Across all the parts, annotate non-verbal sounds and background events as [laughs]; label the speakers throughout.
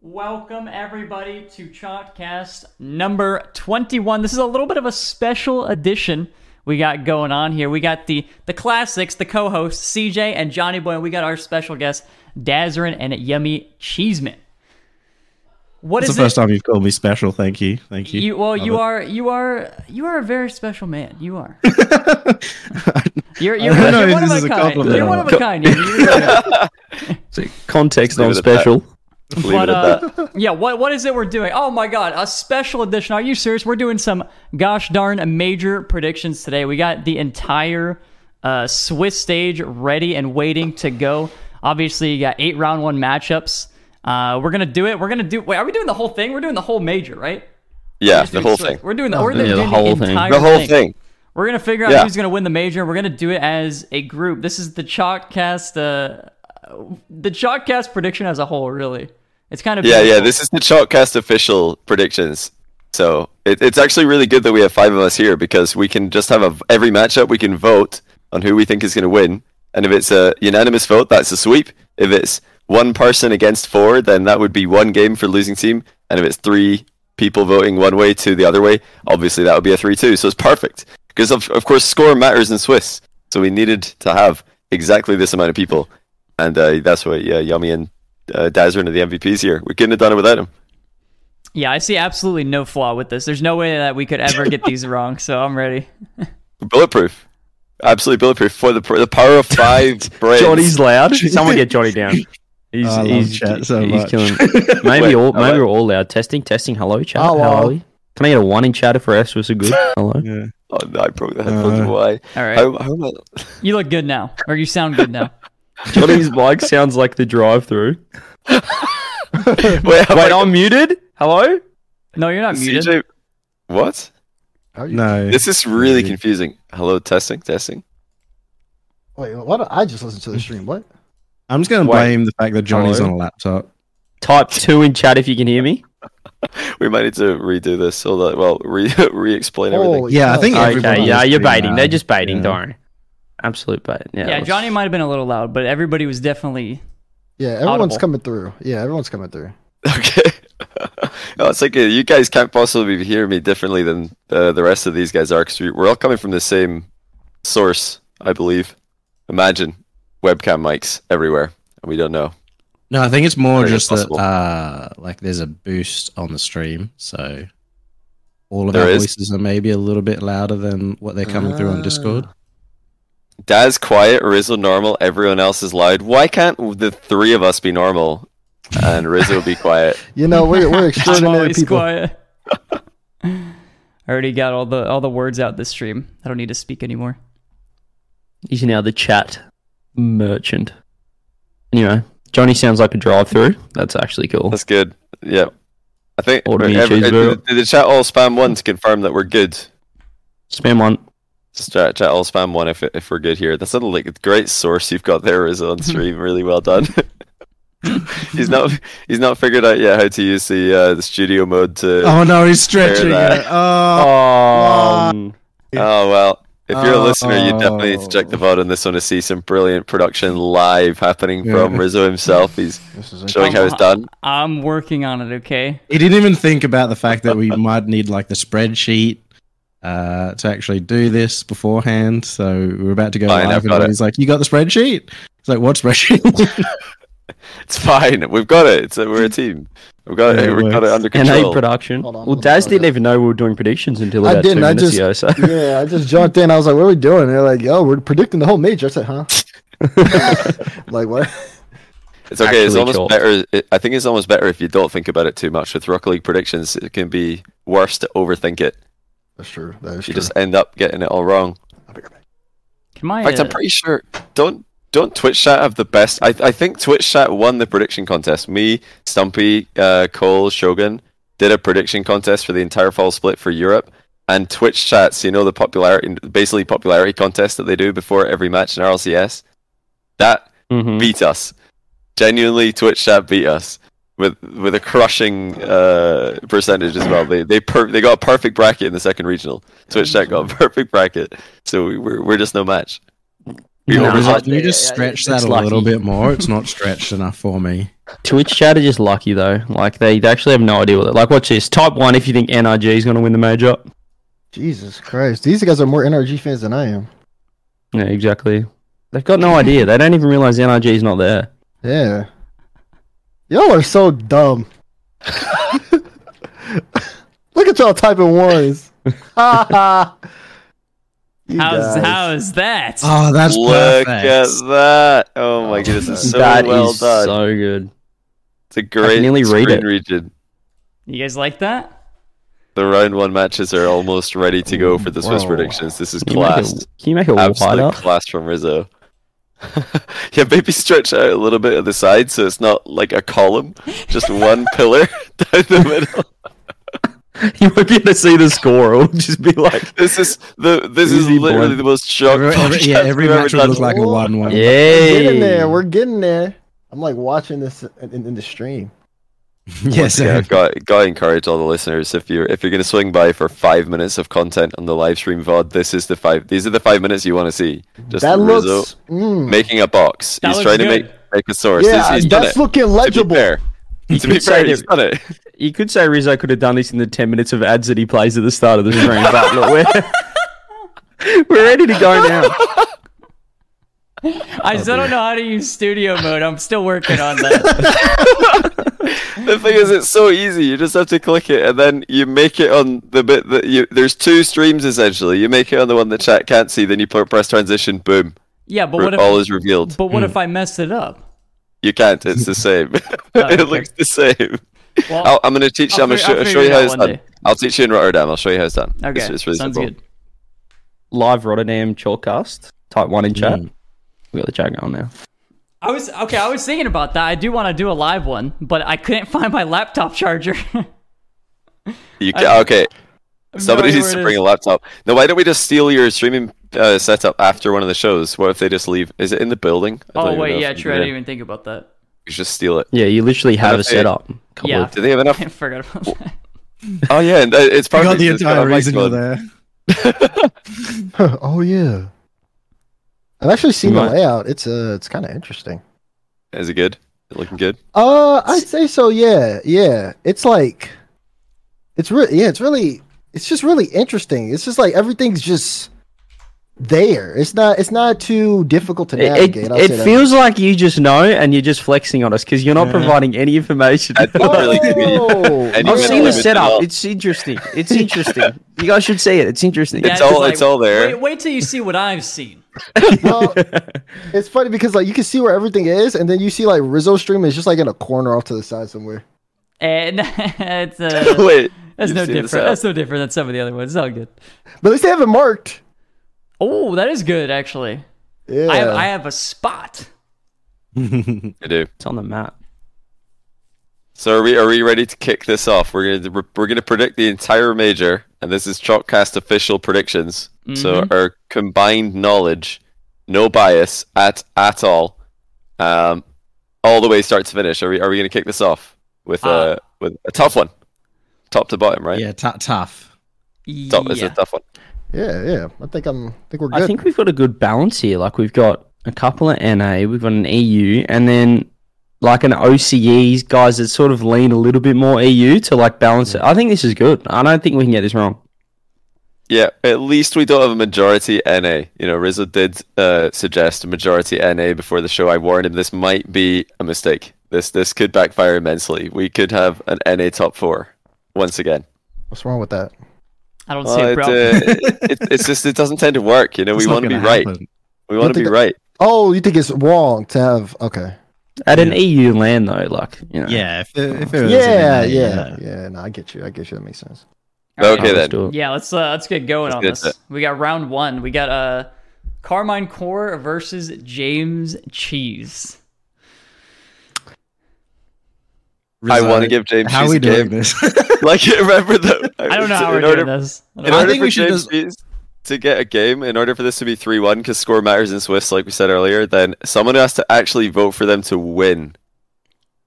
Speaker 1: Welcome everybody to Chalkcast number 21. This is a little bit of a special edition we got going on here. We got the the classics, the co-hosts CJ and Johnny Boy, and we got our special guest Dazarin and Yummy Cheeseman. What
Speaker 2: It's
Speaker 1: is
Speaker 2: the first
Speaker 1: it?
Speaker 2: time you've called me special. Thank you. Thank you.
Speaker 1: You, well,
Speaker 2: Love
Speaker 1: you
Speaker 2: it.
Speaker 1: are you are you are a very special man. You
Speaker 2: [laughs]
Speaker 1: are. You're, you're,
Speaker 2: don't know
Speaker 1: you're
Speaker 2: if
Speaker 1: one of
Speaker 2: this is
Speaker 1: a
Speaker 2: a
Speaker 1: kind.
Speaker 2: compliment
Speaker 1: You're
Speaker 2: or
Speaker 1: one of a
Speaker 2: not.
Speaker 1: kind. You're- you're-
Speaker 3: context
Speaker 4: Leave
Speaker 3: on
Speaker 4: it at that.
Speaker 3: special.
Speaker 4: Leave
Speaker 1: But
Speaker 4: it at
Speaker 1: uh, yeah, what what is it we're doing? Oh my god, a special edition. Are you serious? We're doing some gosh darn major predictions today. We got the entire uh, Swiss stage ready and waiting to go. Obviously, you got eight round one matchups. Uh, we're gonna do it. We're gonna do. Wait, are we doing the whole thing? We're doing the whole major, right?
Speaker 4: Yeah, the whole
Speaker 1: Swiss.
Speaker 4: thing.
Speaker 1: We're doing the, we're
Speaker 3: Yeah,
Speaker 1: doing
Speaker 3: the
Speaker 1: the
Speaker 3: whole thing.
Speaker 1: entire
Speaker 4: The whole thing.
Speaker 1: We're gonna figure out
Speaker 4: Yeah.
Speaker 1: who's gonna win the major. We're gonna do it as a group. This is the chalkcast. Uh, the chalkcast prediction as a whole, really. It's kind of
Speaker 4: Yeah, yeah.
Speaker 1: beautiful.
Speaker 4: This is the Chalkcast official predictions. So it, it's actually really good that we have five of us here because we can just have a, every matchup we can vote on who we think is going to win, and if it's a unanimous vote, that's a sweep. If it's one person against four, then that would be one game for losing team, and if it's three people voting one way to the other way, obviously that would be a three-two. So it's perfect because of of course score matters in Swiss. So we needed to have exactly this amount of people, and uh, that's what yeah, Yummy and uh, Dazrin are the MVPs here. We couldn't have done it without him.
Speaker 1: Yeah, I see absolutely no flaw with this. There's no way that we could ever get
Speaker 4: [laughs]
Speaker 1: these wrong, so I'm ready.
Speaker 4: Bulletproof. Absolutely bulletproof for the the power of five brains.
Speaker 3: Johnny's loud. [laughs] Someone get Johnny down. He's,
Speaker 2: I love
Speaker 3: he's,
Speaker 2: chat so
Speaker 3: he's
Speaker 2: much. [laughs]
Speaker 3: killing. [laughs] Maybe
Speaker 4: Wait,
Speaker 3: all maybe
Speaker 4: hello?
Speaker 3: we're all loud. Testing, testing. Hello, chat.
Speaker 5: Hello.
Speaker 3: How are we? Can I get a one in chatter for S? Was a [laughs] good hello.
Speaker 2: Yeah.
Speaker 4: Oh no, I broke the headphones.
Speaker 2: Uh,
Speaker 4: Why?
Speaker 1: All right.
Speaker 4: How, how am I...
Speaker 1: You look good now, or you sound good now.
Speaker 3: Johnny's mic sounds like the drive-through.
Speaker 4: Wait, how
Speaker 3: Wait,
Speaker 4: am
Speaker 3: I'm muted. Hello.
Speaker 1: No, you're
Speaker 4: [laughs] I...
Speaker 1: not muted.
Speaker 4: CJ... What?
Speaker 5: Are you,
Speaker 2: No.
Speaker 4: This is really
Speaker 2: Yeah.
Speaker 4: confusing. Hello, testing, testing.
Speaker 5: Wait, why don't I just listen to the
Speaker 2: [laughs]
Speaker 5: stream? What?
Speaker 2: I'm just going to
Speaker 3: Wait.
Speaker 2: blame the fact that Johnny's
Speaker 3: Hello?
Speaker 2: on a laptop.
Speaker 3: Type two in chat if you can hear me.
Speaker 4: We might need to redo this. So that well, re [laughs] re-explain everything.
Speaker 5: Holy
Speaker 2: Yeah, I
Speaker 5: cow.
Speaker 2: think everybody
Speaker 3: Okay. Yeah,
Speaker 2: was
Speaker 3: you're
Speaker 2: pretty
Speaker 3: baiting. They're
Speaker 2: loud.
Speaker 3: just baiting.
Speaker 2: Yeah.
Speaker 3: Don't worry. Absolute bait. Yeah.
Speaker 1: Yeah,
Speaker 3: let's-
Speaker 1: Johnny might have been a little loud, but everybody was definitely.
Speaker 5: yeah, everyone's
Speaker 1: audible.
Speaker 5: coming through. Yeah, everyone's coming through.
Speaker 4: [laughs] Okay. no, it's like uh, you guys can't possibly hear me differently than uh, the rest of these guys are because we, we're all coming from the same source, I believe. Imagine webcam mics everywhere, and we don't know.
Speaker 2: No, I think it's more
Speaker 4: Very
Speaker 2: just that
Speaker 4: possible.
Speaker 2: uh, like there's a boost on the stream, so all of
Speaker 4: There
Speaker 2: our
Speaker 4: is.
Speaker 2: voices are maybe a little bit louder than what they're coming through on Discord.
Speaker 4: Daz quiet, Rizzo normal, everyone else is loud. Why can't the three of us be normal and Rizzo
Speaker 3: [laughs]
Speaker 4: be quiet?
Speaker 5: You know,
Speaker 2: [laughs]
Speaker 5: we're, we're
Speaker 1: I'm
Speaker 5: extraordinary
Speaker 1: always
Speaker 5: people.
Speaker 1: quiet.
Speaker 4: [laughs]
Speaker 1: [laughs] I already got all the all the words out this stream. I don't need to speak anymore.
Speaker 3: He's now the chat merchant. Anyway, Johnny sounds like a drive-through. That's actually cool.
Speaker 4: That's good. Yeah. I think
Speaker 3: Order me a
Speaker 4: every-
Speaker 3: cheeseburger.
Speaker 4: did the chat all spam one to confirm that we're good.
Speaker 3: Spam one.
Speaker 4: Just chat, chat all spam one if, if we're good here. That's a like a great source you've got there, Rizzo on stream. really well done. [laughs] he's not he's not figured out yet how to use the uh, the studio mode to. Oh,
Speaker 2: Oh no, he's stretching
Speaker 4: that.
Speaker 2: it. Oh,
Speaker 4: Um,
Speaker 3: Oh,
Speaker 4: well. If you're a listener, you
Speaker 2: Oh.
Speaker 4: definitely need to check the vote on this one to see some brilliant production live happening from
Speaker 2: Yeah.
Speaker 4: Rizzo himself. He's
Speaker 5: This is
Speaker 4: showing how it's done.
Speaker 1: I'm working on it. Okay.
Speaker 2: he didn't even think about the fact that we might need like the spreadsheet uh, to actually do this beforehand. So we we're about to go
Speaker 4: Fine, I've
Speaker 2: live,
Speaker 4: Oh, got it.
Speaker 2: and he's like, "You got the spreadsheet?" He's like, "What
Speaker 4: [laughs]
Speaker 2: spreadsheet?"
Speaker 4: It's fine. We've got it. It's a, we're a team. We've got
Speaker 2: Yeah,
Speaker 4: it.
Speaker 2: it
Speaker 4: We've got it
Speaker 2: works.
Speaker 4: under
Speaker 3: NA
Speaker 4: control.
Speaker 3: production.
Speaker 5: Hold on,
Speaker 3: well,
Speaker 5: hold
Speaker 3: Daz
Speaker 5: on.
Speaker 3: didn't even know we were doing predictions until
Speaker 5: I
Speaker 3: about two
Speaker 5: didn't, I
Speaker 3: minutes
Speaker 5: just-
Speaker 3: ago. So
Speaker 5: [laughs] yeah, I just jumped in. I was like, "What are we doing?" They're like, "Yo, we're predicting the whole major." I said, "Huh?" [laughs] I'm like what?
Speaker 4: it's okay. It's
Speaker 3: actually
Speaker 4: almost
Speaker 3: jolt.
Speaker 4: better. It, I think it's almost better if you don't think about it too much. With Rocket League predictions, it can be worse to overthink it.
Speaker 5: That's true. That is
Speaker 4: You
Speaker 5: true.
Speaker 4: just end up getting it all wrong.
Speaker 5: I'll be right back.
Speaker 1: Can my
Speaker 4: In fact,
Speaker 1: uh,
Speaker 4: I'm pretty sure. Don't don't Twitch chat have the best? I, I think Twitch chat won the prediction contest. Me, Stumpy, uh, Cole, Shogun did a prediction contest for the entire fall split for Europe, and Twitch chats. You know the popularity, basically popularity contest that they do before every match in RLCS. That
Speaker 3: Mhm.
Speaker 4: beat us. Genuinely, Twitch chat beat us with with a crushing uh, percentage as well. They they per- they got a perfect bracket in the second regional. Twitch chat got a perfect bracket, so we, we're we're just no match. We
Speaker 3: Nah,
Speaker 4: were
Speaker 2: Is it-
Speaker 4: hot.
Speaker 2: can you just stretch that
Speaker 3: it's
Speaker 2: a little
Speaker 3: lucky.
Speaker 2: bit more? It's not stretched enough for
Speaker 4: [laughs]
Speaker 2: me.
Speaker 3: Twitch chat are just lucky though. Like they actually have no idea what. They're, like watch this. Type one if you think NRG is going to win the major.
Speaker 5: Jesus Christ, these guys are more NRG fans than I am.
Speaker 3: Yeah, exactly. They've got no idea. They don't even realize NRG is not there.
Speaker 5: Yeah, y'all are so dumb. [laughs] Look at y'all typing ones. [laughs] You
Speaker 1: How's
Speaker 5: guys.
Speaker 1: how is that?
Speaker 4: Ah.
Speaker 2: Oh, that's
Speaker 4: Look at
Speaker 2: perfect.
Speaker 4: that! Oh my goodness, it's so
Speaker 3: That is
Speaker 4: well done.
Speaker 3: so good.
Speaker 4: it's a great
Speaker 3: nearly read
Speaker 4: screen
Speaker 3: it.
Speaker 4: region.
Speaker 1: You guys like that?
Speaker 4: The round one matches are almost ready to go for the Swiss
Speaker 5: Whoa.
Speaker 4: predictions. This is
Speaker 3: Can you make
Speaker 4: class,
Speaker 3: it, can you make it
Speaker 4: absolute
Speaker 3: [laughs] wider?
Speaker 4: class from Rizzo. [laughs] yeah, maybe stretch out a little bit at the side so it's not like a column, just one pillar [laughs] down the middle.
Speaker 3: You won't be able to see the score. It'll just be like,
Speaker 4: This is the this is
Speaker 3: Easy, boy.
Speaker 4: literally the most shocked.
Speaker 2: Every, every- yeah,
Speaker 4: podcast
Speaker 2: every
Speaker 4: we've ever
Speaker 2: match would
Speaker 4: done.
Speaker 2: look like a one-one. [laughs]
Speaker 5: We're
Speaker 3: yeah.
Speaker 5: getting there. We're getting there. I'm like watching this in, in the stream.
Speaker 2: yes,
Speaker 4: Yeah,
Speaker 2: [laughs]
Speaker 4: got got encourage all the listeners if you're if you're gonna swing by for five minutes of content on the live stream VOD, this is the five these are the five minutes you wanna see. Just
Speaker 5: that
Speaker 4: Rizzo
Speaker 5: looks. Mm,
Speaker 4: making a box.
Speaker 1: That
Speaker 4: he's
Speaker 1: looks
Speaker 4: trying to
Speaker 1: good.
Speaker 4: make make a source.
Speaker 5: yeah,
Speaker 4: he's, he's done
Speaker 5: that's
Speaker 4: it.
Speaker 5: looking
Speaker 4: To be
Speaker 5: legible.
Speaker 4: fair.
Speaker 3: You
Speaker 4: To be
Speaker 3: could say
Speaker 4: fair,
Speaker 3: that-
Speaker 4: he's done it.
Speaker 3: You could say Rizzo could have done this in the 10 minutes of ads that he plays at the start of the stream, but look, we're, we're [laughs] ready to go now.
Speaker 1: I still don't know how to use studio mode. I'm still working on
Speaker 4: [laughs]
Speaker 1: that.
Speaker 4: The thing is, it's so easy. You just have to click it, and then you make it on the bit that you. There's two streams essentially. You make it on the one the chat can't see, then you pr- press transition. Boom,
Speaker 1: Yeah, but what if
Speaker 4: all Hmm. is revealed.
Speaker 1: but what if I messed it up?
Speaker 4: You can't. It's
Speaker 1: [laughs]
Speaker 4: the same. [laughs]
Speaker 1: Oh, okay.
Speaker 4: it looks the same.
Speaker 1: Well,
Speaker 4: I'll, I'm gonna teach.
Speaker 1: I'll
Speaker 4: I'm gonna
Speaker 1: fi-
Speaker 4: show,
Speaker 1: I'll
Speaker 4: show
Speaker 1: figure it
Speaker 4: you
Speaker 1: out
Speaker 4: how it's
Speaker 1: one
Speaker 4: done.
Speaker 1: day.
Speaker 4: I'll teach you in Rotterdam. I'll show you how it's done.
Speaker 1: okay,
Speaker 4: It's, it's really
Speaker 1: sounds
Speaker 4: simple.
Speaker 1: good.
Speaker 3: Live Rotterdam Chalkcast. Type one in chat. We got the chat going now.
Speaker 1: I was okay. I was thinking about that. I do want to do a live one, but I couldn't [laughs] find my laptop charger. [laughs]
Speaker 4: You can, okay. Somebody
Speaker 1: idea
Speaker 4: needs
Speaker 1: where
Speaker 4: to
Speaker 1: it
Speaker 4: bring
Speaker 1: is.
Speaker 4: a laptop. Now, why don't we just steal your streaming uh, setup after one of the shows? What if they just leave? Is it in the building? I don't
Speaker 1: oh
Speaker 4: even know
Speaker 1: wait,
Speaker 4: if
Speaker 1: yeah,
Speaker 4: it's
Speaker 1: true. I
Speaker 4: there.
Speaker 1: didn't even think about that.
Speaker 4: We should just steal it.
Speaker 3: Yeah, you literally have a
Speaker 4: That's it.
Speaker 3: setup. Couple
Speaker 1: Yeah.
Speaker 3: of-
Speaker 4: Do they have
Speaker 1: [laughs]
Speaker 4: enough?
Speaker 1: I forgot about that.
Speaker 4: Oh yeah, and uh, it's
Speaker 2: I
Speaker 4: perfect.
Speaker 2: got the
Speaker 4: It's got a
Speaker 2: entire
Speaker 4: mic
Speaker 2: reason you're
Speaker 4: on.
Speaker 2: there.
Speaker 4: [laughs]
Speaker 5: [laughs] oh yeah. I've actually seen
Speaker 3: Right.
Speaker 5: the layout. It's uh, it's kind of interesting.
Speaker 4: Is it good? Is it looking good?
Speaker 5: Uh, I'd say so. Yeah, yeah. It's like, it's really, yeah. It's really, it's just really interesting. It's just like everything's just there. It's not, it's not too difficult to
Speaker 3: It,
Speaker 5: navigate.
Speaker 3: it,
Speaker 5: I'll
Speaker 3: it
Speaker 5: say
Speaker 3: [laughs]
Speaker 5: that.
Speaker 3: feels like you just know and you're just flexing on us because you're not providing any information.
Speaker 4: I don't
Speaker 3: [laughs]
Speaker 4: really give you
Speaker 5: Oh,
Speaker 4: any
Speaker 3: I've
Speaker 4: Yeah.
Speaker 3: seen the
Speaker 4: Yeah.
Speaker 3: setup. It's interesting. It's interesting. you guys should see it. It's interesting.
Speaker 1: Yeah,
Speaker 4: It's
Speaker 1: just
Speaker 4: all- it's all there.
Speaker 1: Wait, wait till you see what I've
Speaker 4: [laughs]
Speaker 1: seen.
Speaker 5: well, it's funny because like you can see where everything is, and then you see like Rizzo stream is just like in a corner off to the side somewhere.
Speaker 1: And [laughs] it's, uh,
Speaker 4: Wait,
Speaker 1: that's
Speaker 4: you've
Speaker 1: no
Speaker 4: seen the
Speaker 1: different.
Speaker 4: setup.
Speaker 1: That's no different than some of the other ones. It's all good.
Speaker 5: But at least they have it marked.
Speaker 1: Oh, that is good actually.
Speaker 5: Yeah,
Speaker 1: I have, I have a spot.
Speaker 4: I do.
Speaker 3: It's on the map.
Speaker 4: So are we are we ready to kick this off? We're gonna we're gonna predict the entire major, and this is Chalkcast official predictions. So
Speaker 2: Mm-hmm.
Speaker 4: our combined knowledge, no bias at at all, um, all the way start to finish. Are we are we gonna kick this off with
Speaker 1: Uh,
Speaker 4: a with a tough one, top to bottom, right?
Speaker 2: Yeah, t- tough.
Speaker 4: Top is a
Speaker 1: yeah.
Speaker 4: tough one.
Speaker 5: yeah, yeah. I think I'm. I think we're good.
Speaker 3: I think we've got a good balance here. Like we've got a couple of NA, we've got an EU, and then like an OCE guys that sort of lean a little bit more EU to like balance it. I think this is good. I don't think we can get this wrong.
Speaker 4: Yeah, at least we don't have a majority NA. You know, Rizzo did uh, suggest a majority NA before the show. I warned him this might be a mistake. This this could backfire immensely. We could have an NA top four once again.
Speaker 5: What's wrong with that?
Speaker 1: I don't see it,
Speaker 4: Well, it,
Speaker 1: bro. [laughs]
Speaker 4: [laughs] uh, it, it's just it doesn't tend to work. You know,
Speaker 2: It's
Speaker 4: we
Speaker 2: not
Speaker 4: want to be
Speaker 2: gonna
Speaker 4: right.
Speaker 2: happen.
Speaker 4: We want to
Speaker 5: think
Speaker 4: be
Speaker 5: that-
Speaker 4: right.
Speaker 5: Oh, you think it's wrong to have? Okay.
Speaker 3: At an EU land though, like you know.
Speaker 2: Yeah, if it, if it was
Speaker 5: yeah,
Speaker 2: in
Speaker 5: yeah,
Speaker 2: there,
Speaker 5: yeah, No, I get you. I get you. That makes sense.
Speaker 4: Okay
Speaker 3: I'll
Speaker 4: then.
Speaker 3: just do it.
Speaker 1: yeah, let's uh, let's get going on
Speaker 4: get
Speaker 1: this.
Speaker 4: to it.
Speaker 1: We got round one. We got uh, Carmine Core versus James Cheese.
Speaker 4: I want to give James
Speaker 2: How are
Speaker 4: Cheese
Speaker 2: we
Speaker 4: a game. [laughs]
Speaker 2: doing this?
Speaker 4: like remember though.
Speaker 1: I don't know how
Speaker 4: in
Speaker 1: we're
Speaker 4: order,
Speaker 1: doing this. I don't
Speaker 4: In
Speaker 1: know.
Speaker 2: I
Speaker 4: order
Speaker 2: think
Speaker 4: for
Speaker 2: we should
Speaker 4: James
Speaker 2: just-
Speaker 4: Cheese to get a game, in order for this to be three one, because score matters in Swiss, like we said earlier, then someone has to actually vote for them to win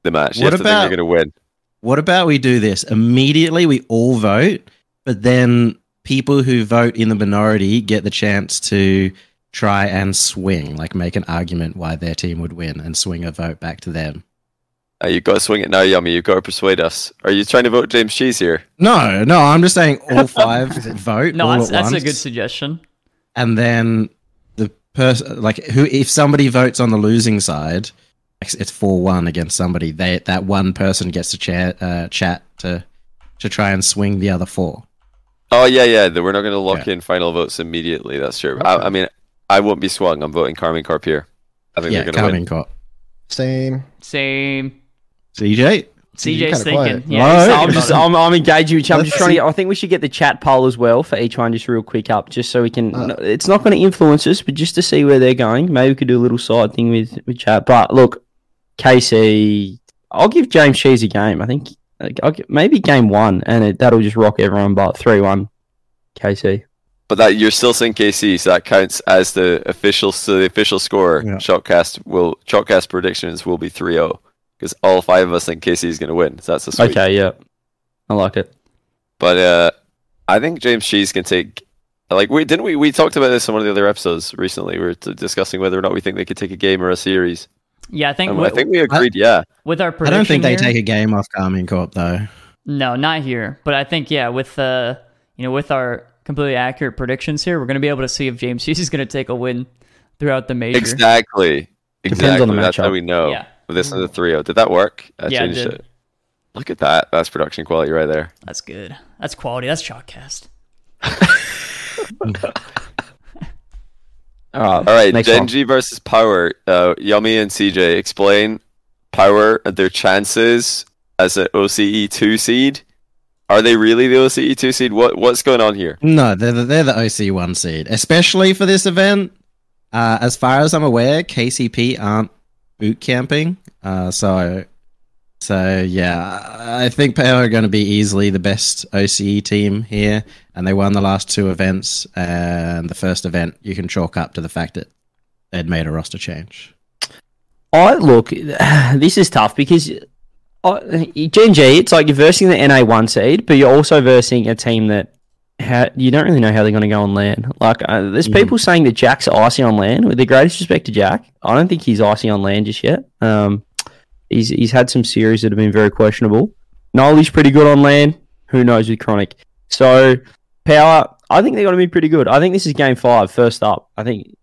Speaker 4: the match. You
Speaker 2: What
Speaker 4: have to think
Speaker 2: about-
Speaker 4: you're gonna win.
Speaker 2: What about we do this? Immediately we all vote, but then people who vote in the minority get the chance to try and swing, like make an argument why their team would win and swing a vote back to them.
Speaker 4: Uh, you've got to swing it now, Yummy. You've got to persuade us. Are you trying to vote James Cheese here?
Speaker 2: No, no, I'm just saying
Speaker 1: [laughs]
Speaker 2: all five vote.
Speaker 1: No,
Speaker 2: all
Speaker 1: that's,
Speaker 2: at
Speaker 1: that's a
Speaker 2: once,
Speaker 1: good suggestion.
Speaker 2: And then the person, like, who, if somebody votes on the losing side, it's- it's 4 1 against somebody, they, that one person gets to cha- uh, chat to, to try and swing the other four.
Speaker 4: Oh yeah, yeah. th- We're not going to lock
Speaker 2: Yeah.
Speaker 4: in final votes immediately. That's true. I, I mean, I won't be swung. I'm voting Carmen Carpier. I think
Speaker 2: Yeah,
Speaker 4: they're going to
Speaker 2: Carmen
Speaker 4: win.
Speaker 2: Cop.
Speaker 5: Same.
Speaker 1: Same.
Speaker 2: CJ?
Speaker 1: CJ's
Speaker 5: kinda
Speaker 1: thinking.
Speaker 5: quiet.
Speaker 1: Yeah, he's
Speaker 2: Alright.
Speaker 1: thinking
Speaker 2: [laughs]
Speaker 3: I'm
Speaker 4: [laughs]
Speaker 3: just,
Speaker 1: about
Speaker 3: I'm, I'm engaging with you. I'm
Speaker 2: Let's
Speaker 3: just trying to.
Speaker 2: see.
Speaker 3: Get, I think we should get the chat poll as well for each one, just real quick up, just so we can.
Speaker 2: Uh.
Speaker 3: no, it's not going to influence us, but just to see where they're going. Maybe we could do a little side thing with with chat. But look, Casey, I'll give James Cheese a game. I think like, I'll gi- maybe game one, and it, that'll just rock everyone. But three one, Casey.
Speaker 4: But that you're still saying KC, so that counts as the official. So the official score,
Speaker 2: Yeah.
Speaker 4: Shotcast will Shotcast predictions will be 3-0 because all five of us think KC is going to win. So that's a sweep.
Speaker 3: Okay, yeah, I like it.
Speaker 4: But uh, I think James Cheese can take. Like we didn't we we talked about this in one of the other episodes recently. We were t- discussing whether or not we think they could take a game or a series.
Speaker 1: it. Yeah, I think,
Speaker 4: And I
Speaker 1: with,
Speaker 4: think we agreed. yeah,
Speaker 1: with our
Speaker 2: I
Speaker 1: prediction
Speaker 2: don't think they
Speaker 1: here-
Speaker 2: take a game off Carmine Corp though.
Speaker 1: No, not here. But I think yeah, with uh, you know, with our completely accurate predictions here, we're gonna be able to see if James [laughs] Hughes is gonna take a win throughout the major.
Speaker 4: exactly.
Speaker 3: Depends
Speaker 4: Exactly.
Speaker 3: on the
Speaker 4: That's how
Speaker 3: matchup.
Speaker 4: we know.
Speaker 1: Yeah. Mm-hmm.
Speaker 4: But This is a 3-0. Did that work? I
Speaker 1: Yeah, it
Speaker 4: changed
Speaker 1: did.
Speaker 4: it. Look at that. That's production quality right there.
Speaker 1: That's good. That's quality. That's shotcast.
Speaker 3: All right,
Speaker 4: All right,
Speaker 3: next one.
Speaker 4: Genji versus Power. Uh, Yummy and CJ, explain Power and their chances as an OCE E two seed. Are they really the OCE two seed? What what's going on here?
Speaker 2: No, they're the, they're the OC one seed, especially for this event. Uh, as far as I'm aware, KCP aren't boot camping, uh, so so yeah, I think Power are going to be easily the best OCE team here, and they won the last two events. And the first event, you can chalk up to the fact that they'd made a roster change.
Speaker 3: I look. [sighs] This is tough because I, Gen G. It's like you're versing the NA one seed, but you're also versing a team that ha- you don't really know how they're going to go on land. Like uh, there's people saying that Jack's icy on land. With the greatest respect to Jack, I don't think he's icy on land just yet. Um, he's he's had some series that have been very questionable. Nolly's pretty good on land. Who knows with Chronic? So power. I think they're going to be pretty good. I think this is game five, first up. I think.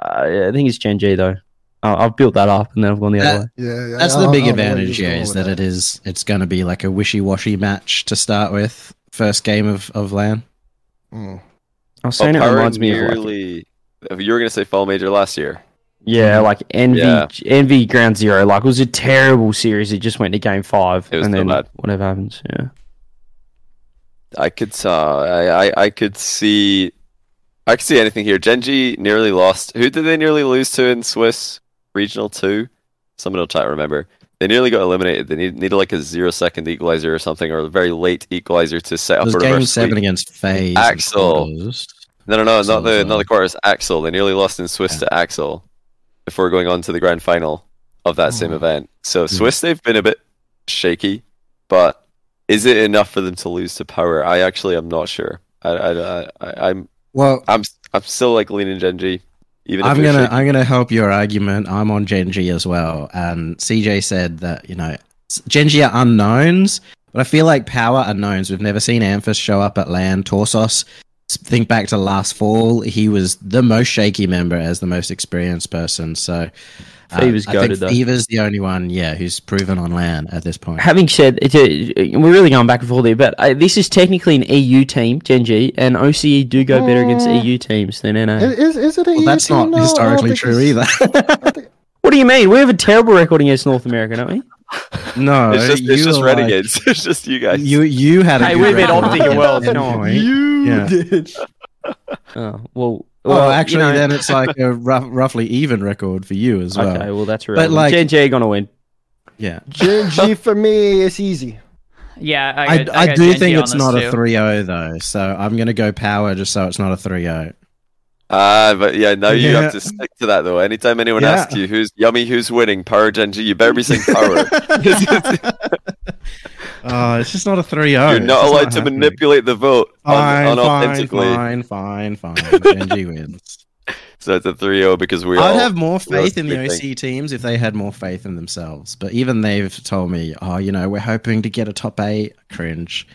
Speaker 3: Uh, yeah, I think it's Gen G though. I- I've built that up and then I've gone the
Speaker 2: That-
Speaker 3: other
Speaker 4: Uh,
Speaker 3: way.
Speaker 5: Yeah, yeah,
Speaker 2: That's
Speaker 5: I
Speaker 2: the
Speaker 5: don't-
Speaker 2: big
Speaker 5: I don't know where
Speaker 2: advantage
Speaker 5: you're
Speaker 2: here
Speaker 5: going
Speaker 2: is
Speaker 5: with
Speaker 2: that it is it's going to be like a wishy washy match to start with. First game of of LAN.
Speaker 5: Mm.
Speaker 3: I've seen it
Speaker 4: Oh, Power
Speaker 3: reminds me of like,
Speaker 4: nearly. if you were going to say fall major last year.
Speaker 3: yeah, like envy,
Speaker 4: Yeah.
Speaker 3: envy ground zero. Like it was a terrible series. It just went to game five,
Speaker 4: It was
Speaker 3: and
Speaker 4: still
Speaker 3: then
Speaker 4: bad.
Speaker 3: whatever happens. Yeah,
Speaker 4: I could uh, I, I I could see, I could see anything here. Genji nearly lost. Who did they nearly lose to in Swiss regional two? Someone will try to remember. They nearly got eliminated. They need, needed like a zero second equalizer or something, or a very late equalizer to set
Speaker 2: It
Speaker 4: up
Speaker 2: was
Speaker 4: a
Speaker 2: game
Speaker 4: reverse sweep.
Speaker 2: seven against FaZe.
Speaker 4: Axel.
Speaker 2: and quarters.
Speaker 4: No, no, no, not
Speaker 2: Axel
Speaker 4: the
Speaker 2: as
Speaker 4: not the
Speaker 2: well.
Speaker 4: quarters. Axel. They nearly lost in Swiss to Axel before going on to the grand final of that
Speaker 2: Oh.
Speaker 4: same event. So Swiss, they've been a bit shaky, but is it enough for them to lose to Power? I actually am not sure. I, I, I, I I'm
Speaker 2: Well,
Speaker 4: I'm I'm still like leaning Genji, even if
Speaker 2: I'm
Speaker 4: they're
Speaker 2: gonna
Speaker 4: shaky.
Speaker 2: I'm gonna help your argument. I'm on Genji as well, and CJ said that you know s- Genji are unknowns, but I feel like power unknowns. We've never seen Amphis show up at land. Torsos, s- think back to last fall, he was the most shaky member as the most experienced person. So uh,
Speaker 3: Fever's
Speaker 2: I think
Speaker 3: goated, though.
Speaker 2: Fever's the only one, yeah, who's proven on land at this point.
Speaker 3: Having said, it's a, we're really going back and forth here, but uh, this is technically an EU team, Gen G, and OCE do go better against EU teams than NA.
Speaker 5: Is, is, is it a
Speaker 2: Well, that's not historically true either. [laughs]
Speaker 3: what do you mean? We have a terrible record against North America, don't we?
Speaker 2: no,
Speaker 4: It's just it's
Speaker 2: you
Speaker 4: just
Speaker 2: were like-
Speaker 4: renegades. [laughs] it's just you guys.
Speaker 2: you you had a
Speaker 3: Hey,
Speaker 2: good
Speaker 3: we've been
Speaker 2: record
Speaker 3: opting
Speaker 2: at
Speaker 3: well,
Speaker 2: that
Speaker 3: no,
Speaker 2: point. Yeah.
Speaker 5: did.
Speaker 3: Oh well,
Speaker 2: Well,
Speaker 3: you
Speaker 2: actually,
Speaker 3: know-
Speaker 2: then it's like a rough, roughly even record for you as well.
Speaker 3: Okay, well that's right.
Speaker 2: But, like-
Speaker 3: JJ gonna win.
Speaker 2: Yeah,
Speaker 5: Gen [laughs] G for me, it's easy.
Speaker 1: Yeah, I,
Speaker 2: I,
Speaker 1: got-
Speaker 2: I
Speaker 1: got
Speaker 2: do
Speaker 1: Gen G
Speaker 2: think
Speaker 1: on
Speaker 2: it's
Speaker 1: this
Speaker 2: not
Speaker 1: too.
Speaker 2: a 3-0 though, so I'm gonna go power just so it's not a oh. 3-0.
Speaker 4: Ah, but yeah, now you
Speaker 2: Yeah.
Speaker 4: have
Speaker 2: [laughs]
Speaker 4: to stick to that though. Anytime anyone
Speaker 2: Yeah.
Speaker 4: asks you who's yummy, who's winning, Power Gen G, you better be saying
Speaker 2: [laughs]
Speaker 4: Power. [laughs]
Speaker 2: Oh, it's just not a 3-0.
Speaker 4: You're
Speaker 2: It's
Speaker 4: not
Speaker 2: just
Speaker 4: allowed to
Speaker 2: happening.
Speaker 4: manipulate the vote un-
Speaker 2: Fine, fine,
Speaker 4: unauthentically.
Speaker 2: fine, fine, fine. [laughs] Benji wins.
Speaker 4: So it's a 3 0 because we all.
Speaker 2: I'd have more
Speaker 4: oh
Speaker 2: faith in the
Speaker 4: big
Speaker 2: OC teams if they had more faith in themselves. But even they've told me, oh, you know, we're hoping to get a top eight. Cringe.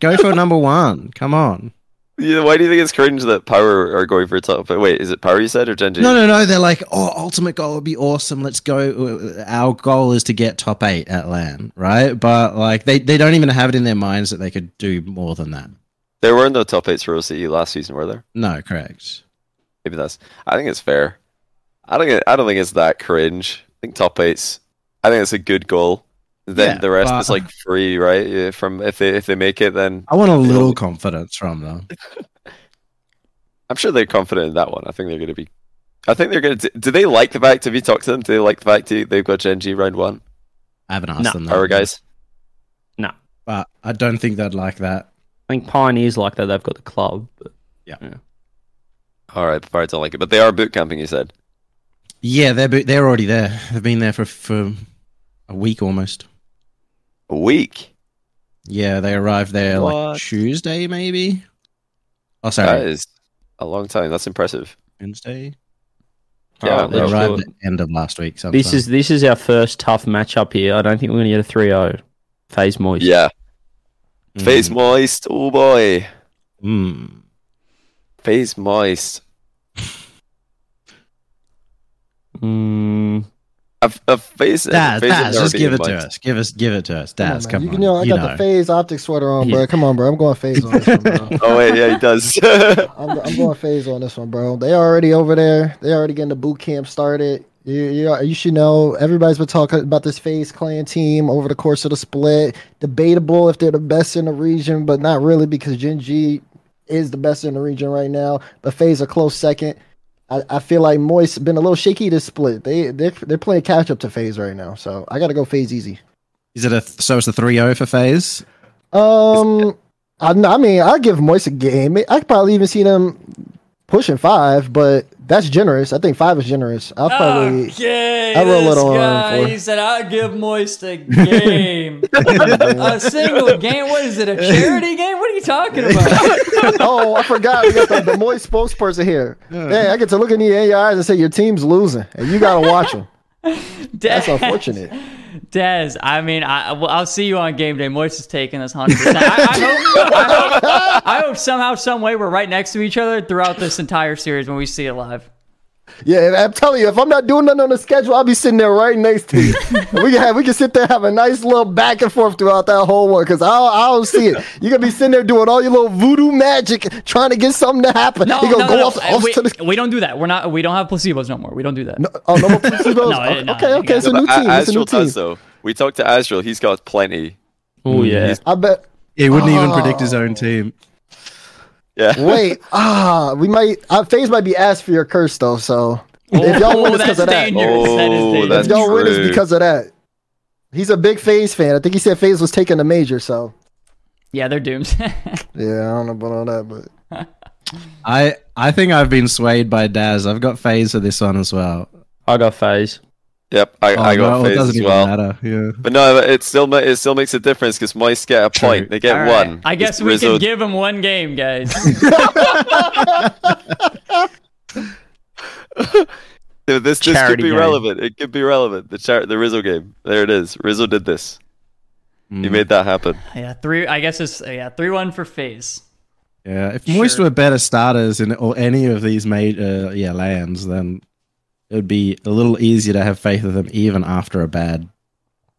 Speaker 2: Go for number one. Come on.
Speaker 4: Yeah, why do you think it's cringe that Power are going for top? But wait, is it Power you said or Gen G?
Speaker 2: No, no, no. They're like, oh, ultimate goal would be awesome. Let's go. Our goal is to get top eight at LAN, right? But like, they, they don't even have it in their minds that they could do more than that.
Speaker 4: There were no top eights for OCE last season, were there?
Speaker 2: No, correct.
Speaker 4: Maybe that's. I think it's fair. I don't. get- I don't think it's that cringe. I think top eights. I think it's a good goal. Then
Speaker 2: Yeah,
Speaker 4: the rest
Speaker 2: but-
Speaker 4: is like free, right? Yeah, From if they if they make it, then
Speaker 2: I want a little confidence from them.
Speaker 4: I'm sure they're confident in that one. I think they're going to be. I think they're going to. Do they like the fact? Have you talked to them? Do they like the fact that they've got Gen G round one?
Speaker 2: I haven't asked
Speaker 3: No.
Speaker 2: them that.
Speaker 4: Power guys.
Speaker 3: No. I
Speaker 2: But I don't think they'd like that.
Speaker 3: think Pioneers like that, they've got the club. But
Speaker 4: All right, the Power don't like it, but they are boot camping. You said.
Speaker 2: Yeah, they're bo- they're already there. They've been there for for a week almost.
Speaker 4: A week.
Speaker 2: Yeah, they arrived there
Speaker 4: What? Uh,
Speaker 2: like Tuesday, maybe. Oh,
Speaker 4: That
Speaker 2: sorry,
Speaker 4: is a long time. That's impressive.
Speaker 2: Wednesday.
Speaker 4: Yeah,
Speaker 3: Alright,
Speaker 2: They
Speaker 3: let's do
Speaker 2: arrived at
Speaker 3: it.
Speaker 2: the end of last week. Sometime.
Speaker 3: This is this is our first tough matchup here. I don't think we're gonna get a 3-0. Phase Moist.
Speaker 4: Yeah.
Speaker 2: Mm,
Speaker 4: Face moist. Oh boy.
Speaker 2: mm.
Speaker 4: Face moist.
Speaker 3: Mm,
Speaker 4: A, a face.
Speaker 2: Daz,
Speaker 4: face
Speaker 2: Daz, just give it to us. Give us, give it to us, Daz.
Speaker 5: man.
Speaker 2: Come
Speaker 5: you,
Speaker 2: on,
Speaker 5: you know I
Speaker 2: you
Speaker 5: got the phase optic sweater on,
Speaker 3: Yeah.
Speaker 5: bro. Come on, bro. I'm
Speaker 2: [laughs]
Speaker 5: going phase on this one, bro.
Speaker 4: Oh wait, yeah, he does. yeah,
Speaker 5: I'm, I'm going phase on this one, bro. They already over there. They already getting the boot camp started. You, you, you should know. Everybody's been talking about this phase clan team over the course of the split. Debatable if they're the best in the region, but not really because Gen G is the best in the region right now. But phase a close second. I, I feel like Moist been a little shaky this split. They they're, they're playing catch up to phase right now, so I got to go phase easy.
Speaker 2: Is it a th- so? It's a 3-0 for phase.
Speaker 5: Um, I, I mean, I give Moist a game. I could probably even see them pushing five, but that's generous. I think five is generous.
Speaker 1: Ah,
Speaker 5: I'll probably
Speaker 1: okay,
Speaker 5: I'll roll it
Speaker 1: this
Speaker 5: on
Speaker 1: guy,
Speaker 5: for-
Speaker 1: he said, I give Moist
Speaker 5: [laughs]
Speaker 1: a game. a single game? What is it, a charity game? What are you talking about?
Speaker 5: [laughs] oh, I forgot we got the, the Moist spokesperson here. Hey, I get to look in your, in your eyes and say your team's losing, and you gotta watch them.
Speaker 1: Dez,
Speaker 5: [laughs]
Speaker 1: [laughs]
Speaker 5: That's unfortunate.
Speaker 1: Dez, I mean, I, well, I'll see you on game day. Moist is taking this 100%. I, I, hope, I, hope, I hope somehow, some way, we're right next to each other throughout this entire series when we see it live.
Speaker 5: Yeah, and I'm telling you, if I'm not doing nothing on the schedule, I'll be sitting there right next
Speaker 1: [laughs]
Speaker 5: to you. we can have, we can sit there have a nice little back and forth throughout that whole one because I don't- I don't see it. You're gonna be sitting there doing all your little voodoo magic, trying to get something to happen.
Speaker 1: No,
Speaker 5: you gonna
Speaker 1: Oh, no,
Speaker 5: go
Speaker 1: no,
Speaker 5: off,
Speaker 1: no.
Speaker 5: off
Speaker 1: we,
Speaker 5: to the [laughs]
Speaker 1: we don't do that. We're not. We don't have placebos no more. We don't do that.
Speaker 5: No, oh, no more placebos? okay,
Speaker 1: [laughs] no,
Speaker 5: okay,
Speaker 1: you
Speaker 5: okay, it's
Speaker 4: [laughs]
Speaker 5: a
Speaker 4: but
Speaker 5: new
Speaker 4: A-
Speaker 5: team. It's a new
Speaker 4: Azrael
Speaker 5: team.
Speaker 4: does though. We talked to Azrael. He's got plenty.
Speaker 5: Hmm.
Speaker 3: Oh yeah.
Speaker 5: I bet.
Speaker 2: He wouldn't
Speaker 4: Oh.
Speaker 2: even predict his own team.
Speaker 4: Yeah. [laughs]
Speaker 5: Wait, ah, we might. Uh, Phase might be asked for your curse though. So if y'all
Speaker 1: Oh,
Speaker 5: win, it's
Speaker 1: that's
Speaker 5: because of that.
Speaker 1: dangerous. that is
Speaker 4: Oh,
Speaker 1: dangerous.
Speaker 4: that's
Speaker 5: if y'all win,
Speaker 4: true.
Speaker 5: it's because of that. He's a big Phase fan. I think he said Phase was taking the major. So
Speaker 1: Yeah, they're doomed. [laughs]
Speaker 5: yeah, I don't know about all that, but
Speaker 2: I I think I've been swayed by Daz. I've got phase for this one as well.
Speaker 3: I got phase.
Speaker 4: Yep. I,
Speaker 2: Oh,
Speaker 4: I got
Speaker 2: well, it
Speaker 4: face
Speaker 2: doesn't
Speaker 4: as
Speaker 2: even
Speaker 4: well.
Speaker 2: matter. Yeah.
Speaker 4: But no, but it still ma- it still makes a difference because Moist get a point. They get
Speaker 1: All right.
Speaker 4: one.
Speaker 1: I guess
Speaker 4: It's
Speaker 1: we
Speaker 4: Rizzo-
Speaker 1: can give him one game, guys. [laughs]
Speaker 4: Dude, This this could
Speaker 3: charity
Speaker 4: be
Speaker 3: game.
Speaker 4: relevant. It could be relevant. The char- the Rizzo game. There it is. Rizzo did this. He
Speaker 2: Mm.
Speaker 4: made that happen.
Speaker 1: yeah, three. I guess it's yeah, three one for Phase.
Speaker 2: Yeah, if Moist
Speaker 1: Sure.
Speaker 2: were better starters in or any of these major uh, yeah lands, then it would be a little easier to have faith in them even after a bad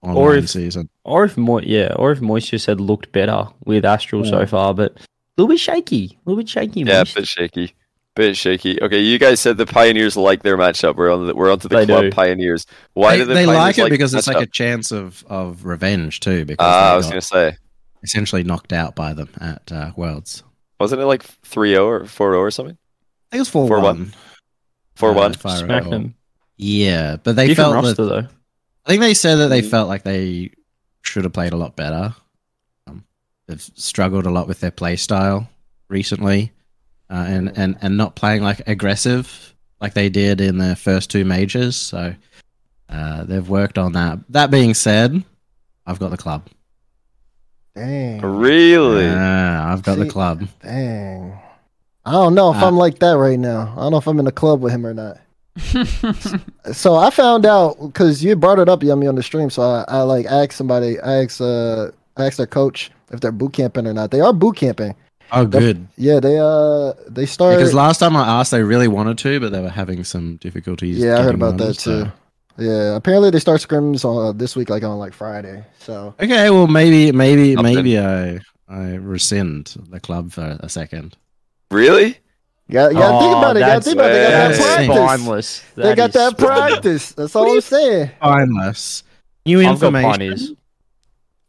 Speaker 2: online
Speaker 3: Or if-
Speaker 2: season.
Speaker 3: Or if Mo- yeah, or if Moist just had looked better with Astral so far, but a little bit shaky. A little bit shaky,
Speaker 4: Yeah,
Speaker 3: Moist.
Speaker 4: bit shaky. Bit shaky. Okay, you guys said the Pioneers like their matchup. We're on the we're onto the
Speaker 3: They
Speaker 4: club
Speaker 3: do.
Speaker 4: Pioneers. Why
Speaker 2: they
Speaker 4: do the
Speaker 2: they like
Speaker 4: Pioneers
Speaker 2: it because it's like
Speaker 4: matchup?
Speaker 2: a chance of, of revenge too, because
Speaker 4: Ah, I
Speaker 2: they
Speaker 4: was
Speaker 2: got
Speaker 4: gonna say,
Speaker 2: essentially knocked out by them at uh, Worlds.
Speaker 4: oh wasn't it like 3-0 or 4-0 or something?
Speaker 2: I think it was four one.
Speaker 4: 4-1. Four one.
Speaker 2: if I
Speaker 3: Smack
Speaker 2: recall.
Speaker 3: them.
Speaker 2: Yeah, but they
Speaker 3: You can
Speaker 2: felt that,
Speaker 3: roster though.
Speaker 2: I think they said that they felt like they should have played a lot better. Um, they've struggled a lot with their play style recently, uh, and and and not playing like aggressive like they did in their first two majors. So uh, they've worked on that. That being said, I've got the club. oh.
Speaker 5: Dang.
Speaker 4: Really?
Speaker 2: Yeah, I've got the
Speaker 5: See-
Speaker 2: club.
Speaker 5: Dang. I don't know if
Speaker 2: Ah.
Speaker 5: I'm like that right now. I don't know if I'm in a club with him
Speaker 2: [laughs]
Speaker 5: or not. So I found out because you brought it up, Yummy, on the stream. So I, I like asked somebody, I asked, uh, I asked their coach if they're boot camping or not. They are boot camping.
Speaker 2: Oh,
Speaker 5: Def-
Speaker 2: good.
Speaker 5: Yeah, they uh they started.
Speaker 2: Because last time I asked, they really wanted to, but they were having some difficulties.
Speaker 5: yeah, I heard
Speaker 2: getting
Speaker 5: about
Speaker 2: one,
Speaker 5: that
Speaker 2: so-
Speaker 5: too. Yeah, apparently they start scrims on uh, this week, like on like Friday. So
Speaker 2: Okay, well, maybe, maybe,
Speaker 4: Something.
Speaker 2: maybe I, I rescind the club for a second.
Speaker 4: Really?
Speaker 5: yeah, yeah, think about it. Yeah,
Speaker 3: that's-
Speaker 5: think about Oh, it. They got
Speaker 2: that's
Speaker 5: that practice.
Speaker 3: spineless.
Speaker 5: They got
Speaker 3: is [laughs]
Speaker 5: that
Speaker 3: spineless.
Speaker 5: practice. That's all I'm saying.
Speaker 2: Unless new
Speaker 3: I've got
Speaker 2: information.
Speaker 3: pioneers.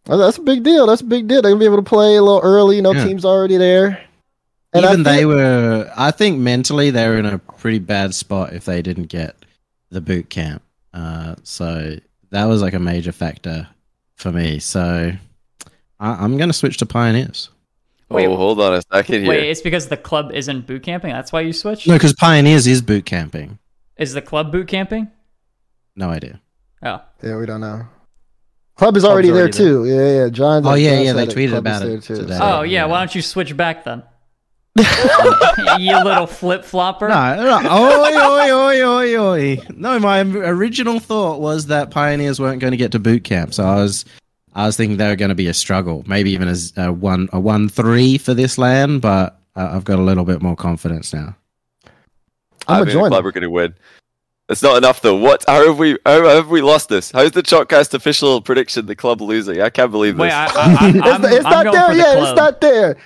Speaker 5: Well, That's a big deal. That's a big deal. They're gonna be able to play a little early. You know,
Speaker 2: Yeah.
Speaker 5: teams already there. And I
Speaker 2: Even they
Speaker 5: think-
Speaker 2: were, I think, mentally they were in a pretty bad spot if they didn't get the boot camp. Uh, so that was like a major factor for me. So I, I'm going to switch to pioneers.
Speaker 1: Wait.
Speaker 4: oh, hold on a second here.
Speaker 1: Wait, it's because the club isn't boot camping. That's why you switched.
Speaker 2: No, because pioneers is boot camping.
Speaker 1: Is the club boot camping?
Speaker 2: No idea.
Speaker 1: Oh,
Speaker 5: Yeah, we don't know. Club is already,
Speaker 3: already
Speaker 5: there too. Yeah, yeah. John.
Speaker 2: Oh, yeah,
Speaker 5: John
Speaker 2: yeah, they
Speaker 5: said
Speaker 2: tweeted
Speaker 5: Club is
Speaker 2: about it
Speaker 5: there, too.
Speaker 2: today.
Speaker 1: oh
Speaker 2: yeah.
Speaker 1: yeah. Why don't you switch back
Speaker 4: [laughs]
Speaker 1: then? you little flip flopper.
Speaker 2: No, no, oi, oi, oi, oi, oi. No, my original thought was that pioneers weren't going to get to boot camp, so I was, I was thinking they were going to be a struggle, maybe even as a one, a one three for this land. But uh, I've got a little bit more confidence now.
Speaker 4: I'm
Speaker 5: I'm gonna
Speaker 4: in the
Speaker 5: join.
Speaker 4: club.
Speaker 5: them.
Speaker 4: We're going to win. That's not enough, though. What? How have we? How have we lost this? How's the Chalkcast official prediction? The club losing? I can't believe this.
Speaker 1: Wait, I, I,
Speaker 4: [laughs]
Speaker 1: I, am
Speaker 5: It's, it's not there yet. It's not there.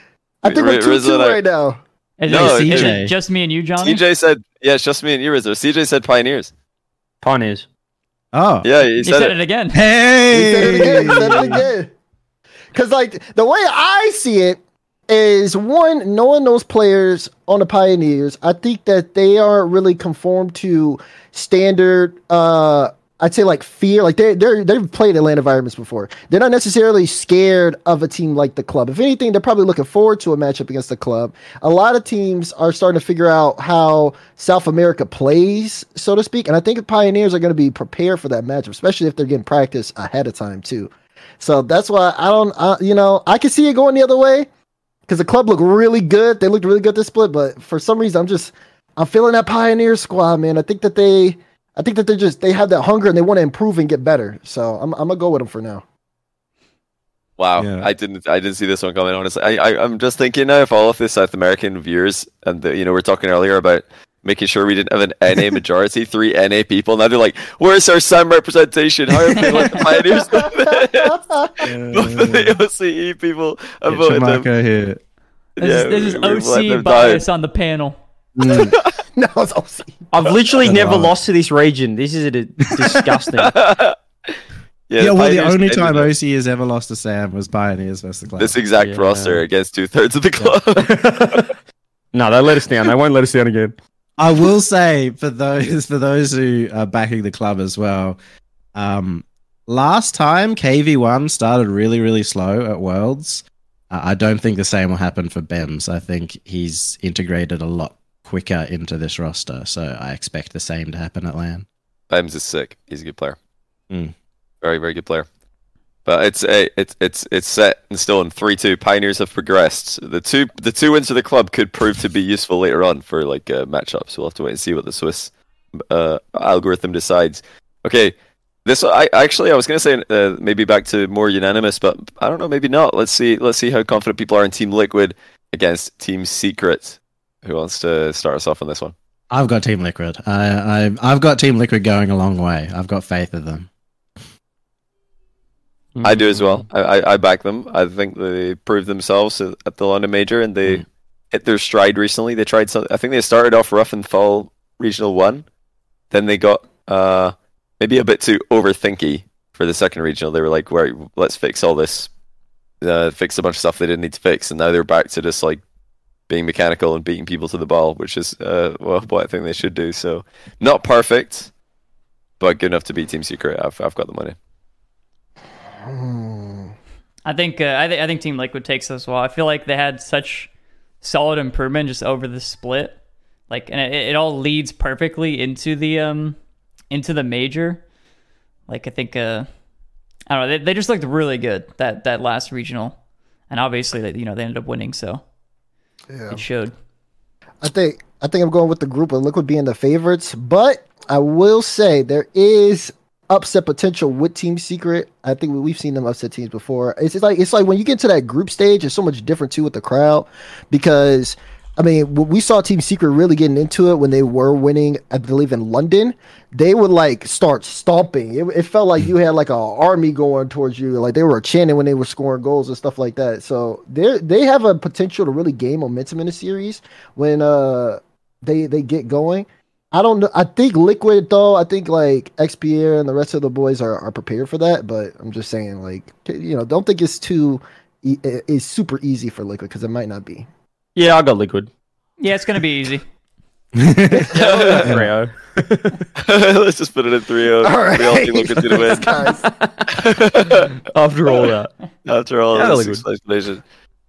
Speaker 5: I think
Speaker 4: Ri-
Speaker 5: we're two
Speaker 4: Rizzo
Speaker 5: two
Speaker 4: and I-
Speaker 5: right now.
Speaker 1: Is,
Speaker 4: No,
Speaker 1: it, is
Speaker 2: CJ.
Speaker 1: it just me and you,
Speaker 4: [laughs]
Speaker 1: Johnny?
Speaker 4: CJ said, "Yeah, it's just me and you, Rizzo." CJ said Pioneers.
Speaker 3: Pioneers.
Speaker 2: Oh,
Speaker 4: Yeah, he
Speaker 1: you
Speaker 4: said, it.
Speaker 1: again.
Speaker 5: He said it again.
Speaker 2: hey,
Speaker 5: He said it again. Because like the way I see it is one knowing those players on the Pioneers, I think that they aren't really conformed to standard. uh I'd say like fear, like they they they've played Atlanta environments before. They're not necessarily scared of a team like the club. If anything, they're probably looking forward to a matchup against the club. A lot of teams are starting to figure out how South America plays, so to speak, and I think the Pioneers are going to be prepared for that matchup, especially if they're getting practice ahead of time too. So that's why I don't, I, you know, I can see it going the other way because the club looked really good. They looked really good this split, but for some reason, I'm just, I'm feeling that Pioneer squad, man. I think that they, I think that they just, they have that hunger and they want to improve and get better. So I'm, I'm gonna go with them for now. [laughs]
Speaker 4: Wow,
Speaker 2: Yeah.
Speaker 4: I didn't, I didn't see this one coming. Honestly, I, I, I'm just thinking now if all of the South American viewers and the, you know, we are talking earlier about making sure we didn't have an NA majority, [laughs] three NA people. Now they're like, "Where's our Sam representation? How are we like the
Speaker 2: [laughs]
Speaker 4: Pioneers?" Both of [laughs] the OCE people have voted them.
Speaker 2: Marco here.
Speaker 1: This,
Speaker 4: [laughs] Yeah,
Speaker 1: is,
Speaker 4: we- we
Speaker 1: this
Speaker 4: let
Speaker 1: is
Speaker 4: them
Speaker 1: OC
Speaker 4: die.
Speaker 1: bias on the panel.
Speaker 2: Mm.
Speaker 5: no, it's OC.
Speaker 3: I've literally
Speaker 2: Never
Speaker 3: never
Speaker 2: mind.
Speaker 3: lost to this region. This is a, disgusting.
Speaker 4: Yeah,
Speaker 2: Yeah, well, the
Speaker 4: Pioneers
Speaker 2: only
Speaker 4: ended
Speaker 2: time
Speaker 4: up-
Speaker 2: OC has ever lost to Sam was pioneers versus the club.
Speaker 4: this exact
Speaker 3: Yeah.
Speaker 4: roster against two thirds of the club.
Speaker 3: no, they let us down. They won't let us down again.
Speaker 2: I will say for those [laughs] for those who are backing the club as well. Um, last time KV1 started really really slow at Worlds. Uh, I don't think the same will happen for Bems. I think he's integrated a lot quicker into this roster, so I expect the same to happen at LAN.
Speaker 4: Bimes is sick. He's a good player.
Speaker 2: Mm.
Speaker 4: Very, very good player. But it's a it's it's it's set and still in three two. Pioneers have progressed. The two the two wins of the club could prove to be useful later on for like uh, matchups. We'll have to wait and see what the Swiss uh, algorithm decides. Okay, this I actually I was gonna say uh, maybe back to more unanimous, but I don't know, maybe not. Let's see let's see how confident people are in Team Liquid against Team Secret. Who wants to start us off on this one?
Speaker 2: I've got Team Liquid. I, I I've got Team Liquid going a long way. I've got faith in them.
Speaker 4: I do as
Speaker 3: Mm-hmm.
Speaker 4: well. I, I, I back them. I think they proved themselves at the London Major and they hit their stride recently. They tried some. I think they started off rough and fall regional one, then they got uh maybe a bit too overthinky for the second regional. They were like, "Where let's fix all this, uh, fix a bunch of stuff they didn't need to fix," and now they're back to just like being mechanical and beating people to the ball, which is uh, well what I think they should do. So not perfect, but good enough to beat Team Secret. I've I've got the money.
Speaker 1: I think uh, I, th- I think Team Liquid takes this well. I feel like they had such solid improvement just over the split, like, and it, it all leads perfectly into the um into the major. Like I think uh I don't know they, they just looked really good that that last regional, and obviously they, you know they ended up winning, so
Speaker 5: Yeah.
Speaker 1: it showed.
Speaker 5: I think I think I'm going with the group of Liquid being the favorites, but I will say there is upset potential with Team Secret. I think we- we've seen them upset teams before. It's, it's like it's like when you get to that group stage, it's so much different too with the crowd because I mean w- we saw Team Secret really getting into it when they were winning. I believe in London, they would like start stomping. It, it felt like you had like an army going towards you. Like they were chanting when they were scoring goals and stuff like that. So they they have a potential to really gain momentum in the series when uh they they get going. I don't know. I think Liquid though. I think like XPR and the rest of the boys are, are prepared for that. But I'm just saying, like you know, don't think it's too e- is super easy for Liquid because it might not be.
Speaker 3: Yeah, I got liquid.
Speaker 1: Yeah, it's gonna be easy.
Speaker 3: [laughs] Rio.
Speaker 4: [laughs] Let's just put it oh. in 3-0.
Speaker 5: All right.
Speaker 4: We all think Lukaku to
Speaker 2: [laughs]
Speaker 4: win.
Speaker 5: Guys,
Speaker 3: After all that.
Speaker 4: After all
Speaker 3: Yeah,
Speaker 4: this
Speaker 3: like-
Speaker 4: explanation.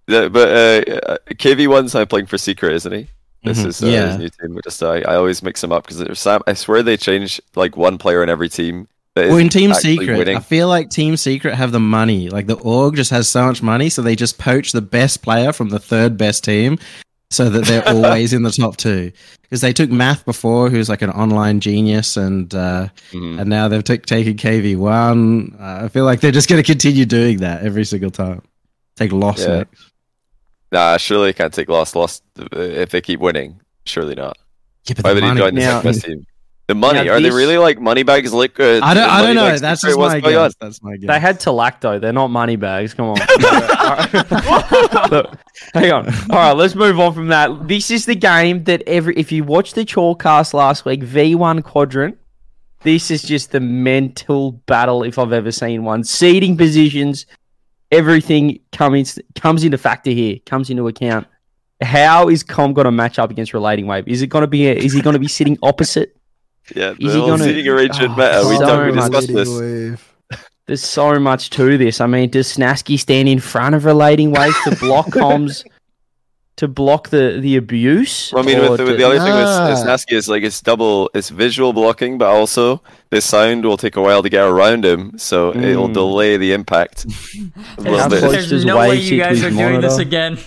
Speaker 4: Yeah, but uh, uh, KV1's now playing for Secret, isn't he? This
Speaker 2: Mhm.
Speaker 4: is uh,
Speaker 2: Yeah.
Speaker 4: his new team. Just, I, I always mix them up because Sam. I swear they change like one player in every team. that
Speaker 2: Well, in
Speaker 4: isn't
Speaker 2: Team
Speaker 4: actually
Speaker 2: Secret,
Speaker 4: winning.
Speaker 2: I feel like Team Secret have the money. Like the org just has so much money, so they just poach the best player from the third best team, so that
Speaker 4: [laughs]
Speaker 2: they're always in the top two. Because they took Math before, who's like an online genius, and uh,
Speaker 4: Mhm.
Speaker 2: and now they've t- taken KV one. Uh, I feel like they're just going to continue doing that every single time. Take loss
Speaker 4: Yeah.
Speaker 2: next.
Speaker 4: Nah, surely they can't take loss. Loss uh, if they keep winning. Surely not.
Speaker 2: Yeah, but
Speaker 4: Why
Speaker 2: the
Speaker 4: would he
Speaker 2: money-
Speaker 4: join the
Speaker 3: Now-
Speaker 4: second best team? The money.
Speaker 3: Now
Speaker 4: Are
Speaker 3: these-
Speaker 4: they really like money bags
Speaker 2: [laughs]
Speaker 4: liquid?
Speaker 2: I don't. I
Speaker 4: money
Speaker 2: don't know.
Speaker 4: bags
Speaker 2: That's
Speaker 4: liquid?
Speaker 2: just
Speaker 4: What's
Speaker 2: my
Speaker 4: going on?
Speaker 2: guess. That's my guess.
Speaker 3: [laughs] They had to lack though. They're not money bags. Come on. Look, hang on. All right, let's move on from that. This is the game that every if you watched the Chalkcast last week, V1 quadrant. This is just the mental battle if I've ever seen one. Seating positions, everything comes comes into factor here, comes into account. How is Com going to match up against Relating Wave? Is it going to be? A, is he going to be sitting opposite?
Speaker 4: Yeah,
Speaker 3: he
Speaker 4: the whole
Speaker 3: gonna-
Speaker 4: seating arrangement
Speaker 2: Ah,
Speaker 3: Oh,
Speaker 4: matter. Uh, We
Speaker 3: so
Speaker 4: don't we
Speaker 3: much.
Speaker 4: discussed this.
Speaker 3: There's so much to this. I mean, does Snasky stand in front of relating ways to
Speaker 5: [laughs]
Speaker 3: block Holmes to block the, the abuse?
Speaker 4: Well, I mean,
Speaker 3: Or
Speaker 4: with, with
Speaker 3: do-
Speaker 4: the other thing with
Speaker 5: Ah.
Speaker 4: Snaski E is like it's double, it's visual blocking, but also the sound will take a while to get around him, so it'll
Speaker 3: Mm.
Speaker 4: delay the impact. a little
Speaker 3: How
Speaker 4: bit.
Speaker 3: close There's does no way Wave you guys keep are his doing this monitor?
Speaker 1: again.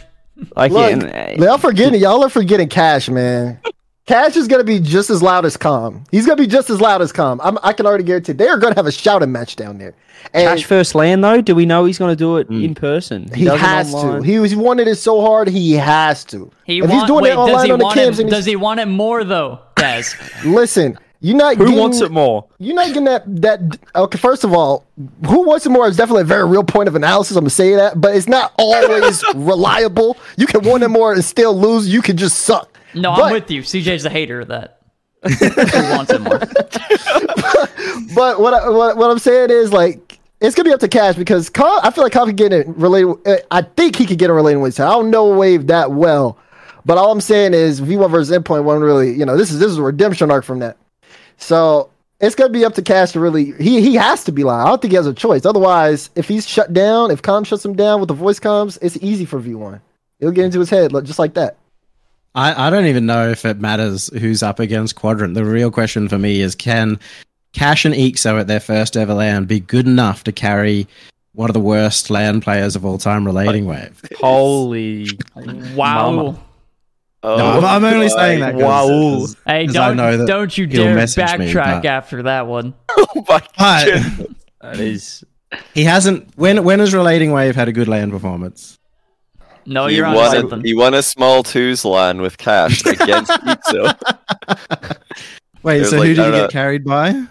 Speaker 3: like,
Speaker 5: Look,
Speaker 3: yeah, and-
Speaker 5: y'all forgetting y'all are forgetting Cash, man. Cash is gonna be just as loud as Calm. He's gonna be just as loud as Calm. I'm, I can already guarantee they are gonna have a shouting match down there. And
Speaker 3: cash first land though. Do we know he's going to do
Speaker 4: Hmm.
Speaker 3: it in person?
Speaker 5: he
Speaker 3: doesn't
Speaker 5: has
Speaker 3: online.
Speaker 5: to. He was he wanted it so hard. He has to.
Speaker 1: He
Speaker 5: if
Speaker 1: want,
Speaker 5: he's doing
Speaker 1: wait,
Speaker 5: it
Speaker 1: does
Speaker 5: online
Speaker 1: he
Speaker 5: on the
Speaker 1: want
Speaker 5: cams,
Speaker 1: it,
Speaker 5: and
Speaker 1: does
Speaker 5: he's,
Speaker 1: he want it more though, Daz?
Speaker 5: listen, you're not.
Speaker 3: Who
Speaker 5: getting,
Speaker 3: wants it more?
Speaker 5: You're not getting that that okay. First of all, who wants it more is definitely a very real point of analysis. I'm gonna say that, but it's not always [laughs] reliable. You can want it more and still lose. You can just suck.
Speaker 1: No,
Speaker 5: But-
Speaker 1: I'm with you. CJ's a hater of that.
Speaker 2: [laughs]
Speaker 1: he wants it more.
Speaker 5: But what, I, what what I'm saying is like it's gonna be up to Cash because Kyle, I feel like Kyle could get it related. uh, I think he could get a related with. So I don't know Wave that well, but all I'm saying is V1 versus Endpoint one really. You know this is this is a redemption arc from that. So it's gonna be up to Cash to really. He he has to be loud. I don't think he has a choice. Otherwise, if he's shut down, if Com shuts him down with the voice comms, it's easy for V1. It'll get into his head like- just like that.
Speaker 2: I, I don't even know if it matters who's up against Quadrant. The real question for me is can Cash and Ixo at their first ever land be good enough to carry one of the worst land players of all time relating wave?
Speaker 3: Holy
Speaker 1: Wow.
Speaker 3: Mama.
Speaker 4: Oh,
Speaker 2: no, I'm, I'm only
Speaker 4: [laughs]
Speaker 2: saying that. 'cause-
Speaker 3: Wow.
Speaker 2: 'cause-
Speaker 1: Hey,
Speaker 2: 'cause I
Speaker 1: don't
Speaker 2: know that
Speaker 1: don't you
Speaker 2: he'll
Speaker 1: dare
Speaker 2: message me,
Speaker 1: backtrack
Speaker 2: but-
Speaker 1: after that one.
Speaker 4: Oh my
Speaker 2: But
Speaker 4: goodness.
Speaker 3: that is.
Speaker 2: he hasn't. When when has relating wave had a good land performance?
Speaker 1: No,
Speaker 4: he,
Speaker 1: Oh, you're on
Speaker 4: won a,
Speaker 1: something.
Speaker 4: he won a small twos land with cash against Itzo. It
Speaker 2: Wait,
Speaker 4: was
Speaker 2: so who
Speaker 4: like,
Speaker 2: did
Speaker 4: I
Speaker 2: he
Speaker 4: don't know.
Speaker 2: get carried by?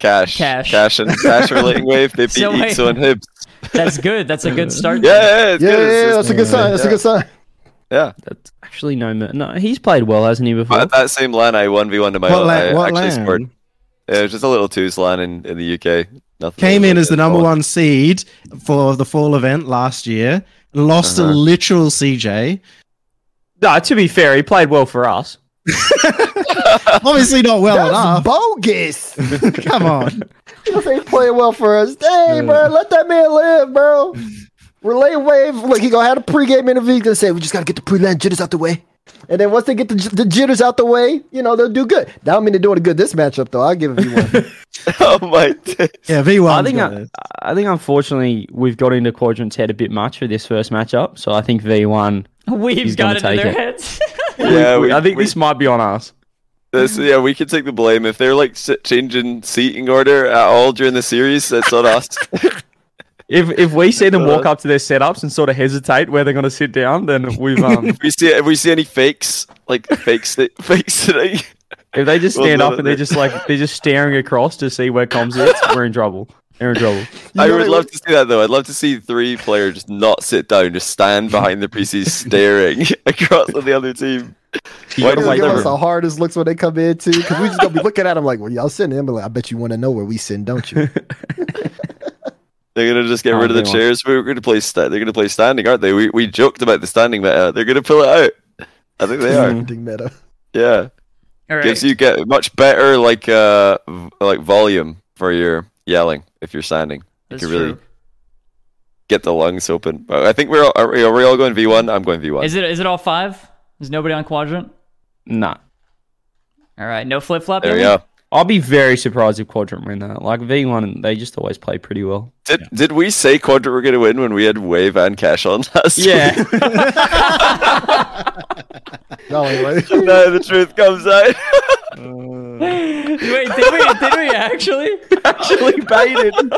Speaker 4: Cash,
Speaker 1: Cash.
Speaker 4: cash, and cash relating wave. They beat
Speaker 1: So wait.
Speaker 4: Itzo and Hibs.
Speaker 1: That's good. That's a good start.
Speaker 4: Yeah, yeah, it's
Speaker 5: Yeah,
Speaker 4: good.
Speaker 5: yeah,
Speaker 4: It's-
Speaker 5: yeah,
Speaker 4: it's
Speaker 5: that's a good sign. That's a good sign.
Speaker 4: Yeah,
Speaker 3: That's actually no. mer- No, he's played well, hasn't he? Before.
Speaker 4: at that same land, I one v one to my
Speaker 2: What,
Speaker 4: own.
Speaker 2: la-
Speaker 4: I
Speaker 2: what
Speaker 4: actually
Speaker 2: land?
Speaker 4: scored. It was just a little twos land in, in the UK. Nothing
Speaker 2: Came in
Speaker 4: really
Speaker 2: as the
Speaker 4: good.
Speaker 2: number one seed for the fall event last year. Lost to
Speaker 4: Uh-huh. [laughs]
Speaker 2: literal CJ.
Speaker 3: No, to be fair, he played well for us.
Speaker 2: Obviously not well
Speaker 5: That's
Speaker 2: enough.
Speaker 5: bogus.
Speaker 2: [laughs] Come on.
Speaker 5: This ain't playing well for us. Hey, bro, let that man live, bro. Relay wave. Look, he gonna have a pregame interview. He's gonna say, "We just gotta get the pre-land jitters out the way." And then once they get the, j- the jitters out the way, you know they'll do good. That don't mean they're doing good this matchup though. I'll give
Speaker 4: [laughs]
Speaker 5: you one.
Speaker 4: oh my [laughs] days.
Speaker 2: Yeah, V one.
Speaker 3: I think I, I think unfortunately we've got into Quadrant's head a bit much for this first matchup, so I think V one.
Speaker 1: We've
Speaker 3: He's
Speaker 1: got
Speaker 3: gonna
Speaker 1: it in
Speaker 3: take
Speaker 1: their
Speaker 3: it.
Speaker 1: heads. [laughs]
Speaker 4: Yeah, we,
Speaker 3: I think
Speaker 4: we,
Speaker 3: this might be on us.
Speaker 4: this- yeah, we could take the blame if they're like s- changing seating order at all during the series. That's not us.
Speaker 3: If if we see them walk up to their setups and sort of hesitate where they're going to sit down, then we've um
Speaker 4: we see if we see any fakes, like fakes, that [laughs] fakes sitting.
Speaker 3: [laughs] if they just
Speaker 4: Well,
Speaker 3: stand
Speaker 4: no,
Speaker 3: up and they're
Speaker 4: they-
Speaker 3: just like they're just staring across to see where comms [laughs] is, we're in trouble. They're in trouble.
Speaker 4: I
Speaker 5: know
Speaker 4: would
Speaker 5: what-
Speaker 4: love to see that though. I'd love to see three players just not sit down, just stand behind the PC staring [laughs] across at the other team.
Speaker 3: gotta
Speaker 4: Why does
Speaker 5: They'll
Speaker 3: wait
Speaker 4: it
Speaker 5: give
Speaker 3: for
Speaker 4: never-
Speaker 5: us the hardest looks when they come in too, because we just gonna be looking at them like, "Well, y'all sitting?" there?" But like, I bet you want to know where we sitting, don't you?
Speaker 4: They're gonna just get
Speaker 3: Oh,
Speaker 4: rid of the
Speaker 3: they won't.
Speaker 4: chairs. We're gonna play. Sta- they're gonna play standing, aren't they? We we joked about the standing meta. They're gonna pull it out. I think [laughs] they
Speaker 5: [laughs]
Speaker 4: are.
Speaker 5: Standing meta.
Speaker 4: Yeah,
Speaker 1: All right.
Speaker 4: gives you get much better like uh v- like volume for your yelling if you're standing. You
Speaker 1: That's
Speaker 4: can really
Speaker 1: true.
Speaker 4: get the lungs open. But I think we're all, are, we, are we all going V one? I'm going V one.
Speaker 1: Is it is it all five? Is nobody on quadrant?
Speaker 3: Nah,
Speaker 1: All right, no flip flop.
Speaker 4: There we go.
Speaker 3: I'll be very surprised if Quadrant win that. Like V one, they just always play pretty well.
Speaker 4: Did did we say Quadra were gonna win when we had Wave and Cash on last?
Speaker 3: [laughs] Yeah,
Speaker 5: No, anyway.
Speaker 4: week? [laughs] now the truth comes out. [laughs]
Speaker 1: Wait, did we? Did we actually?
Speaker 4: [laughs] Actually baited.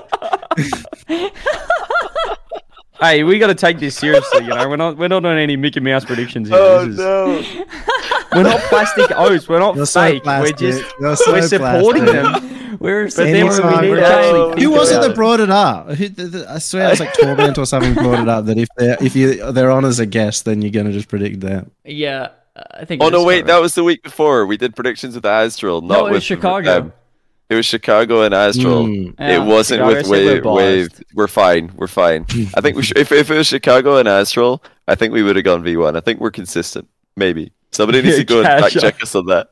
Speaker 3: hey, we got to take this seriously. You know, we're not we're not on any Mickey Mouse predictions here.
Speaker 4: Oh
Speaker 3: This is-
Speaker 4: no.
Speaker 3: We're not plastic oats. We're not
Speaker 2: You're so
Speaker 3: fake. we're
Speaker 2: plastic.
Speaker 3: just
Speaker 2: You're so
Speaker 3: we're supporting
Speaker 2: plastic.
Speaker 3: them.
Speaker 1: We were
Speaker 3: But
Speaker 1: saying
Speaker 3: then
Speaker 2: Anytime
Speaker 3: when we need
Speaker 2: we're
Speaker 3: to
Speaker 4: actually-
Speaker 3: actually,
Speaker 4: Who
Speaker 2: Who
Speaker 3: think
Speaker 2: was it
Speaker 3: about
Speaker 2: that brought it up? Who, th th I swear, it's like Torment or something brought it up that if they're if you they're on as a guest, then you're gonna just predict that.
Speaker 1: Yeah, uh, I think.
Speaker 4: Oh
Speaker 1: it
Speaker 4: no,
Speaker 1: is
Speaker 4: wait, that
Speaker 1: Quadrant.
Speaker 4: was the week before. We did predictions with Astral, not
Speaker 1: no, it
Speaker 4: with
Speaker 1: was Chicago.
Speaker 4: um, it was Chicago and Astral.
Speaker 2: Mm.
Speaker 1: Yeah.
Speaker 4: It wasn't
Speaker 3: Chicago
Speaker 4: with
Speaker 3: said we're
Speaker 4: Wave. Wave. We're fine. We're fine. I think we should, if if it was Chicago and Astral, I think we would have gone V one. I think we're consistent. Maybe somebody needs
Speaker 3: Yeah,
Speaker 4: to go and
Speaker 3: cash
Speaker 4: fact check
Speaker 3: up.
Speaker 4: us on that.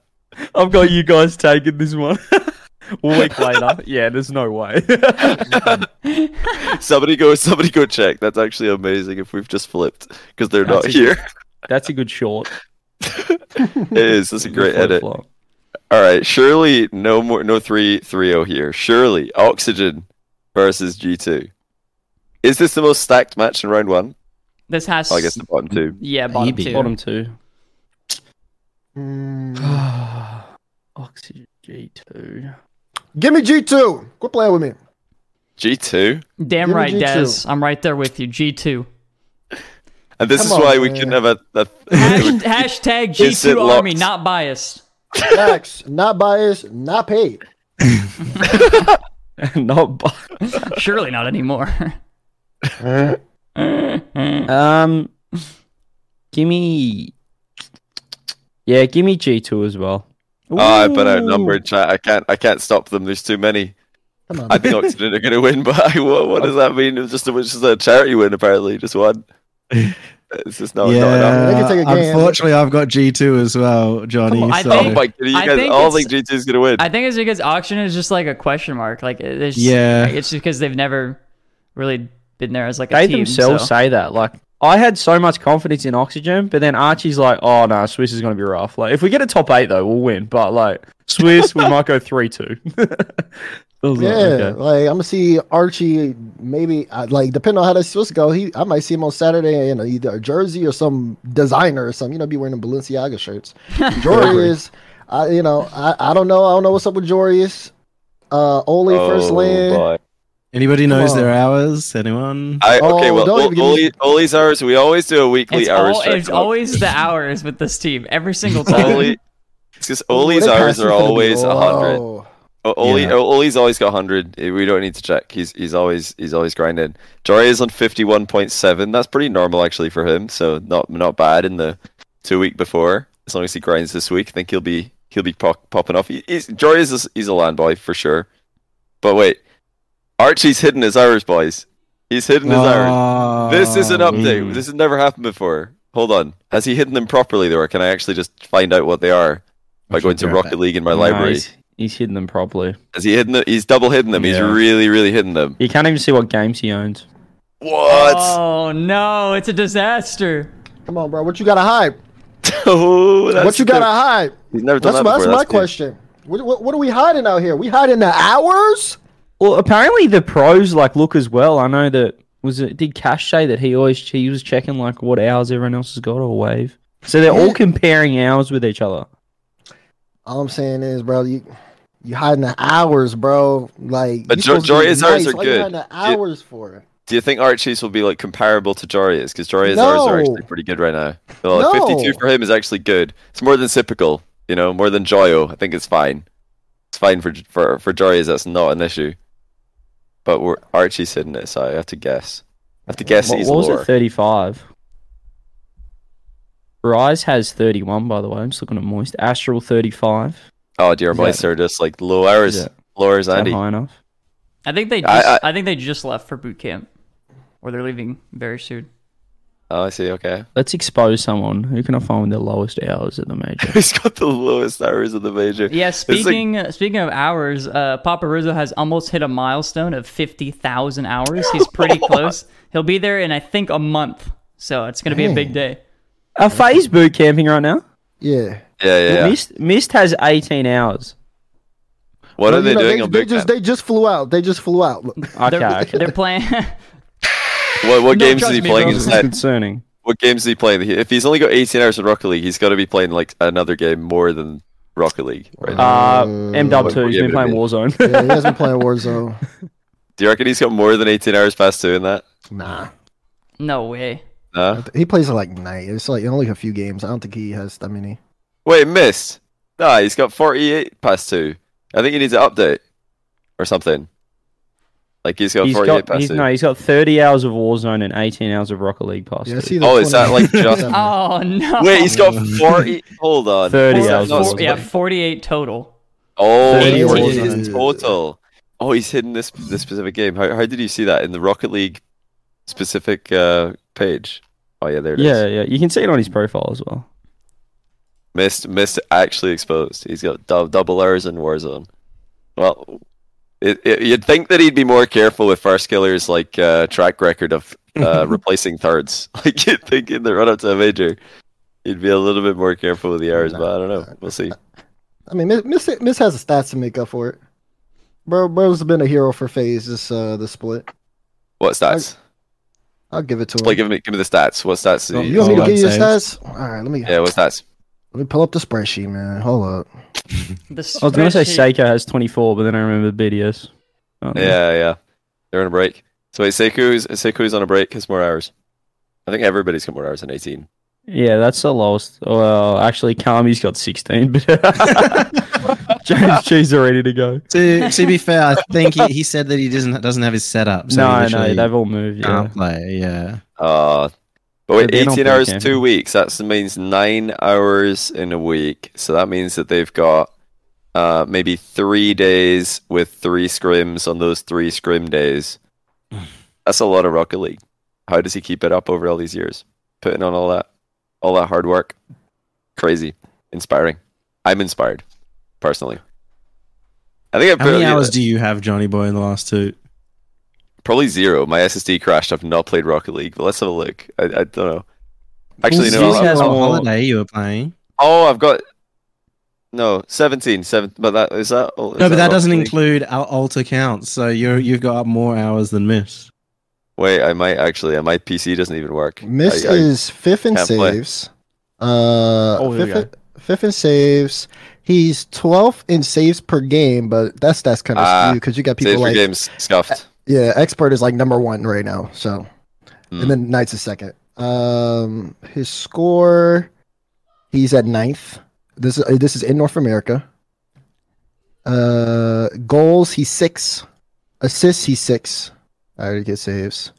Speaker 3: I've got you guys taking this one. [laughs] A week later, yeah, there's no way. [laughs]
Speaker 4: Somebody go. Somebody go check. That's actually amazing. If we've just flipped because they're
Speaker 3: That's
Speaker 4: not
Speaker 3: a-
Speaker 4: here,
Speaker 3: That's a good short.
Speaker 4: [laughs] it is. That's a great
Speaker 3: Flip
Speaker 4: edit.
Speaker 3: flop.
Speaker 4: All right, surely no more no three three oh here. Surely Oxygen versus G two. Is this the most stacked match in round one?
Speaker 1: this has.
Speaker 4: Oh, I guess the bottom two.
Speaker 1: Yeah, bottom
Speaker 2: Maybe.
Speaker 1: two.
Speaker 3: Bottom two.
Speaker 5: Mm.
Speaker 3: [sighs] Oxygen G two.
Speaker 5: Give me G two. Quit playing with me.
Speaker 4: G two,
Speaker 1: Damn
Speaker 5: Give me
Speaker 1: right,
Speaker 5: G2.
Speaker 1: Des. I'm right there with you. G two.
Speaker 4: and this
Speaker 5: Come
Speaker 4: is
Speaker 5: on,
Speaker 4: why we
Speaker 5: man.
Speaker 4: couldn't have a.
Speaker 5: [laughs]
Speaker 4: a [laughs]
Speaker 1: Hasht- Hashtag G
Speaker 4: Instant
Speaker 1: two Army,
Speaker 4: locks.
Speaker 1: not biased.
Speaker 5: Facts. not biased. Not paid.
Speaker 3: [laughs] Not. bu-
Speaker 1: Surely not anymore.
Speaker 3: [laughs] Um, gimme. Yeah, gimme G two as well.
Speaker 4: oh, I've been outnumbered, chat. I can't. I can't stop them. There's too many.
Speaker 5: Come on.
Speaker 4: I
Speaker 5: [laughs]
Speaker 4: think Oxygen are going to win, [laughs] but I, what, what does that mean? It's just a, it's just a charity win, apparently. Just
Speaker 5: [laughs]
Speaker 4: one. It's just Oh, not, not enough.
Speaker 5: They can
Speaker 2: yeah.
Speaker 5: take a game.
Speaker 2: Unfortunately, I've got G two as well, Johnny.
Speaker 1: Come on, I
Speaker 2: so-
Speaker 4: Oh my god, you
Speaker 1: I
Speaker 4: guys
Speaker 1: think
Speaker 4: all
Speaker 1: it's-
Speaker 4: think G two is going to win.
Speaker 1: I think it's because auction is just like a question mark. Like it- it's
Speaker 2: Yeah.
Speaker 1: like, it's just because they've never really been there as like a
Speaker 3: They
Speaker 1: team.
Speaker 3: themselves
Speaker 1: so.
Speaker 3: say that. Like, I had so much confidence in Oxygen, but then Archie's like, "Oh no, Swiss is gonna be rough. Like, if we get a top eight though, we'll win. But like, Swiss, we might go three two. [laughs]
Speaker 5: Yeah, like I'm gonna see Archie. Maybe uh, like depending on how that's supposed to go, he I might see him on Saturday in either a jersey or some designer or something. You know, be wearing the Balenciaga shirts. Jory is, I you know, I, I don't know, I don't know what's up with Jory is. Uh, Oli first
Speaker 4: Oh,
Speaker 5: land.
Speaker 4: boy.
Speaker 2: Anybody knows
Speaker 5: on.
Speaker 2: their hours? Anyone?
Speaker 4: I,
Speaker 5: Oh,
Speaker 4: okay, well,
Speaker 5: don't even
Speaker 4: Oli,
Speaker 5: give me-
Speaker 4: Oli, Oli's hours. We always do a weekly
Speaker 1: It's,
Speaker 4: hours.
Speaker 1: all,
Speaker 4: check.
Speaker 1: it's always the hours with this team every single time.
Speaker 4: [laughs] Oli. It's because
Speaker 5: Ooh,
Speaker 4: Oli's
Speaker 5: that
Speaker 4: hours
Speaker 5: costume's
Speaker 4: are
Speaker 5: gonna be-
Speaker 4: always a hundred.
Speaker 5: oh.
Speaker 4: O- Oli,
Speaker 2: Yeah.
Speaker 4: O- Oli's always got hundred. Eh, We don't need to check. He's he's always he's always grinding. Jory is on fifty one point seven. That's pretty normal actually for him. So not not bad in the two week before. As long as he grinds this week, I think he'll be he'll be pop, popping off. He, he's, Jory is a, he's a land boy for sure. But wait, Archie's hidden
Speaker 5: Oh,
Speaker 2: Ah.
Speaker 4: his hours, boys. He's hidden his hours. This is an update. This has never happened before. hold on. Has he hidden them properly, though, or can I actually just find out what they are by
Speaker 2: I'll
Speaker 4: going to
Speaker 2: figure out
Speaker 4: Rocket
Speaker 2: that.
Speaker 4: League in my
Speaker 3: No,
Speaker 4: library?
Speaker 3: he's, he's hidden them properly.
Speaker 4: Has he hidden them? He's double hidden them. He's
Speaker 3: Yeah.
Speaker 4: really, really hidden them.
Speaker 3: You can't even see what games he owns.
Speaker 4: What? Oh,
Speaker 1: [laughs] Oh no, it's a disaster.
Speaker 5: Come on, bro. What you gotta hide?
Speaker 4: that's
Speaker 5: What you
Speaker 4: the-
Speaker 5: gotta hide?
Speaker 4: [laughs] He's never done
Speaker 5: That's,
Speaker 4: that
Speaker 5: my-
Speaker 4: before.
Speaker 5: that's my
Speaker 4: new.
Speaker 5: question. What, what, what are we hiding out here? We hiding the hours?
Speaker 3: Well, apparently the pros like look as well. I know that was it. Did Cash say that he always he was checking like what hours everyone else has got or wave? So they're all
Speaker 5: Yeah.
Speaker 3: comparing hours with each other.
Speaker 5: All I'm saying is, bro, you you hiding the hours, bro. Like,
Speaker 4: But
Speaker 5: you
Speaker 4: Jo-
Speaker 5: supposed to be
Speaker 4: Jorah's hours are
Speaker 5: Why you
Speaker 4: good.
Speaker 5: hiding the
Speaker 4: Yeah.
Speaker 5: hours for?
Speaker 4: Do you think Archie's will be like comparable to Joria's? Because Joria's
Speaker 5: No.
Speaker 4: ours are actually pretty good right now. Well, like,
Speaker 5: No.
Speaker 4: 52 for him is actually good. It's more than typical, you know, more than Joyo. I think it's fine. It's fine for for for Joria's. That's not an issue. But we're Archie's hidden it, so I have to guess. I have to guess
Speaker 3: What,
Speaker 4: he's
Speaker 3: what was
Speaker 4: lower.
Speaker 3: it? Thirty five. Rise has thirty one. By the way, I'm just looking at Moist Astral thirty five.
Speaker 4: oh dear,
Speaker 3: Yeah.
Speaker 4: Moist are just like low hours.
Speaker 3: Yeah.
Speaker 4: Lower as
Speaker 3: Is that
Speaker 4: Andy.
Speaker 3: high enough?
Speaker 1: I think they just,
Speaker 4: I-
Speaker 1: I, think they just left for boot camp, or they're leaving very soon.
Speaker 4: Oh, I see. Okay. [laughs]
Speaker 3: Let's expose someone. Who can I find with the lowest hours at the [laughs] major?
Speaker 4: Who's got the lowest hours of the major?
Speaker 1: Yeah,
Speaker 4: It's like-
Speaker 1: speaking speaking of hours, uh, Papa Rizzo has almost hit a milestone of fifty thousand hours. He's pretty close. He'll be there in I think a month, so it's gonna be a big day.
Speaker 3: A phase boot camping right now.
Speaker 5: Yeah.
Speaker 4: yeah, yeah. yeah.
Speaker 3: Mist Mist has eighteen hours.
Speaker 4: What
Speaker 5: Well,
Speaker 4: are
Speaker 5: you
Speaker 4: they
Speaker 5: know,
Speaker 4: doing
Speaker 5: they,
Speaker 4: on
Speaker 5: they
Speaker 4: Big
Speaker 5: just
Speaker 4: Mac?
Speaker 5: they just flew out. They just flew out. Look,
Speaker 3: Okay,
Speaker 1: They're,
Speaker 3: okay.
Speaker 1: they're playing. [laughs]
Speaker 4: What, what
Speaker 1: No,
Speaker 4: games is
Speaker 1: trust
Speaker 4: he
Speaker 1: me,
Speaker 4: playing
Speaker 1: bro.
Speaker 3: This is
Speaker 4: instead?
Speaker 3: concerning.
Speaker 4: What games is he playing? If he's only got 18 hours in Rocket League, he's got to be playing like another game more than Rocket League. Right now.
Speaker 3: Uh,
Speaker 4: what-
Speaker 3: MW2 has
Speaker 4: [laughs] yeah,
Speaker 3: been
Speaker 4: but I
Speaker 3: playing
Speaker 4: mean-
Speaker 3: Warzone.
Speaker 5: yeah, he has been playing Warzone.
Speaker 4: Do you reckon he's got more than 18 hours past two in that?
Speaker 5: Nah,
Speaker 1: no way.
Speaker 4: No.
Speaker 5: he plays it like night. It's like only a few games. I don't think he has that many.
Speaker 4: Wait, missed. Nah, he's got 48 past two. I think he needs an update or something. Like he's got
Speaker 3: he's
Speaker 4: 48
Speaker 3: got
Speaker 4: past
Speaker 3: he's,
Speaker 4: two.
Speaker 3: no, he's got 30 hours of Warzone and 18 hours of Rocket League past.
Speaker 5: Yeah,
Speaker 3: two.
Speaker 5: I see the
Speaker 4: Oh, is that like
Speaker 5: [laughs] 20
Speaker 4: just-
Speaker 1: Oh no.
Speaker 4: Wait, he's got 40. Hold on.
Speaker 3: 30
Speaker 4: Four-
Speaker 3: hours
Speaker 4: no,
Speaker 3: of
Speaker 4: it's
Speaker 1: Four- yeah,
Speaker 4: like-
Speaker 1: forty-eight total.
Speaker 4: Oh,
Speaker 3: 30
Speaker 4: 40
Speaker 3: hours.
Speaker 4: is total. Oh, he's hidden this this specific game. How, how did you see that in the Rocket League specific uh, page? Oh yeah, there it is.
Speaker 3: yeah, yeah. You can see it on his profile as well.
Speaker 4: Missed, missed, actually exposed. He's got dou- double errors in Warzone. Well, it, it, you'd think that he'd be more careful with first killers like uh, track record of uh, replacing thirds. [laughs] Like you'd think in the run up to a major, he'd be a little bit more careful with the errors. But I don't know. We'll see.
Speaker 5: I mean, Miss- Miss Miss has the stats to make up for it. Bro, bro's been a hero for phase this uh the split.
Speaker 4: What stats?
Speaker 5: I'll give it to him.
Speaker 4: Like, give me, give me the stats. What stats? do
Speaker 2: Oh,
Speaker 4: you-
Speaker 5: you want me to
Speaker 2: Oh,
Speaker 5: give you the
Speaker 2: I'm
Speaker 5: stats? All right, let me
Speaker 4: [laughs] yeah, what stats?
Speaker 5: let me pull up the spreadsheet, man. Hold up.
Speaker 1: The
Speaker 3: I was going to say
Speaker 1: spreadsheet-
Speaker 3: Seiko has 24, but then I remember BDS. Oh, no.
Speaker 4: Yeah, yeah. They're on a break. So wait, Seku's Seku's on a break. Has more hours. I think everybody's got more hours than 18.
Speaker 3: Yeah, that's the lowest. Well, actually, Kami's got 16, but [laughs] James G's are ready to go.
Speaker 2: to, to be fair, I think he, he said that he doesn't doesn't have his setup. So
Speaker 3: no,
Speaker 2: he
Speaker 3: no,
Speaker 2: literally
Speaker 3: they've all moved. Yeah.
Speaker 2: can't play. Yeah,
Speaker 4: Uh, but wait,
Speaker 3: They've been on
Speaker 4: 18 hours,
Speaker 3: boot camp.
Speaker 4: two weeks. That means nine hours in a week. So that means that they've got uh, maybe three days with three scrims on those three scrim
Speaker 2: [sighs]
Speaker 4: days. That's a lot of Rocket League. How does he keep it up over all these years? Putting on all that, all that hard work. Crazy, inspiring. I'm inspired, personally. I think I
Speaker 2: how
Speaker 4: put
Speaker 2: many
Speaker 4: yeah,
Speaker 2: hours do you have, Johnny Boy, in the last two?
Speaker 4: probably zero. My SSD crashed. I've not played Rocket League. But let's have a look. I, I don't know. Actually,
Speaker 3: Well,
Speaker 4: no.
Speaker 3: Zeus
Speaker 4: I'll-
Speaker 3: has
Speaker 2: on
Speaker 3: more-
Speaker 2: holiday you were playing.
Speaker 4: Oh, I've got no 17, seven, but that is that. all- is
Speaker 2: No, but that
Speaker 4: all
Speaker 2: doesn't
Speaker 4: thing?
Speaker 2: include our alter counts. So you're you've got more hours than Miss.
Speaker 4: Wait, I might actually. uh, My PC doesn't even work.
Speaker 5: Miss
Speaker 4: I- I-
Speaker 5: is fifth in
Speaker 4: can't play.
Speaker 5: saves. Uh,
Speaker 3: Oh, here we
Speaker 5: fifth, in, fifth in saves. He's twelfth in saves per game, but that's that's kind of
Speaker 4: Ah,
Speaker 5: because you got people
Speaker 4: Save your
Speaker 5: like
Speaker 4: games scuffed.
Speaker 5: yeah, expert is like number one right now. So,
Speaker 4: Hmm.
Speaker 5: and then Knight's is second. Um, his score, he's at ninth. This is uh, this is in North America. Uh, goals he's six, assists he's six. I already get saves.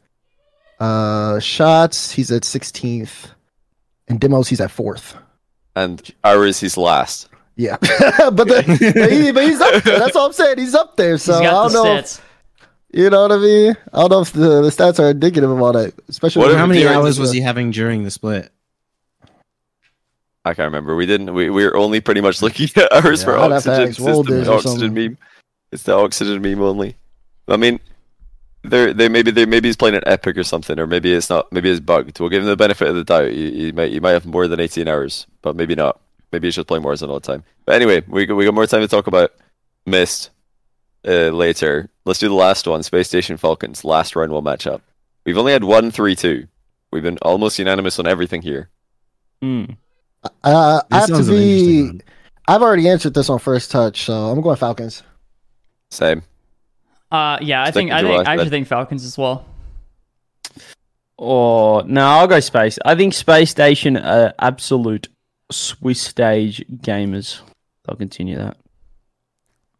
Speaker 5: Uh, shots he's at sixteenth, and demos he's at fourth.
Speaker 4: And ours is last.
Speaker 5: Yeah, [laughs] but, the, but, he, but he's up. There. That's all I'm saying. He's up there. So
Speaker 1: he's
Speaker 5: I
Speaker 1: got the
Speaker 5: don't know. if-
Speaker 1: stats.
Speaker 5: you know what I mean? I don't know if the, the stats are indicative of all that, especially
Speaker 4: What
Speaker 5: when
Speaker 4: if
Speaker 2: How many
Speaker 4: Derek-
Speaker 2: hours was he having during the split?
Speaker 4: I can't remember. We didn't. We, we were only pretty much looking [laughs] at ours
Speaker 5: Yeah,
Speaker 4: for
Speaker 5: I'd have to
Speaker 4: oxygen
Speaker 5: ask Waldes
Speaker 4: system,
Speaker 5: or
Speaker 4: oxygen
Speaker 5: something.
Speaker 4: meme. It's the oxygen meme only. I mean, they're they maybe they maybe he's playing an epic or something, or maybe it's not. Maybe it's bugged. We'll give him the benefit of the doubt. You, you might you might have more than eighteen hours, but maybe not. Maybe he's just playing Warzone all the time. But anyway, we got- we got more time to talk about Mist uh, later. Let's do the last one. Space Station Falcons last round one matchup. We've only had one three two. We've been almost unanimous on everything here.
Speaker 3: Mm.
Speaker 5: Uh, I
Speaker 2: This
Speaker 5: have to
Speaker 2: sounds an interesting
Speaker 5: be.
Speaker 2: one.
Speaker 5: I've already answered this on first touch, so I'm going Falcons.
Speaker 4: Same.
Speaker 1: Uh, yeah, I
Speaker 4: Second
Speaker 1: think I
Speaker 4: July,
Speaker 1: think I actually
Speaker 4: but-
Speaker 1: think Falcons as well.
Speaker 3: Oh no, I'll go space. I think space station are absolute Swiss stage gamers. I'll continue that.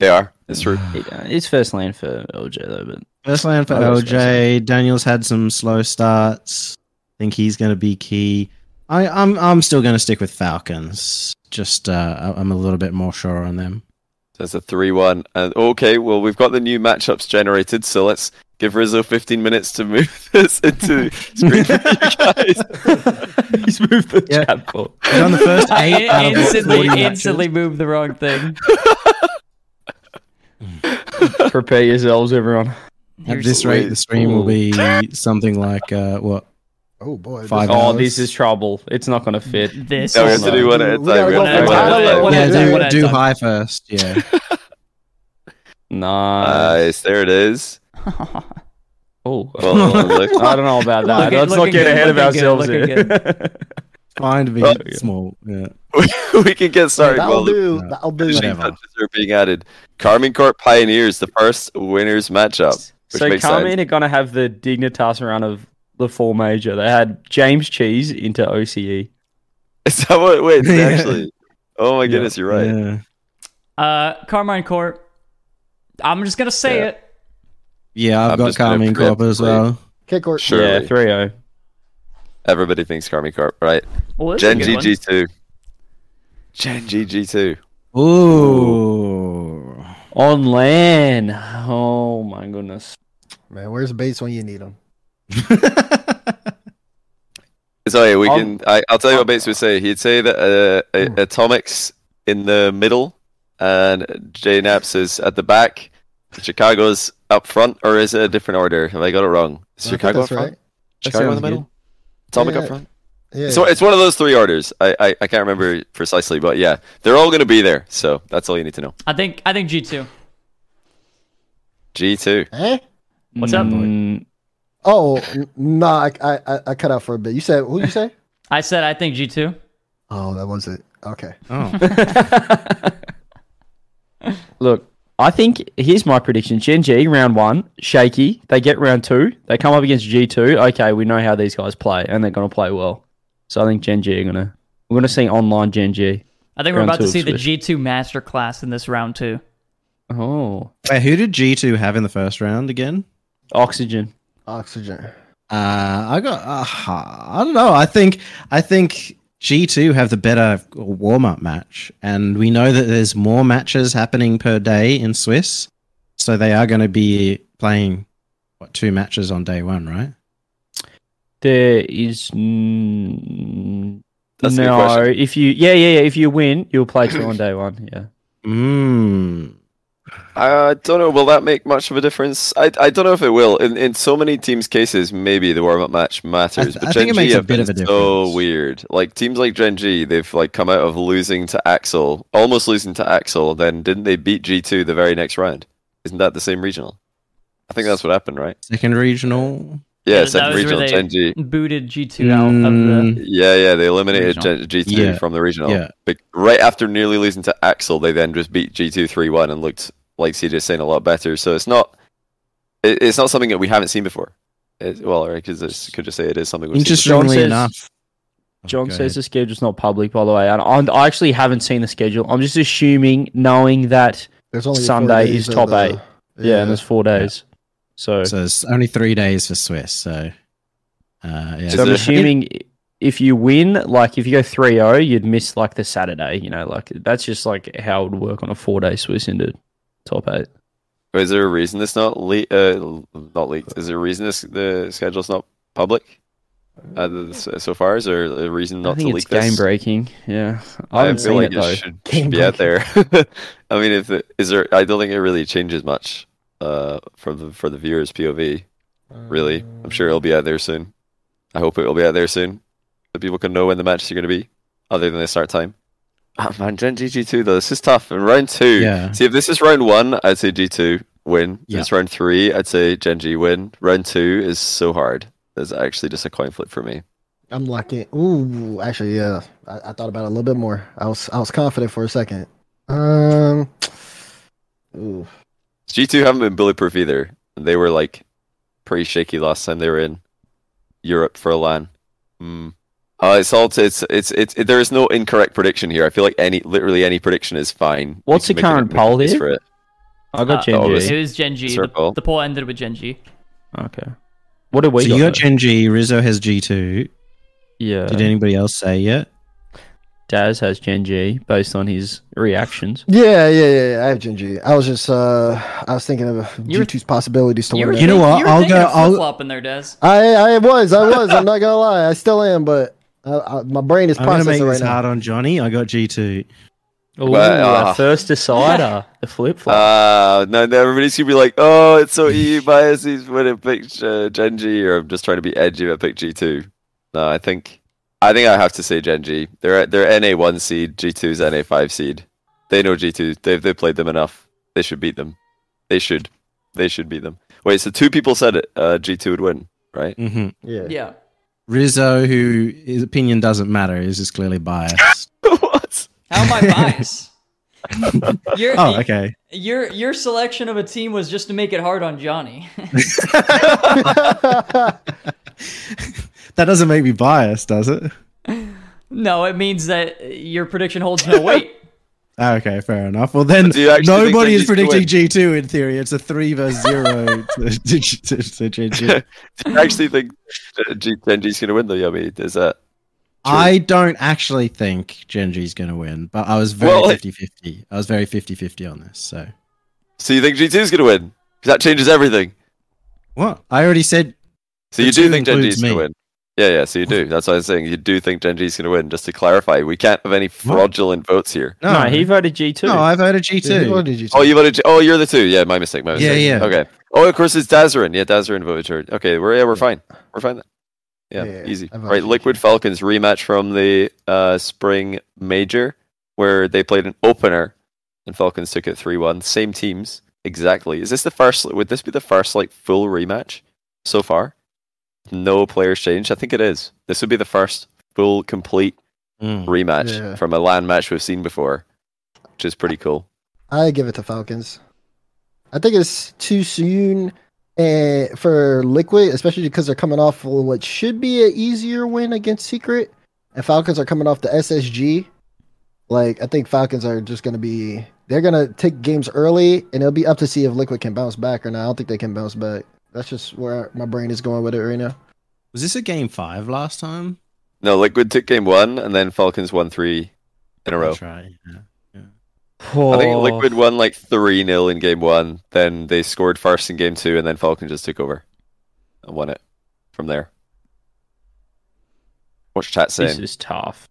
Speaker 4: They are. It's true.
Speaker 3: It, uh, it's first lane for LJ though, but [laughs]
Speaker 2: First land for
Speaker 3: I was
Speaker 2: LJ. Daniel's had some slow starts. think he's going to be key. I, I'm I'm still going to stick with Falcons. Just uh, I- I'm a little bit more sure on them.
Speaker 4: That's a 3 1. And okay, well, we've got the new matchups generated, so let's give Rizzo 15 minutes to move [laughs] this into screen for [laughs] you guys.
Speaker 3: he's moved the
Speaker 2: Yeah.
Speaker 3: chat ball.
Speaker 2: He's on the first eight out of
Speaker 1: instantly,
Speaker 2: 40 matches.
Speaker 1: instantly moved the wrong thing.
Speaker 3: Prepare yourselves, everyone.
Speaker 2: At this rate, the stream will be something like uh, what?
Speaker 5: Oh boy, this
Speaker 2: Five
Speaker 5: is-
Speaker 3: Oh,
Speaker 2: hours.
Speaker 3: this is trouble. It's not going to fit.
Speaker 1: This
Speaker 4: No, we
Speaker 1: is
Speaker 4: have to do
Speaker 1: not-
Speaker 4: one at a
Speaker 5: We
Speaker 4: time.
Speaker 5: gotta
Speaker 4: We
Speaker 5: go
Speaker 4: have to do
Speaker 1: for
Speaker 4: one
Speaker 1: one
Speaker 4: at
Speaker 1: at
Speaker 4: a
Speaker 1: a
Speaker 4: time.
Speaker 2: yeah,
Speaker 1: I've done, what
Speaker 2: do,
Speaker 1: I've
Speaker 2: do
Speaker 1: done.
Speaker 2: high first. Yeah, Uh,
Speaker 3: Nah.
Speaker 4: Nice. There it [laughs] is.
Speaker 3: [laughs] oh.
Speaker 4: Well, look. [laughs]
Speaker 3: I don't know about that.
Speaker 1: Look at-
Speaker 3: Let's
Speaker 1: looking
Speaker 3: not get
Speaker 1: good,
Speaker 3: ahead
Speaker 1: looking
Speaker 3: of
Speaker 1: good,
Speaker 3: ourselves
Speaker 1: looking
Speaker 3: here.
Speaker 2: fine to be
Speaker 4: Oh,
Speaker 3: yeah.
Speaker 2: small. Yeah.
Speaker 4: we can get started.
Speaker 5: That'll
Speaker 4: Well, the
Speaker 5: do.
Speaker 2: no.
Speaker 5: That'll
Speaker 4: finishing
Speaker 5: do.
Speaker 2: Whatever.
Speaker 4: touches are being added. Carmine Corp Pioneers, the first winners matchup. Which
Speaker 3: so
Speaker 4: makes
Speaker 3: Carmine
Speaker 4: sense.
Speaker 3: are going to have the dignitas round of the four major. They had James Cheese into E. OCE.
Speaker 4: [laughs] Is that what it wins,
Speaker 2: Yeah.
Speaker 4: actually? Oh my goodness, you're right.
Speaker 2: Yeah.
Speaker 1: Uh, Carmine Corp. I'm just gonna say
Speaker 4: Yeah.
Speaker 1: it.
Speaker 2: Yeah, I've
Speaker 4: I'm
Speaker 2: got
Speaker 4: just gonna
Speaker 2: Carmine
Speaker 4: prep
Speaker 2: Corp as
Speaker 4: for
Speaker 2: well.
Speaker 5: Kick or
Speaker 4: Sure. Surely.
Speaker 3: Yeah, oh. 3 0.
Speaker 4: Everybody thinks Carmine Corp, right?
Speaker 1: Well, this is a
Speaker 4: Gen
Speaker 1: good one.
Speaker 4: GG2. Gen GG2.
Speaker 2: Ooh.
Speaker 3: On land. Oh, my goodness.
Speaker 5: man, where's Bates when you need him?
Speaker 4: So yeah, we
Speaker 3: I'll-
Speaker 4: can. I, I'll tell you what Bates would say. He'd say that uh, a- Atomics in the middle and J Naps is at the back. Chicago's up front, or is it a different order? Have I got it wrong? Is
Speaker 5: I think
Speaker 4: Chicago up
Speaker 5: that's
Speaker 4: front?
Speaker 5: right.
Speaker 2: That
Speaker 4: Chicago in the
Speaker 2: sounds
Speaker 4: middle. Atomic
Speaker 5: Yeah.
Speaker 4: up front.
Speaker 5: Yeah.
Speaker 4: So it's one of those three orders. I, I I can't remember precisely, but yeah, they're all going to be there. So that's all you need to know.
Speaker 1: I think I think G2.
Speaker 4: G two.
Speaker 5: eh?
Speaker 1: What's up, boy?
Speaker 3: Mm,
Speaker 5: Oh n- no, I, I I- I cut out for a bit. You said who? You say?
Speaker 1: I said I think G2.
Speaker 5: oh, that was it. Okay.
Speaker 2: Oh.
Speaker 3: Look, I think here's my prediction. Gen G round one, shaky. They get round two. They come up against G two. Okay, we know how these guys play, and they're gonna play well. So I think Gen G are gonna we're gonna see online Gen G.
Speaker 1: I think we're
Speaker 3: Round
Speaker 1: about to
Speaker 3: two,
Speaker 1: see the
Speaker 3: Swiss.
Speaker 1: G2 masterclass in this round too.
Speaker 3: Oh,
Speaker 2: [laughs] Wait, who did G2 have in the first round again?
Speaker 3: oxygen.
Speaker 5: Oxygen.
Speaker 2: Uh, I got. Uh, I don't know. I think. I think G2 have the better warm up match, and we know that there's more matches happening per day in Swiss, so they are going to be playing what two matches on day one, right?
Speaker 3: There is mm,
Speaker 4: That's a good
Speaker 3: no.
Speaker 4: question.
Speaker 3: If you yeah yeah yeah, if you win, you'll play two
Speaker 4: [coughs]
Speaker 3: on day one. Yeah.
Speaker 2: Mm.
Speaker 4: I don't know. Will that make much of a difference? I, I don't know if it will. In in so many teams' cases, maybe the warm up match matters.
Speaker 2: I think
Speaker 4: but Gen
Speaker 2: it
Speaker 4: G
Speaker 2: makes a
Speaker 4: have
Speaker 2: bit
Speaker 4: been
Speaker 2: of a
Speaker 4: so
Speaker 2: difference.
Speaker 4: weird. Like teams like Gen G, they've like come out of losing to Axel, almost losing to Axel. Then didn't they beat G two the very next round? Isn't that the same regional? I think that's what happened, right?
Speaker 2: Second regional.
Speaker 4: Yeah,
Speaker 1: that
Speaker 4: second
Speaker 1: was where
Speaker 4: regional
Speaker 1: they- Mm.
Speaker 4: Gen G.
Speaker 1: Booted G2 out
Speaker 2: Hmm.
Speaker 1: of the.
Speaker 4: Yeah, yeah, they eliminated
Speaker 1: Regional.
Speaker 4: Gen- G two
Speaker 2: Yeah,
Speaker 4: from the regional.
Speaker 2: yeah.
Speaker 4: But right after nearly losing to Axel, they then just beat G two three one and looked like CJ saying a lot better. So it's not, it, it's not something that we haven't seen before. It, well, because I could just say it is something. We've seen
Speaker 2: Interestingly
Speaker 3: John says-
Speaker 2: enough,
Speaker 3: John
Speaker 2: Okay.
Speaker 3: says the schedule's not public, by the way. And I'm, I actually haven't seen the schedule. I'm just assuming, knowing that
Speaker 5: There's only four
Speaker 3: Sunday
Speaker 5: days
Speaker 3: is
Speaker 5: of
Speaker 3: top
Speaker 5: the-
Speaker 3: eight. Yeah, and there's four days. So, so,
Speaker 2: So it's only three days for Swiss. So, uh, yeah.
Speaker 4: So
Speaker 3: I'm
Speaker 4: there-
Speaker 3: assuming i- if you win, like if you go 3 0, you'd miss like the Saturday, you know, like that's just like how it would work on a four day Swiss into top eight.
Speaker 4: Is there a reason it's not le- uh, not leaked? Is there a reason this, the schedule's not public? uh, th- so so far? Is there a reason
Speaker 3: I
Speaker 4: not to
Speaker 3: think
Speaker 4: leak
Speaker 3: it's game
Speaker 4: this?
Speaker 3: breaking. Yeah, I
Speaker 4: I,
Speaker 3: haven't
Speaker 4: feel
Speaker 3: seen
Speaker 4: like
Speaker 3: it though.
Speaker 4: it
Speaker 3: [laughs]
Speaker 4: should, should be out there. [laughs] I mean, if it, is there, I don't think it really changes much uh, for the for the viewers' POV. Really, I'm sure it'll be out there soon. I hope it will be out there soon, so people can know when the matches are going to be, other than the start time. Ah man, Gen GG two though, this is tough. And round two,
Speaker 2: Yeah.
Speaker 4: see if this is round one, I'd say G two win. If
Speaker 2: Yeah.
Speaker 4: It's round three, I'd say Gen G win. Round two is so hard. That's actually just a coin flip for me.
Speaker 5: I'm locking. Ooh, actually, yeah. I, I thought about it a little bit more. I was I was confident for a second. Um. Ooh.
Speaker 4: G2 haven't been bulletproof either. They were like pretty shaky last time they were in Europe for a LAN. Mm. Uh, it's all it's, it's it's it- there is no incorrect prediction here. I feel like any literally any prediction is fine. You
Speaker 3: What's
Speaker 4: can
Speaker 3: the
Speaker 4: make an
Speaker 3: current poll
Speaker 4: argument
Speaker 3: here?
Speaker 4: for it.
Speaker 3: I got
Speaker 1: Uh,
Speaker 3: Gen G.
Speaker 1: It was Gen G. The,
Speaker 4: Circle.
Speaker 1: the poll ended with Gen G.
Speaker 3: Okay. What did we
Speaker 2: so
Speaker 3: got? Uh-huh.
Speaker 2: you got
Speaker 3: though?
Speaker 2: Gen G, Rizzo has G2.
Speaker 3: yeah.
Speaker 2: Did anybody else say yet?
Speaker 3: Daz has Gen G based on his reactions.
Speaker 5: Yeah, yeah, yeah, yeah. I have Gen G. I was just uh, I was thinking of
Speaker 1: You were-
Speaker 5: G2's possibilities to
Speaker 1: You,
Speaker 5: win.
Speaker 1: were
Speaker 5: it.
Speaker 2: You know
Speaker 1: think-
Speaker 2: what?
Speaker 1: You were
Speaker 2: I'll
Speaker 1: thinking
Speaker 2: go-
Speaker 1: of
Speaker 2: I'll-
Speaker 1: flip-flop in there, Des.
Speaker 5: I I was I was. I'm not gonna lie. I still am, but I, I, my brain is
Speaker 2: I'm going to make
Speaker 5: processing right
Speaker 2: this
Speaker 5: now.
Speaker 2: hard on Johnny. I got G2.
Speaker 3: Ooh,
Speaker 4: Well,
Speaker 3: our
Speaker 4: uh,
Speaker 3: first decider, [laughs] the flip flop.
Speaker 4: Uh, no, no, everybody's gonna be like, "Oh, it's so EU biased. He's winning pick uh, Gen G," or I'm just trying to be edgy. if I pick G2. No, I think I think I have to say Gen G. They're they're NA one seed. G2's NA five seed. They know G2. They've they played them enough. They should beat them. They should. They should beat them. Wait, so two people said it. Uh, G2 would win,
Speaker 2: [laughs]
Speaker 4: right?
Speaker 2: Mm-hmm.
Speaker 5: Yeah.
Speaker 1: Yeah.
Speaker 2: Rizzo, who his opinion doesn't matter, is just clearly biased.
Speaker 4: what?
Speaker 1: How am I
Speaker 2: [laughs]
Speaker 1: biased? your,
Speaker 2: oh, okay.
Speaker 1: your your selection of a team was just to make it hard on Johnny. [laughs]
Speaker 5: [laughs]
Speaker 2: That doesn't make me biased, does it?
Speaker 1: no, it means that your prediction holds
Speaker 2: [laughs]
Speaker 1: no weight.
Speaker 2: Ah, Okay, fair enough. Well, then
Speaker 4: Do you actually think
Speaker 2: nobody
Speaker 4: they
Speaker 2: is
Speaker 4: need to
Speaker 2: predicting G2
Speaker 4: win?
Speaker 2: in theory. It's a 3 versus 0 to, to, to, to Gen G.
Speaker 4: Do you actually think uh, G- Gen G's gonna win though? Yummy. Is that?
Speaker 2: I don't actually think Gen G's going to win, but I was very
Speaker 4: Well, it-
Speaker 2: 50 50. I was very 50 50 on this. So,
Speaker 4: So you think G2's gonna win? 'Cause that changes everything.
Speaker 2: what? I already said
Speaker 4: So
Speaker 2: The
Speaker 4: you do
Speaker 2: two
Speaker 4: think Gen
Speaker 2: includes
Speaker 4: G's gonna
Speaker 2: me.
Speaker 4: win? Yeah, yeah. So you do. That's what I'm saying. You do think Gen G's gonna win? Just to clarify, we can't have any fraudulent votes here.
Speaker 2: no.
Speaker 3: no, he voted G two.
Speaker 2: no, I voted
Speaker 5: Yeah,
Speaker 2: G2.
Speaker 5: what did you
Speaker 4: Oh,
Speaker 5: say?
Speaker 4: you voted. G- oh, you're the two. Yeah, my mistake. My
Speaker 2: Yeah,
Speaker 4: mistake.
Speaker 2: yeah.
Speaker 4: Okay. Oh, of course it's Dazarin. Yeah, Dazarin voted. George. Okay, we're yeah, we're fine. We're fine. Then. Yeah,
Speaker 5: Yeah,
Speaker 4: easy.
Speaker 5: I voted
Speaker 4: Right, Liquid Falcons rematch from the uh, spring major where they played an opener and Falcons took it three one. Same teams exactly. Is this the first? Would this be the first like full rematch so far? No players changed. I think it is. This would be the first full complete
Speaker 2: Mm.
Speaker 4: rematch
Speaker 5: Yeah.
Speaker 4: from a land match we've seen before, which is pretty cool.
Speaker 5: I give it to Falcons. I think it's too soon eh, for Liquid, especially because they're coming off of what should be an easier win against Secret, and Falcons are coming off the SSG. Like I think Falcons are just going to be they're going to take games early, and it'll be up to see if Liquid can bounce back or not. I don't think they can bounce back. That's just where my brain is going with it right now.
Speaker 2: Was this a game five last time?
Speaker 4: No, Liquid took game one, and then Falcons won three in a row.
Speaker 2: That's right. yeah.
Speaker 4: I think
Speaker 3: Oh.
Speaker 4: Liquid won like 3 0 in game one, then they scored first in game two, and then Falcons just took over and won it from there. What's chat
Speaker 3: This
Speaker 4: saying?
Speaker 3: is tough.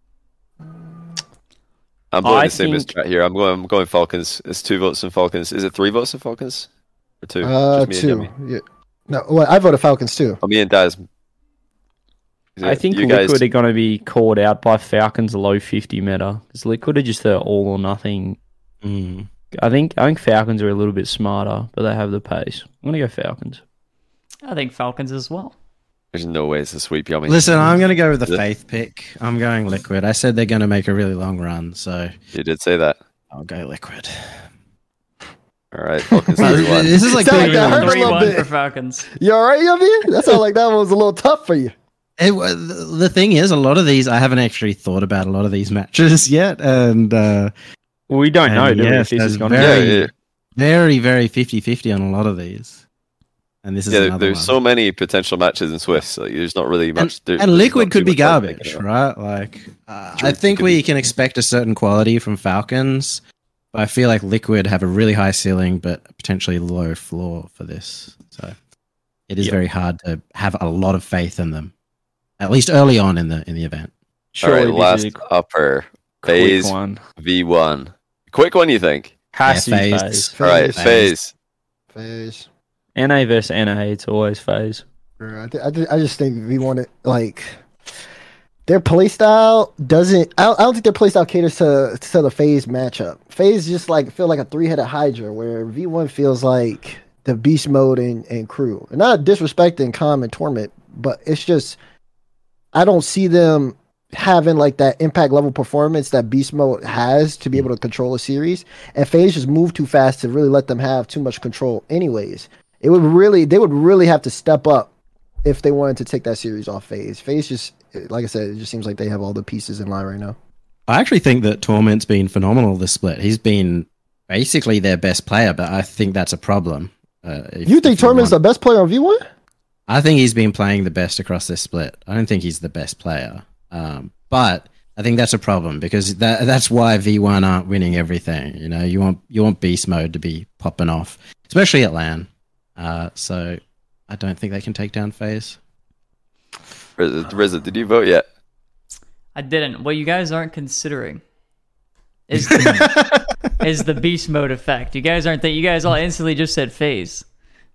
Speaker 4: I'm doing
Speaker 3: I
Speaker 4: the same as
Speaker 3: think-
Speaker 4: chat here. I'm going, I'm going Falcons. It's two votes in Falcons. Is it three votes in Falcons? Or two?
Speaker 5: Uh,
Speaker 4: Just me and
Speaker 5: two.
Speaker 4: Yummy.
Speaker 5: Yeah. No, well, I voted Falcons too.
Speaker 4: Oh, me and Daz. Is
Speaker 3: I
Speaker 4: it
Speaker 3: think
Speaker 4: you
Speaker 3: Liquid
Speaker 4: guys.
Speaker 3: are going to be called out by Falcons low fifty meta because Liquid are just their all or nothing.
Speaker 2: Mm.
Speaker 3: I think I think Falcons are a little bit smarter, but they have the pace. I'm going to go Falcons.
Speaker 1: I think Falcons as well.
Speaker 4: There's no way it's a sweep, Yummy.
Speaker 2: Listen, I'm going to go with the
Speaker 4: Yeah.
Speaker 2: faith pick. I'm going liquid. I said they're going to make a really long run, so
Speaker 4: You did say that.
Speaker 2: I'll go liquid.
Speaker 4: All right, Falcons
Speaker 2: Well,
Speaker 4: 3 1.
Speaker 2: this [laughs] is like,
Speaker 5: Sound
Speaker 2: doing
Speaker 5: like
Speaker 2: it
Speaker 5: that
Speaker 2: on-
Speaker 5: hurt a little
Speaker 1: 3-1
Speaker 5: bit.
Speaker 1: for Falcons.
Speaker 5: You all right, Yummy? That sounded like that one was a little tough for you.
Speaker 2: It, wa- th- the thing is, a lot of these I haven't actually thought about a lot of these matches [laughs] yet, and uh,
Speaker 3: We don't know,
Speaker 2: And
Speaker 3: do we?
Speaker 2: yes,
Speaker 3: If this
Speaker 2: that's
Speaker 3: is going to
Speaker 4: Yeah,
Speaker 2: very-
Speaker 3: be.
Speaker 4: yeah.
Speaker 2: very, very 50-50 on a lot of these. And this is
Speaker 4: yeah, there-
Speaker 2: another
Speaker 4: there's
Speaker 2: one.
Speaker 4: so many potential matches in Swiss. Like, there's not really much. there-
Speaker 2: and
Speaker 4: there's
Speaker 2: liquid
Speaker 4: not too
Speaker 2: could be
Speaker 4: much I'm thinking
Speaker 2: garbage,
Speaker 4: about.
Speaker 2: right? Like, uh,
Speaker 4: Sure,
Speaker 2: I
Speaker 4: it
Speaker 2: think
Speaker 4: could
Speaker 2: we
Speaker 4: be.
Speaker 2: can expect a certain quality from Falcons, but I feel like liquid have a really high ceiling but potentially low floor for this. So it is
Speaker 3: Yep.
Speaker 2: very hard to have a lot of faith in them at least early on in the in the event.
Speaker 4: All right,
Speaker 3: this
Speaker 4: last
Speaker 3: is a
Speaker 4: upper
Speaker 3: quick
Speaker 4: phase
Speaker 3: one.
Speaker 4: V1. Quick one, you think?
Speaker 3: Has
Speaker 2: Yeah,
Speaker 3: to be
Speaker 2: phase.
Speaker 3: phase.
Speaker 4: All right,
Speaker 5: Phase.
Speaker 4: phase.
Speaker 5: Phase.
Speaker 3: NA versus NA, it's always phase.
Speaker 5: Bro, I, th- I, th- I just think we want it like their playstyle doesn't. I don't, I don't think their playstyle caters to to the phase matchup. Phase just like feel like a three headed Hydra, where V one feels like the beast mode and, and crew. And not disrespecting Calm and Torment, but it's just I don't see them having like that impact level performance that beast mode has to be able to control a series. And phase just move too fast to really let them have too much control. Anyways, it would really they would really have to step up if they wanted to take that series off phase. Phase just like I said, it just seems like they have all the pieces in line right now.
Speaker 2: I actually think that Torment's been phenomenal this split. He's been basically their best player, but I think that's a problem. Uh, if-
Speaker 5: You think
Speaker 2: if you
Speaker 5: Torment's
Speaker 2: want-
Speaker 5: the best player on V one?
Speaker 2: I think he's been playing the best across this split. I don't think he's the best player, um, but I think that's a problem because that that's why V1 aren't winning everything. You know, you want you want beast mode to be popping off, especially at LAN. Uh, so I don't think they can take down Phase.
Speaker 4: Rizza, Rizza, did you vote yet?
Speaker 1: I didn't. What you guys aren't considering is the, is the beast mode effect. You guys aren't that. You guys all instantly just said phase,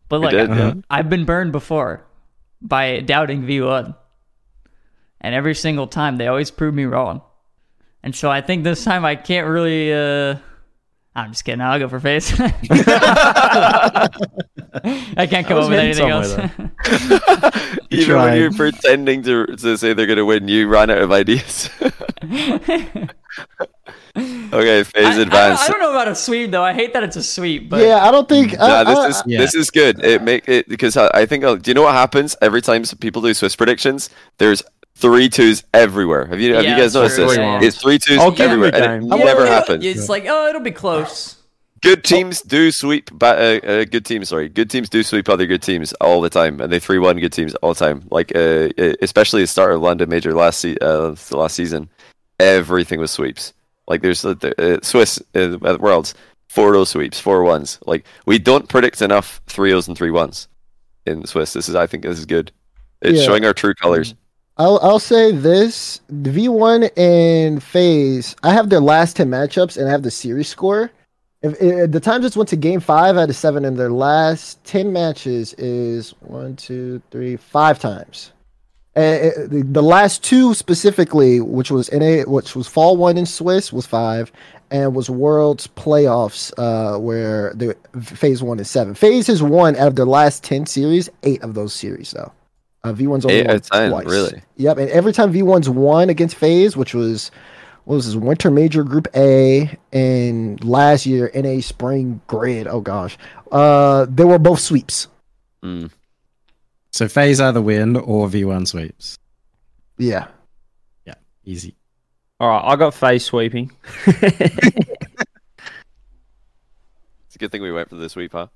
Speaker 1: but like
Speaker 4: did, yeah.
Speaker 1: I've been burned before by doubting V1, and every single time they always prove me wrong. And so I think this time I can't really. uh I'm just kidding. I'll go for phase. [laughs] I can't come
Speaker 3: was
Speaker 1: up with
Speaker 3: heading
Speaker 1: anything else.
Speaker 3: somewhere,
Speaker 4: Even
Speaker 2: tried.
Speaker 4: when you're pretending to, to say they're going to win, you ran out
Speaker 1: [laughs]
Speaker 4: of ideas. [laughs] okay,
Speaker 1: I,
Speaker 4: phase
Speaker 1: I don't, I
Speaker 4: advance.
Speaker 1: don't know about a sweep though. I hate that it's a sweep, but
Speaker 5: Yeah, I don't think. I,
Speaker 4: Nah,
Speaker 5: I-
Speaker 4: this is
Speaker 2: Yeah.
Speaker 4: this is good. It make it because I, I think I'll- do you know what happens every time some people do Swiss predictions? There's three twos everywhere. Have you have
Speaker 1: Yeah,
Speaker 4: you guys noticed
Speaker 1: true,
Speaker 4: this?
Speaker 1: yeah.
Speaker 4: It's three twos
Speaker 3: I'll give them a
Speaker 4: everywhere, and it
Speaker 3: game.
Speaker 4: never
Speaker 1: Yeah,
Speaker 4: happens.
Speaker 1: It's like, oh, it'll be close.
Speaker 4: Good teams do sweep ba- uh, uh, good teams. Sorry, good teams do sweep other good teams all the time, and they three one good teams all the time. Like uh, uh, especially the start of London Major last se- uh, the last season, everything was sweeps. Like there's uh, the, uh, Swiss uh, at Worlds 4-0 sweeps, 4-1s. Like we don't predict enough 3-0s and 3-1s in Swiss. This is I think this is good. It's
Speaker 5: Yeah.
Speaker 4: showing our true colors.
Speaker 5: I'll I'll say this: V one and Phase. I have their last ten matchups, and I have the series score. If, if the time just went to game five out of seven, and their last ten matches is one, two, three, five times. And uh, the, the last two specifically, which was in a, which was fall one in Swiss, was five, and was Worlds playoffs, uh, where the phase one is seven. Phase has won out of their last ten series, eight of those series though. Uh, V1's only
Speaker 4: Eight out
Speaker 5: won
Speaker 4: of 10,
Speaker 5: twice.
Speaker 4: really?
Speaker 5: Yep, and every time V1's won against Phase, which was what was this Winter Major Group A and last year NA Spring Grid. Oh gosh, uh, they were both sweeps.
Speaker 4: Mm.
Speaker 2: So Phase either win or V1 sweeps.
Speaker 5: Yeah,
Speaker 2: Easy.
Speaker 3: All right, I got phase sweeping.
Speaker 4: It's a good thing we went for the sweep, huh?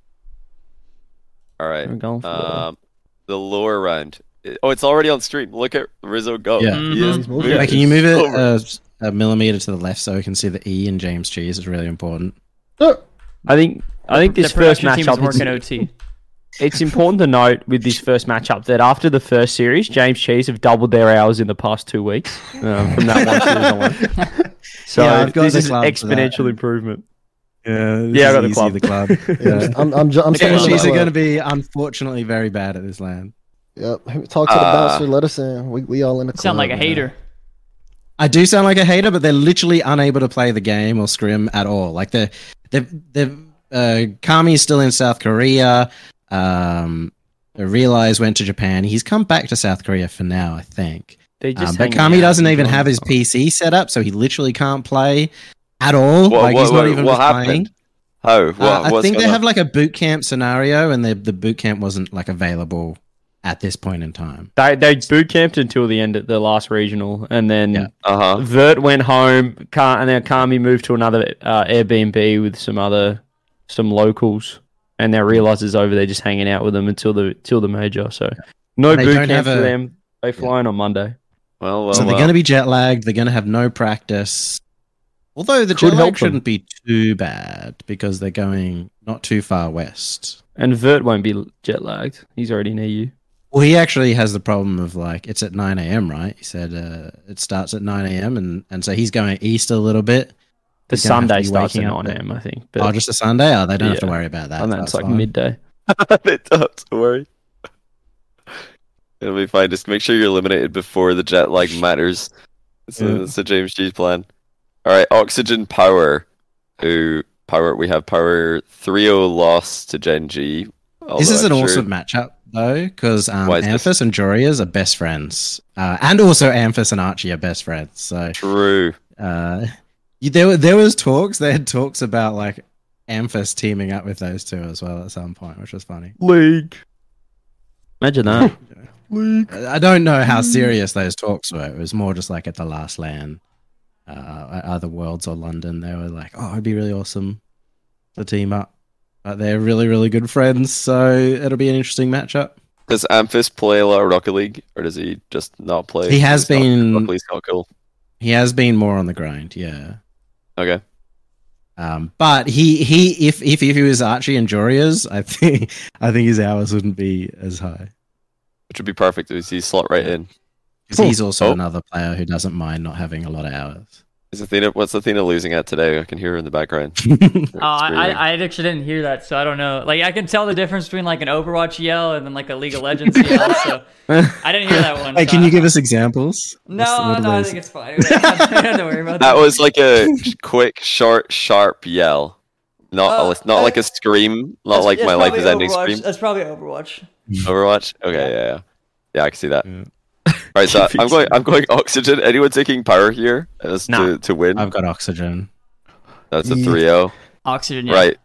Speaker 4: All right.
Speaker 3: I'm going for
Speaker 4: Um, the lower round. It- Oh, it's already on stream. Look at Rizzo go.
Speaker 2: Yeah.
Speaker 4: He
Speaker 3: Mm-hmm.
Speaker 1: Mhm.
Speaker 4: is moving
Speaker 2: Wait, can you move
Speaker 4: over.
Speaker 2: it uh, a, a millimeter to the left so we can see the E in James Cheese? It's really important.
Speaker 3: I think I think this
Speaker 1: the
Speaker 3: first
Speaker 1: production team is
Speaker 3: matchup
Speaker 1: working
Speaker 3: it's,
Speaker 1: OT.
Speaker 3: [laughs] it's important to note with this first matchup that after the first series, James Cheese have doubled their hours in the past two weeks um, from that one
Speaker 2: [laughs]
Speaker 3: series on one. So
Speaker 2: Yeah, I've got
Speaker 3: this
Speaker 2: the
Speaker 3: is
Speaker 2: club for that.
Speaker 3: exponential improvement.
Speaker 2: Yeah,
Speaker 3: Yeah, I got the club.
Speaker 2: [laughs] Yeah.
Speaker 5: I'm I'm, ju- I'm
Speaker 4: Okay,
Speaker 5: saying
Speaker 4: well,
Speaker 5: the
Speaker 4: she's
Speaker 2: Cheese are
Speaker 5: club.
Speaker 2: going to be unfortunately very bad at this land.
Speaker 5: Yep, talk to the
Speaker 4: Ah.
Speaker 5: bouncer. Let us in. We we all in the club.
Speaker 1: Sound like a
Speaker 5: man.
Speaker 1: hater.
Speaker 2: I do sound like a hater, but they're literally unable to play the game or scrim at all. Like they're they're they're uh, Kami's still in South Korea. Um, Realize went to Japan. He's come back to South Korea for now, I think.
Speaker 3: They
Speaker 2: Um,
Speaker 3: just
Speaker 2: but
Speaker 3: hanging
Speaker 2: Kami
Speaker 3: out
Speaker 2: doesn't
Speaker 3: and
Speaker 2: even
Speaker 3: enjoying
Speaker 2: have his
Speaker 3: themselves.
Speaker 2: PC set up, so he literally can't play at all.
Speaker 4: What,
Speaker 2: like
Speaker 4: what,
Speaker 2: he's not
Speaker 4: what,
Speaker 2: even
Speaker 4: what
Speaker 2: playing.
Speaker 4: happened? How? What,
Speaker 2: Uh, I
Speaker 4: what's
Speaker 2: think they
Speaker 4: going
Speaker 2: have
Speaker 4: on?
Speaker 2: like a boot camp scenario, and the the boot camp wasn't like available at this point in time.
Speaker 3: They they boot camped until the end at the last regional, and then
Speaker 2: Yeah.
Speaker 4: Uh-huh.
Speaker 3: Vert went home. Ka- and then Kami moved to another uh, Airbnb with some other some locals, and now realizes over there just hanging out with them until the till the major. So no
Speaker 2: And they
Speaker 3: boot
Speaker 2: don't have
Speaker 3: camp for
Speaker 2: a-
Speaker 3: them. They fly in on Monday.
Speaker 4: Well, well,
Speaker 2: so they're
Speaker 4: well.
Speaker 2: going to be jet lagged. They're going to have no practice. Although the
Speaker 3: Could
Speaker 2: jet
Speaker 3: help
Speaker 2: lag
Speaker 3: them.
Speaker 2: shouldn't be too bad because they're going not too far west.
Speaker 3: And Vert won't be jet lagged. He's already in EU.
Speaker 2: Well, he actually has the problem of like it's at nine a.m. Right? He said uh, it starts at nine a.m. and and so he's going east a little bit.
Speaker 3: The
Speaker 2: You don't have to
Speaker 3: Sunday
Speaker 2: be
Speaker 3: starts at
Speaker 2: waking up
Speaker 3: 9
Speaker 2: at-
Speaker 3: a.m., I think.
Speaker 2: oh,
Speaker 3: But
Speaker 2: just a Sunday. Oh, they don't have to
Speaker 3: Yeah.
Speaker 2: worry about that.
Speaker 3: and then
Speaker 2: That's
Speaker 3: it's like
Speaker 2: fine.
Speaker 3: midday.
Speaker 4: [laughs] they don't have to worry. It'll be fine. Just make sure you're eliminated before the jet lag matters. That's,
Speaker 2: Yeah.
Speaker 4: a, that's a James G plan. All right, Oxygen Power. Who power? We have power 3-0 loss to Gen G.
Speaker 2: This is an
Speaker 4: although I'm sure-
Speaker 2: awesome matchup though, because um,
Speaker 4: Why is this-
Speaker 2: Amphis and Jorias are best friends, uh, and also Amphis and Archie are best friends. So
Speaker 4: True.
Speaker 2: uh, you- there were- there was talks. They had talks about like Amphis teaming up with those two as well at some point, which was funny.
Speaker 3: League. Imagine that.
Speaker 2: I don't know how serious those talks were. It was more just like at the last land, uh, at other worlds or London. They were like, "Oh, it'd be really awesome to team up." But they're really, really good friends, so it'll be an interesting matchup.
Speaker 4: Does Amphis play a lot of Rocket League, or does he just not play?
Speaker 2: He has
Speaker 4: He's not-
Speaker 2: been-
Speaker 4: Rocket League's not cool.
Speaker 2: He has been more on the grind, yeah.
Speaker 4: Okay.
Speaker 2: Um, but he, he, if if if he was Archie and Joria's, I think [laughs] I think his hours wouldn't be as high.
Speaker 4: Which would be perfect. Is he slot right in?
Speaker 2: 'Cause He's also
Speaker 4: Oh.
Speaker 2: another player who doesn't mind not having a lot of hours.
Speaker 4: Is Athena? What's Athena losing at today? I can hear her in
Speaker 2: [laughs]
Speaker 4: the background.
Speaker 1: Oh, I, I I actually didn't hear that, so I don't know. Like, I can tell the difference between like an Overwatch yell and then like a League of Legends yell. So I didn't hear that one.
Speaker 2: Hey,
Speaker 1: so
Speaker 2: can
Speaker 1: I-
Speaker 2: you give us examples? What's-
Speaker 1: No,
Speaker 2: what are
Speaker 1: no, I
Speaker 2: those?
Speaker 1: think it's fine. [laughs] Don't worry about
Speaker 4: [laughs] That
Speaker 1: that.
Speaker 4: was like a quick, short, sharp yell. Not
Speaker 1: Uh,
Speaker 4: a, not
Speaker 1: uh,
Speaker 4: like a scream. Not
Speaker 1: That's-
Speaker 4: like
Speaker 1: that's
Speaker 4: my life is
Speaker 1: probably
Speaker 4: ending
Speaker 1: Overwatch.
Speaker 4: scream.
Speaker 1: That's probably Overwatch.
Speaker 4: Overwatch. Okay, yeah, yeah, yeah. I can see that.
Speaker 2: Yeah.
Speaker 4: All right,
Speaker 2: [laughs]
Speaker 4: so I'm going. I'm going oxygen. Anyone taking power here as
Speaker 3: Nah.
Speaker 4: to to win?
Speaker 2: I've got oxygen.
Speaker 4: That's a oh.
Speaker 5: Yeah.
Speaker 4: 3-0.
Speaker 1: Oxygen. Yeah.
Speaker 4: Right.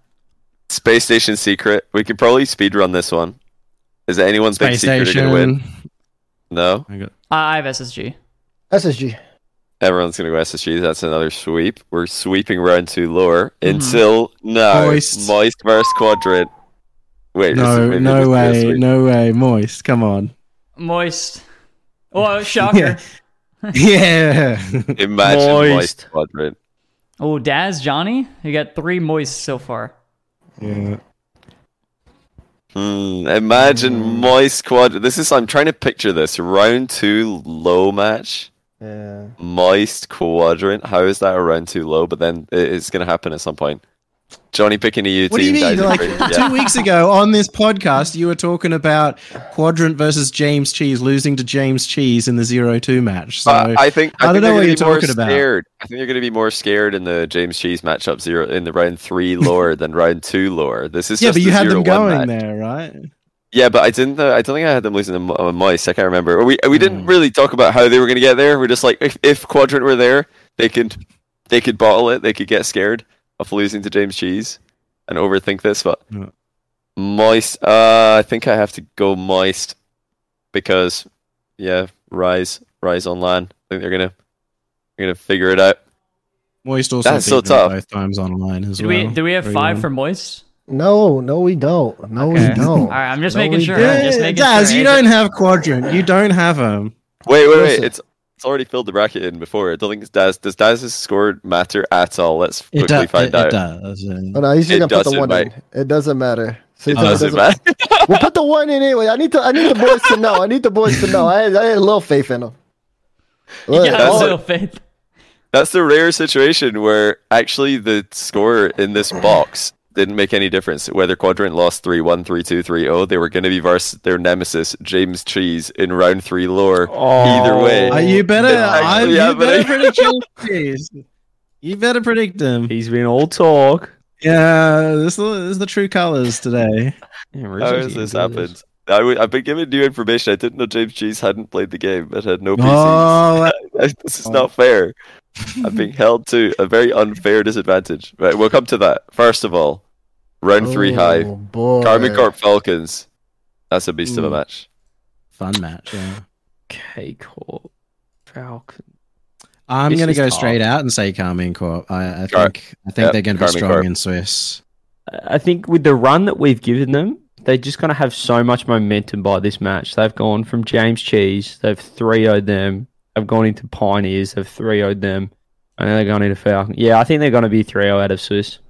Speaker 4: Space Station Secret. We could probably speed run this one. Is there anyone think
Speaker 2: Space
Speaker 4: Secret are gonna win?
Speaker 2: Station.
Speaker 4: No.
Speaker 2: I got
Speaker 1: Uh, I I have SSG.
Speaker 5: SSG.
Speaker 4: Everyone's gonna go SSG. That's another sweep. We're sweeping round to lower until now.
Speaker 2: Mm-hmm. Moist.
Speaker 4: Moist versus quadrant. Wait. this is-
Speaker 2: no,
Speaker 4: maybe
Speaker 2: no
Speaker 4: this is a
Speaker 2: way,
Speaker 4: sweep.
Speaker 2: no way, moist.
Speaker 1: [laughs]
Speaker 2: Come on,
Speaker 1: Moist. Oh, shocker.
Speaker 2: Yeah. yeah.
Speaker 4: Imagine
Speaker 3: Moist.
Speaker 4: moist quadrant.
Speaker 1: Oh, Daz Johnny, you got three moists so far.
Speaker 2: yeah.
Speaker 4: Hmm, imagine moist quadrant. This is. I'm trying to picture this round two low match.
Speaker 5: Yeah.
Speaker 4: Moist quadrant. How is that a round two low? But then it- it's gonna happen at some point. Johnny picking a U
Speaker 2: What do you
Speaker 4: team.
Speaker 2: mean?
Speaker 4: guys are
Speaker 2: Like
Speaker 4: great. Yeah.
Speaker 2: two weeks ago on this podcast, you were talking about Quadrant versus James Cheese losing to James Cheese in the zero two match. So
Speaker 4: Uh, I think I,
Speaker 2: I don't
Speaker 4: think
Speaker 2: know
Speaker 4: they're
Speaker 2: what
Speaker 4: gonna
Speaker 2: you're
Speaker 4: be more
Speaker 2: talking about.
Speaker 4: Scared. I think you're going to be more scared in the James Cheese matchup zero in the round three lower than round two lower. This is
Speaker 2: yeah,
Speaker 4: just
Speaker 2: but you
Speaker 4: the
Speaker 2: had them
Speaker 4: 0-1
Speaker 2: going
Speaker 4: match.
Speaker 2: there, right?
Speaker 4: Yeah, but I didn't. Uh, I don't think I had them losing to Mo- uh, Moist. I can't remember. We we
Speaker 2: Hmm.
Speaker 4: didn't really talk about how they were going to get there. We're just like if, if Quadrant were there, they could they could bottle it. They could get scared of losing to James Cheese and overthink this. But
Speaker 2: Yeah.
Speaker 4: Moist, uh, I think I have to go Moist because yeah, Rise Rise online. I think they're gonna they're gonna figure it out.
Speaker 2: Moist also
Speaker 4: That's
Speaker 2: beat
Speaker 4: so
Speaker 2: them
Speaker 4: tough.
Speaker 2: both times online as
Speaker 1: Do
Speaker 2: well.
Speaker 1: we do we have five
Speaker 2: 3-1.
Speaker 1: for moist?
Speaker 5: No, no, we don't. No,
Speaker 1: Okay.
Speaker 5: we
Speaker 1: [laughs]
Speaker 5: don't.
Speaker 1: All right, I'm just
Speaker 5: No,
Speaker 1: making
Speaker 5: we
Speaker 1: sure.
Speaker 5: don't.
Speaker 1: I'm just
Speaker 2: Yeah,
Speaker 1: making
Speaker 2: Daz,
Speaker 1: sure.
Speaker 2: you don't have Quadrant. You don't have him.
Speaker 4: Wait, wait, wait!
Speaker 5: Listen.
Speaker 4: It's it's already filled the bracket in before. I don't think it's Daz does Daz's score matter at all. Let's quickly
Speaker 2: It, do-
Speaker 4: find
Speaker 2: it,
Speaker 4: out.
Speaker 2: it does. yeah.
Speaker 5: Oh, no, he's just
Speaker 4: It
Speaker 5: gonna put the
Speaker 4: doesn't
Speaker 5: one
Speaker 4: matter.
Speaker 5: in. It doesn't matter.
Speaker 4: It
Speaker 5: Since
Speaker 2: Oh,
Speaker 4: doesn't matter.
Speaker 5: We'll put the one in anyway. I need to. I need the boys to know. I need the boys to know. I, had- I had a little faith in them.
Speaker 1: [laughs]
Speaker 5: Look,
Speaker 1: Yeah,
Speaker 4: That's
Speaker 5: all-
Speaker 4: it.
Speaker 1: little faith.
Speaker 4: That's the rare situation where actually the score in this box didn't make any difference. Whether Quadrant lost 3 1, 3 2, 3 0, oh, they were going to be versus their nemesis, James Cheese, in round three lore. [laughs]
Speaker 3: Oh.
Speaker 4: Either way.
Speaker 2: Uh, you better,
Speaker 4: That's
Speaker 2: I,
Speaker 4: actually
Speaker 2: you better
Speaker 4: happening.
Speaker 2: predict James Cheese. You better predict him.
Speaker 3: He's been all talk.
Speaker 2: Yeah, this is, this is the true colors today.
Speaker 3: Yeah,
Speaker 4: How has this happened? I w- I've been given new information. I didn't know James Cheese hadn't played the game, but had no PCs.
Speaker 2: Oh,
Speaker 4: [laughs] this is not fair. I'm being held to a very unfair disadvantage. Right, we'll come to that. First of all, round three high.
Speaker 5: Oh, boy.
Speaker 4: Carmen Corp Falcons. That's a beast of a
Speaker 2: Ooh.
Speaker 4: match.
Speaker 2: fun match. Yeah.
Speaker 3: K Corp. Falcon.
Speaker 2: I'm
Speaker 3: This
Speaker 2: gonna
Speaker 3: is
Speaker 2: go
Speaker 3: hard.
Speaker 2: straight out and say Carmine Corp. I, I
Speaker 4: Car-
Speaker 2: think I think
Speaker 4: yep,
Speaker 2: they're gonna be
Speaker 4: Carmine
Speaker 2: strong
Speaker 4: Corp.
Speaker 2: in Swiss.
Speaker 3: I think with the run that we've given them, they're just going to have so much momentum by this match. They've gone from James Cheese, they've 3 0'd them, they've gone into Pioneers, they've 3 0'd them, and then they're going into Falcon. Yeah, I think they're going to be 3 0 out of Swiss.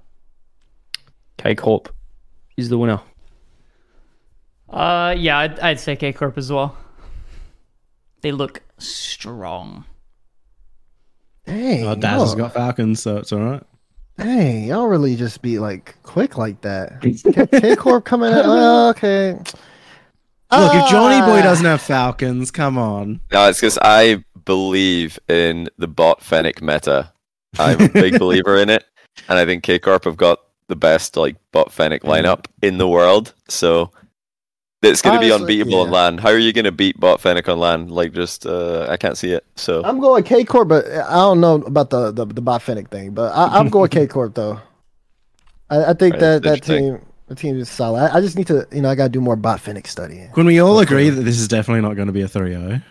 Speaker 3: K Corp is the winner.
Speaker 1: Uh, yeah, I'd, I'd say K Corp as well. They look strong.
Speaker 5: Dang,
Speaker 2: Oh, Daz has
Speaker 5: y'all-
Speaker 2: got Falcons, so it's all right.
Speaker 5: dang, y'all really just be like quick like that. K Corp coming out. well, okay.
Speaker 2: Look, if Johnny Boy
Speaker 5: Ah.
Speaker 2: doesn't have Falcons, come on.
Speaker 4: No, it's because I believe in the bot Fennec meta. I'm a
Speaker 5: [laughs]
Speaker 4: big believer in it, and I think K Corp have got the best like bot Fennec
Speaker 5: Mm.
Speaker 4: lineup in the world. So it's going to be
Speaker 5: Honestly,
Speaker 4: unbeatable on
Speaker 5: yeah.
Speaker 4: land. How are you going to beat bot Fennec on land? Like, just uh, I can't see it. So
Speaker 5: I'm going K Corp, but I don't know about the the, the Botfinic thing, but I, I'm
Speaker 4: [laughs]
Speaker 5: going K Corp though. I, I think
Speaker 4: Right,
Speaker 5: that that
Speaker 4: interesting.
Speaker 5: team the team is solid. I, I just need to you know I gotta do more Botfinic studying.
Speaker 2: Can we all agree that this is definitely not going to be a oh? 3 0?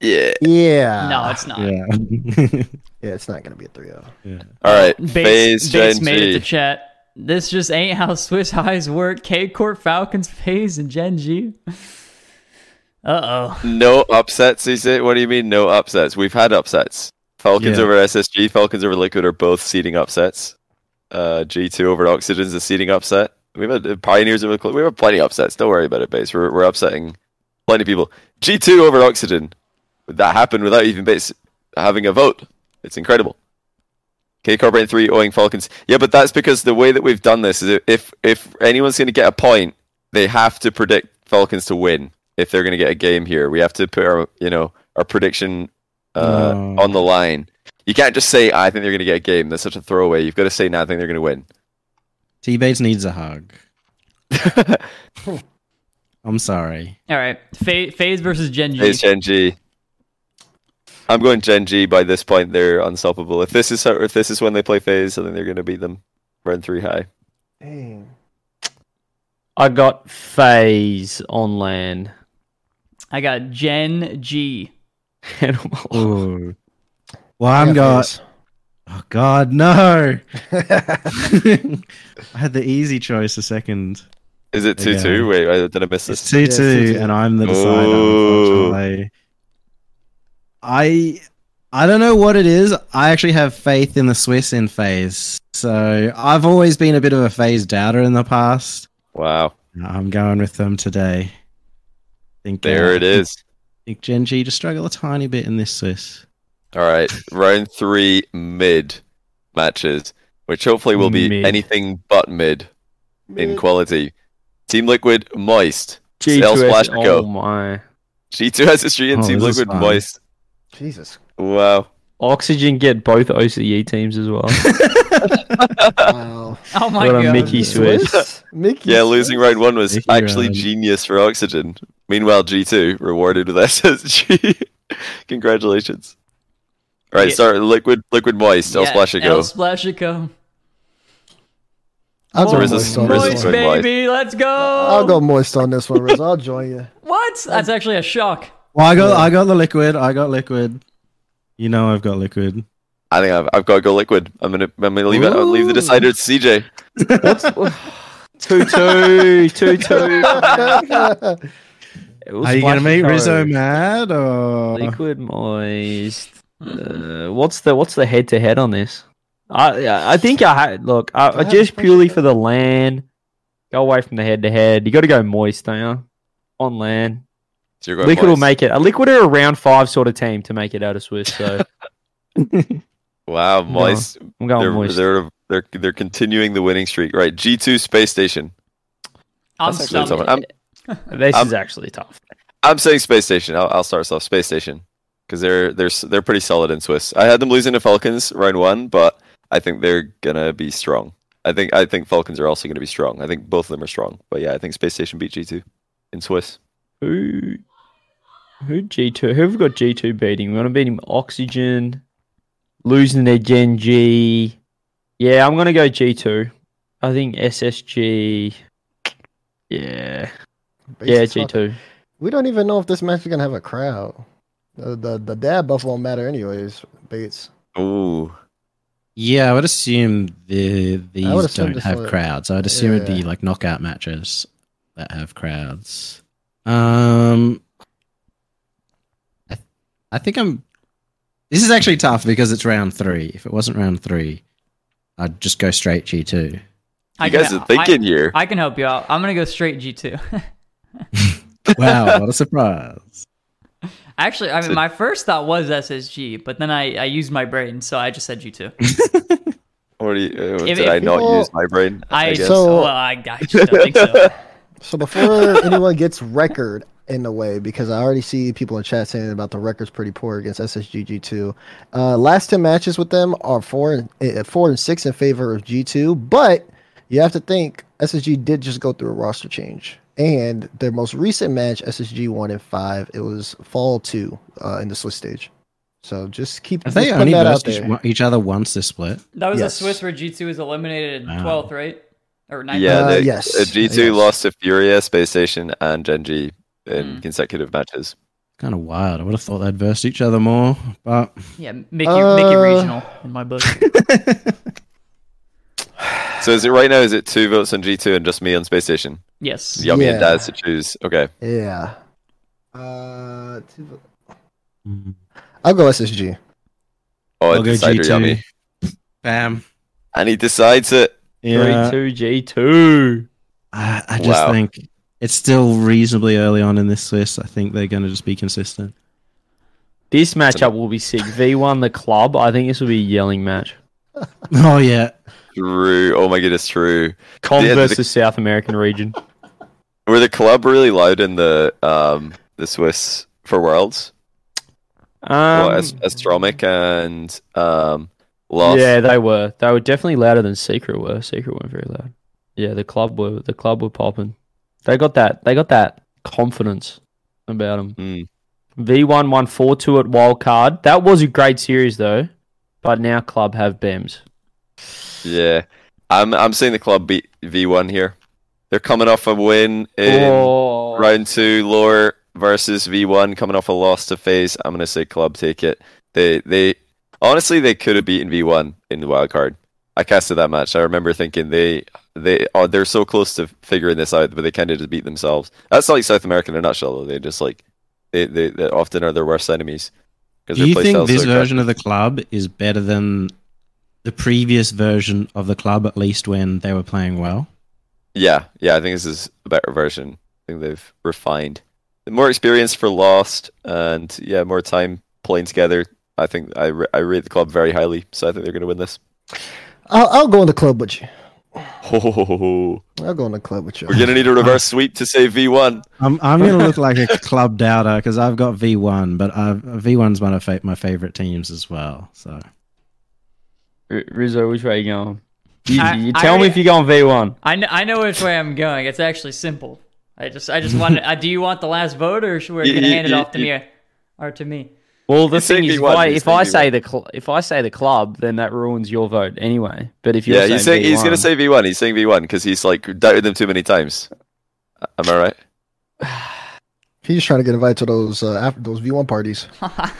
Speaker 4: yeah.
Speaker 5: Yeah.
Speaker 1: no, it's not.
Speaker 2: Yeah.
Speaker 5: Yeah, it's not gonna be a oh. 3-0.
Speaker 4: All right,
Speaker 1: Bates,
Speaker 4: phase
Speaker 1: Bates
Speaker 4: Gen
Speaker 1: made it to
Speaker 4: G.
Speaker 1: chat. This just ain't how Swiss highs work. K Corp, Falcons, Phase, and Gen G. Uh oh.
Speaker 4: No upsets, is it? What do you mean no upsets? We've had upsets. Falcons
Speaker 2: Yeah.
Speaker 4: over SSG, Falcons over Liquid are both seeding upsets. Uh, G2 over Oxygen's a seeding upset. We've had uh, Pioneers over Cl- we have plenty of upsets. Don't worry about it, Base. We're, we're upsetting plenty of people. G2 over Oxygen. That happened without even Base having a vote. It's incredible. K Carbine 3 owing Falcons. Yeah, but that's because the way that we've done this is if if anyone's going to get a point, they have to predict Falcons to win if they're going to get a game here. We have to put our, you know, our prediction uh,
Speaker 2: No.
Speaker 4: on the line. You can't just say I think they're going to get a game. That's such a throwaway. You've got to say no, I think they're going to win.
Speaker 2: T Bates needs a [laughs] hug. I'm sorry.
Speaker 1: All right. Fa- phase versus Gen G.
Speaker 4: It's Gen G. I'm going Gen G by this point. They're unstoppable. If this is how, if this is when they play phase, I think they're going to beat them. Run three high.
Speaker 5: [laughs] Dang.
Speaker 3: I got phase on land. [laughs]
Speaker 1: I got Gen G.
Speaker 3: Animal. [laughs]
Speaker 2: Ooh. Well, I'm got.
Speaker 5: guys.
Speaker 2: Oh God, no! [laughs] I had the easy choice a second.
Speaker 4: Is it two two?
Speaker 2: Yeah.
Speaker 4: Wait, I- did I miss this?
Speaker 2: It's two two,
Speaker 5: 2-2.
Speaker 2: and I'm the decider.
Speaker 4: Ooh.
Speaker 2: Unfortunately, I I don't know what it is. I actually have faith in the Swiss in phase. So I've always been a bit of a phase doubter in the past.
Speaker 4: Wow,
Speaker 2: I'm going with them today. Think
Speaker 4: there
Speaker 2: uh,
Speaker 4: it is.
Speaker 2: Think Gen G to struggle a tiny bit in this Swiss.
Speaker 4: All right, round three mid matches, which hopefully will be
Speaker 3: Mid.
Speaker 4: anything but mid, in quality. Team Liquid Moist.
Speaker 3: G2S.
Speaker 4: Sales flash to
Speaker 3: oh
Speaker 4: go.
Speaker 3: my.
Speaker 4: [laughs] G2 SSG and
Speaker 2: Oh,
Speaker 4: Team
Speaker 2: this is
Speaker 4: Liquid
Speaker 2: fun.
Speaker 4: Moist.
Speaker 5: Jesus.
Speaker 4: Wow.
Speaker 3: Oxygen get both OCE teams as well.
Speaker 5: Wow.
Speaker 1: Oh [laughs] my
Speaker 3: What a
Speaker 1: god.
Speaker 3: Mickey Swiss.
Speaker 1: [laughs]
Speaker 5: Mickey
Speaker 4: Yeah, losing round one was
Speaker 2: Mickey
Speaker 4: actually
Speaker 2: round.
Speaker 4: genius for Oxygen. Meanwhile, G2 rewarded with [laughs] SSG. Congratulations. All right,
Speaker 1: Yeah.
Speaker 4: sorry, Liquid Liquid Moist. I'll splash it go.
Speaker 1: El Splashico.
Speaker 5: I'll go
Speaker 4: Riz
Speaker 5: moist,
Speaker 4: is-
Speaker 5: on
Speaker 4: Riz
Speaker 5: this
Speaker 1: Moist,
Speaker 4: is Moist.
Speaker 5: one.
Speaker 4: good.
Speaker 1: baby. Let's go.
Speaker 5: I'll go moist on this one, Riz. I'll
Speaker 4: [laughs]
Speaker 5: join you.
Speaker 1: What? That's actually a shock.
Speaker 2: Well, I got I got the liquid. I got liquid. You know I've got liquid.
Speaker 4: I think I've, I've got to go Liquid. I'm gonna I'm gonna leave it. I'll leave the
Speaker 3: Ooh.
Speaker 4: decider to CJ.
Speaker 3: two two two two.
Speaker 5: [laughs]
Speaker 3: It was
Speaker 2: Are you gonna
Speaker 3: flash
Speaker 2: make
Speaker 3: to go.
Speaker 2: Rizzo mad or
Speaker 3: Liquid moist. Uh, what's the what's the head to head on this? I I I think I had look. I,
Speaker 5: Do I
Speaker 3: I
Speaker 5: have
Speaker 3: just
Speaker 5: the
Speaker 3: purely
Speaker 5: first
Speaker 3: for the land. Go away from the head to head. You got to go moist, don't you? On land,
Speaker 4: So you're going
Speaker 3: liquid will
Speaker 4: Moist.
Speaker 3: make it. A liquid are a round five sort of team to make it out of Swiss.
Speaker 4: [laughs]
Speaker 3: So
Speaker 4: Wow, Moist.
Speaker 3: I'm going
Speaker 4: they're,
Speaker 3: moist.
Speaker 4: they're they're they're continuing the winning streak. Right, G two space station.
Speaker 1: I'm
Speaker 4: That's actually
Speaker 1: stumped.
Speaker 4: something. I'm
Speaker 3: This
Speaker 4: I'm-
Speaker 3: is actually tough.
Speaker 4: I'm saying space station. I'll, I'll start us off space station because they're they're s- they're pretty solid in Swiss. I had them losing to Falcons round one, but I think they're gonna be strong. I think I think Falcons are also gonna be strong. I think both of them are strong. But yeah, I think space station beat G two in Swiss.
Speaker 3: Who who G two? Who have we got G two beating? We're gonna beat him Oxygen, losing their Gen G. Yeah, I'm gonna go G two. I think SSG. Yeah, yeah, G two.
Speaker 5: We don't even know if this match is gonna have a crowd. The the, the dad buff won't matter anyways, Bates.
Speaker 4: Ooh,
Speaker 2: Yeah, I would assume the these
Speaker 5: assume
Speaker 2: don't
Speaker 5: this
Speaker 2: have
Speaker 5: would-
Speaker 2: crowds. I would assume it'd be
Speaker 5: Yeah.
Speaker 2: like knockout matches that have crowds. Um, I, I think I'm. This is actually tough because it's round three. If it wasn't round three, I'd just go straight G two.
Speaker 5: [laughs]
Speaker 1: I
Speaker 4: you
Speaker 1: can-
Speaker 4: guys are thinking here.
Speaker 1: I, I can help you out. I'm gonna go straight G two. [laughs]
Speaker 2: Wow, what a surprise.
Speaker 1: Actually, I mean, my first thought was SSG, but then I, I used my brain, so I just said
Speaker 4: [laughs]
Speaker 1: G2.
Speaker 4: Or do you, uh, did
Speaker 1: if
Speaker 4: I not
Speaker 5: people-
Speaker 4: use my brain?
Speaker 1: I,
Speaker 4: guess.
Speaker 5: So-
Speaker 1: well, I, I just don't think
Speaker 4: [laughs]
Speaker 1: so.
Speaker 5: So before anyone gets record in the way, because I already see people in chat saying about the record's pretty poor against SSGG two. Uh, last ten matches with them are four and uh, four and six in favor of G two, but you have to think SSG did just go through a roster change. And their most recent match, SSG one and five, it was fall two uh, in the Swiss stage. So just keep
Speaker 2: Have
Speaker 5: just
Speaker 2: they
Speaker 5: putting
Speaker 2: only
Speaker 5: that out
Speaker 2: versed each,
Speaker 5: there.
Speaker 2: one- each other once this split?
Speaker 1: That was
Speaker 5: Yes.
Speaker 1: a Swiss where G2 was eliminated in
Speaker 2: Wow.
Speaker 1: 12th, right? Or 19th?
Speaker 4: yeah,
Speaker 5: Uh,
Speaker 4: they,
Speaker 5: yes,
Speaker 4: uh, G2
Speaker 5: yes.
Speaker 4: lost to Furia, Space Station, and Gen G in
Speaker 1: Hmm.
Speaker 4: consecutive matches.
Speaker 2: Kind of wild. I would have thought they'd versed each other more, but
Speaker 1: Yeah, Mickey, Mickey
Speaker 5: Uh,
Speaker 1: Regional in my
Speaker 4: [laughs]
Speaker 1: book.
Speaker 4: So is it right now? Is it two votes on G2 and just me on Space Station?
Speaker 1: Yes.
Speaker 4: Yummy and
Speaker 5: Yeah.
Speaker 4: Daz to choose. Okay.
Speaker 5: Yeah. Uh, two- I'll go SSG.
Speaker 4: Oh,
Speaker 2: I'll go
Speaker 4: it decided
Speaker 2: G2.
Speaker 4: Yummy.
Speaker 2: Bam.
Speaker 4: And he decides it.
Speaker 2: Yeah.
Speaker 3: Three two G two.
Speaker 2: I, I just
Speaker 4: Wow.
Speaker 2: think it's still reasonably early on in this list. I think they're going to just be consistent. [laughs]
Speaker 3: This matchup will be sick. V one the club. I think this will be a yelling match.
Speaker 2: Oh, yeah.
Speaker 4: True. Oh my goodness, true.
Speaker 3: Com
Speaker 4: Yeah, the-
Speaker 3: versus South American region.
Speaker 4: Were the club really loud in the um the Swiss for Worlds?
Speaker 3: Um,
Speaker 4: Well, Ast- Astromic and um Lost.
Speaker 3: Yeah, they were. They were definitely louder than Secret were. Secret weren't very loud. Yeah, the club were. The club were popping. They got that. They got that confidence about them.
Speaker 4: Mm.
Speaker 3: V1 won 4 2 at wildcard. That was a great series, though. But now club have BEMS.
Speaker 4: Yeah. I'm I'm seeing the club beat V one here. They're coming off a win in
Speaker 3: oh,
Speaker 4: round two lore versus V one coming off a loss to phase. I'm gonna say club take it. They they honestly they could have beaten V one in the wild card. I casted that match. I remember thinking they they oh they're so close to figuring this out, but they kind of just beat themselves. That's like South America in a nutshell. Though. They just like they, they they often are their worst enemies. 'Cause
Speaker 2: Do
Speaker 4: their
Speaker 2: you
Speaker 4: play
Speaker 2: think
Speaker 4: style's so
Speaker 2: this
Speaker 4: crap.
Speaker 2: version of the club is better than the previous version of the club, at least when they were playing well?
Speaker 4: Yeah, yeah, I think this is a better version. I think they've refined. More experience for Lost and yeah, more time playing together. I think I, ra- I rate the club very highly, so I think they're going to win this.
Speaker 5: I'll, I'll go in the club with you.
Speaker 4: [laughs] Ho, ho, ho, ho, ho.
Speaker 5: I'll go in the club with you.
Speaker 4: We're going to need a [laughs] reverse sweep to save V1.
Speaker 2: I'm, I'm going to look like a club doubter because I've got V1, but I've, V1's one of fa- my favorite teams as well. So
Speaker 3: R- Rizzo, which way are you going? You,
Speaker 1: I-
Speaker 3: you
Speaker 1: I
Speaker 3: tell me
Speaker 1: already-
Speaker 3: if you're going V1.
Speaker 1: I know, I know which way I'm going. It's actually simple. I just I just
Speaker 4: [laughs]
Speaker 1: want. uh, do you want the last vote, or should we
Speaker 4: You-
Speaker 1: gonna
Speaker 4: you-
Speaker 1: hand
Speaker 4: you-
Speaker 1: it off to
Speaker 4: you-
Speaker 1: me, or to me?
Speaker 3: Well, the
Speaker 4: He's saying
Speaker 3: thing is, if
Speaker 4: V1,
Speaker 3: I,
Speaker 4: he's
Speaker 3: if I
Speaker 4: saying
Speaker 3: say the cl- if I say the club, then that ruins your vote anyway. But if you're
Speaker 4: yeah, he's saying
Speaker 3: saying
Speaker 4: he's going
Speaker 3: V1
Speaker 4: to say V1. He's saying V1 because he's like doubted them too many times. A- Am I [laughs] right?
Speaker 5: He's just trying to get invited to those uh, after those V1
Speaker 2: [laughs]
Speaker 5: parties.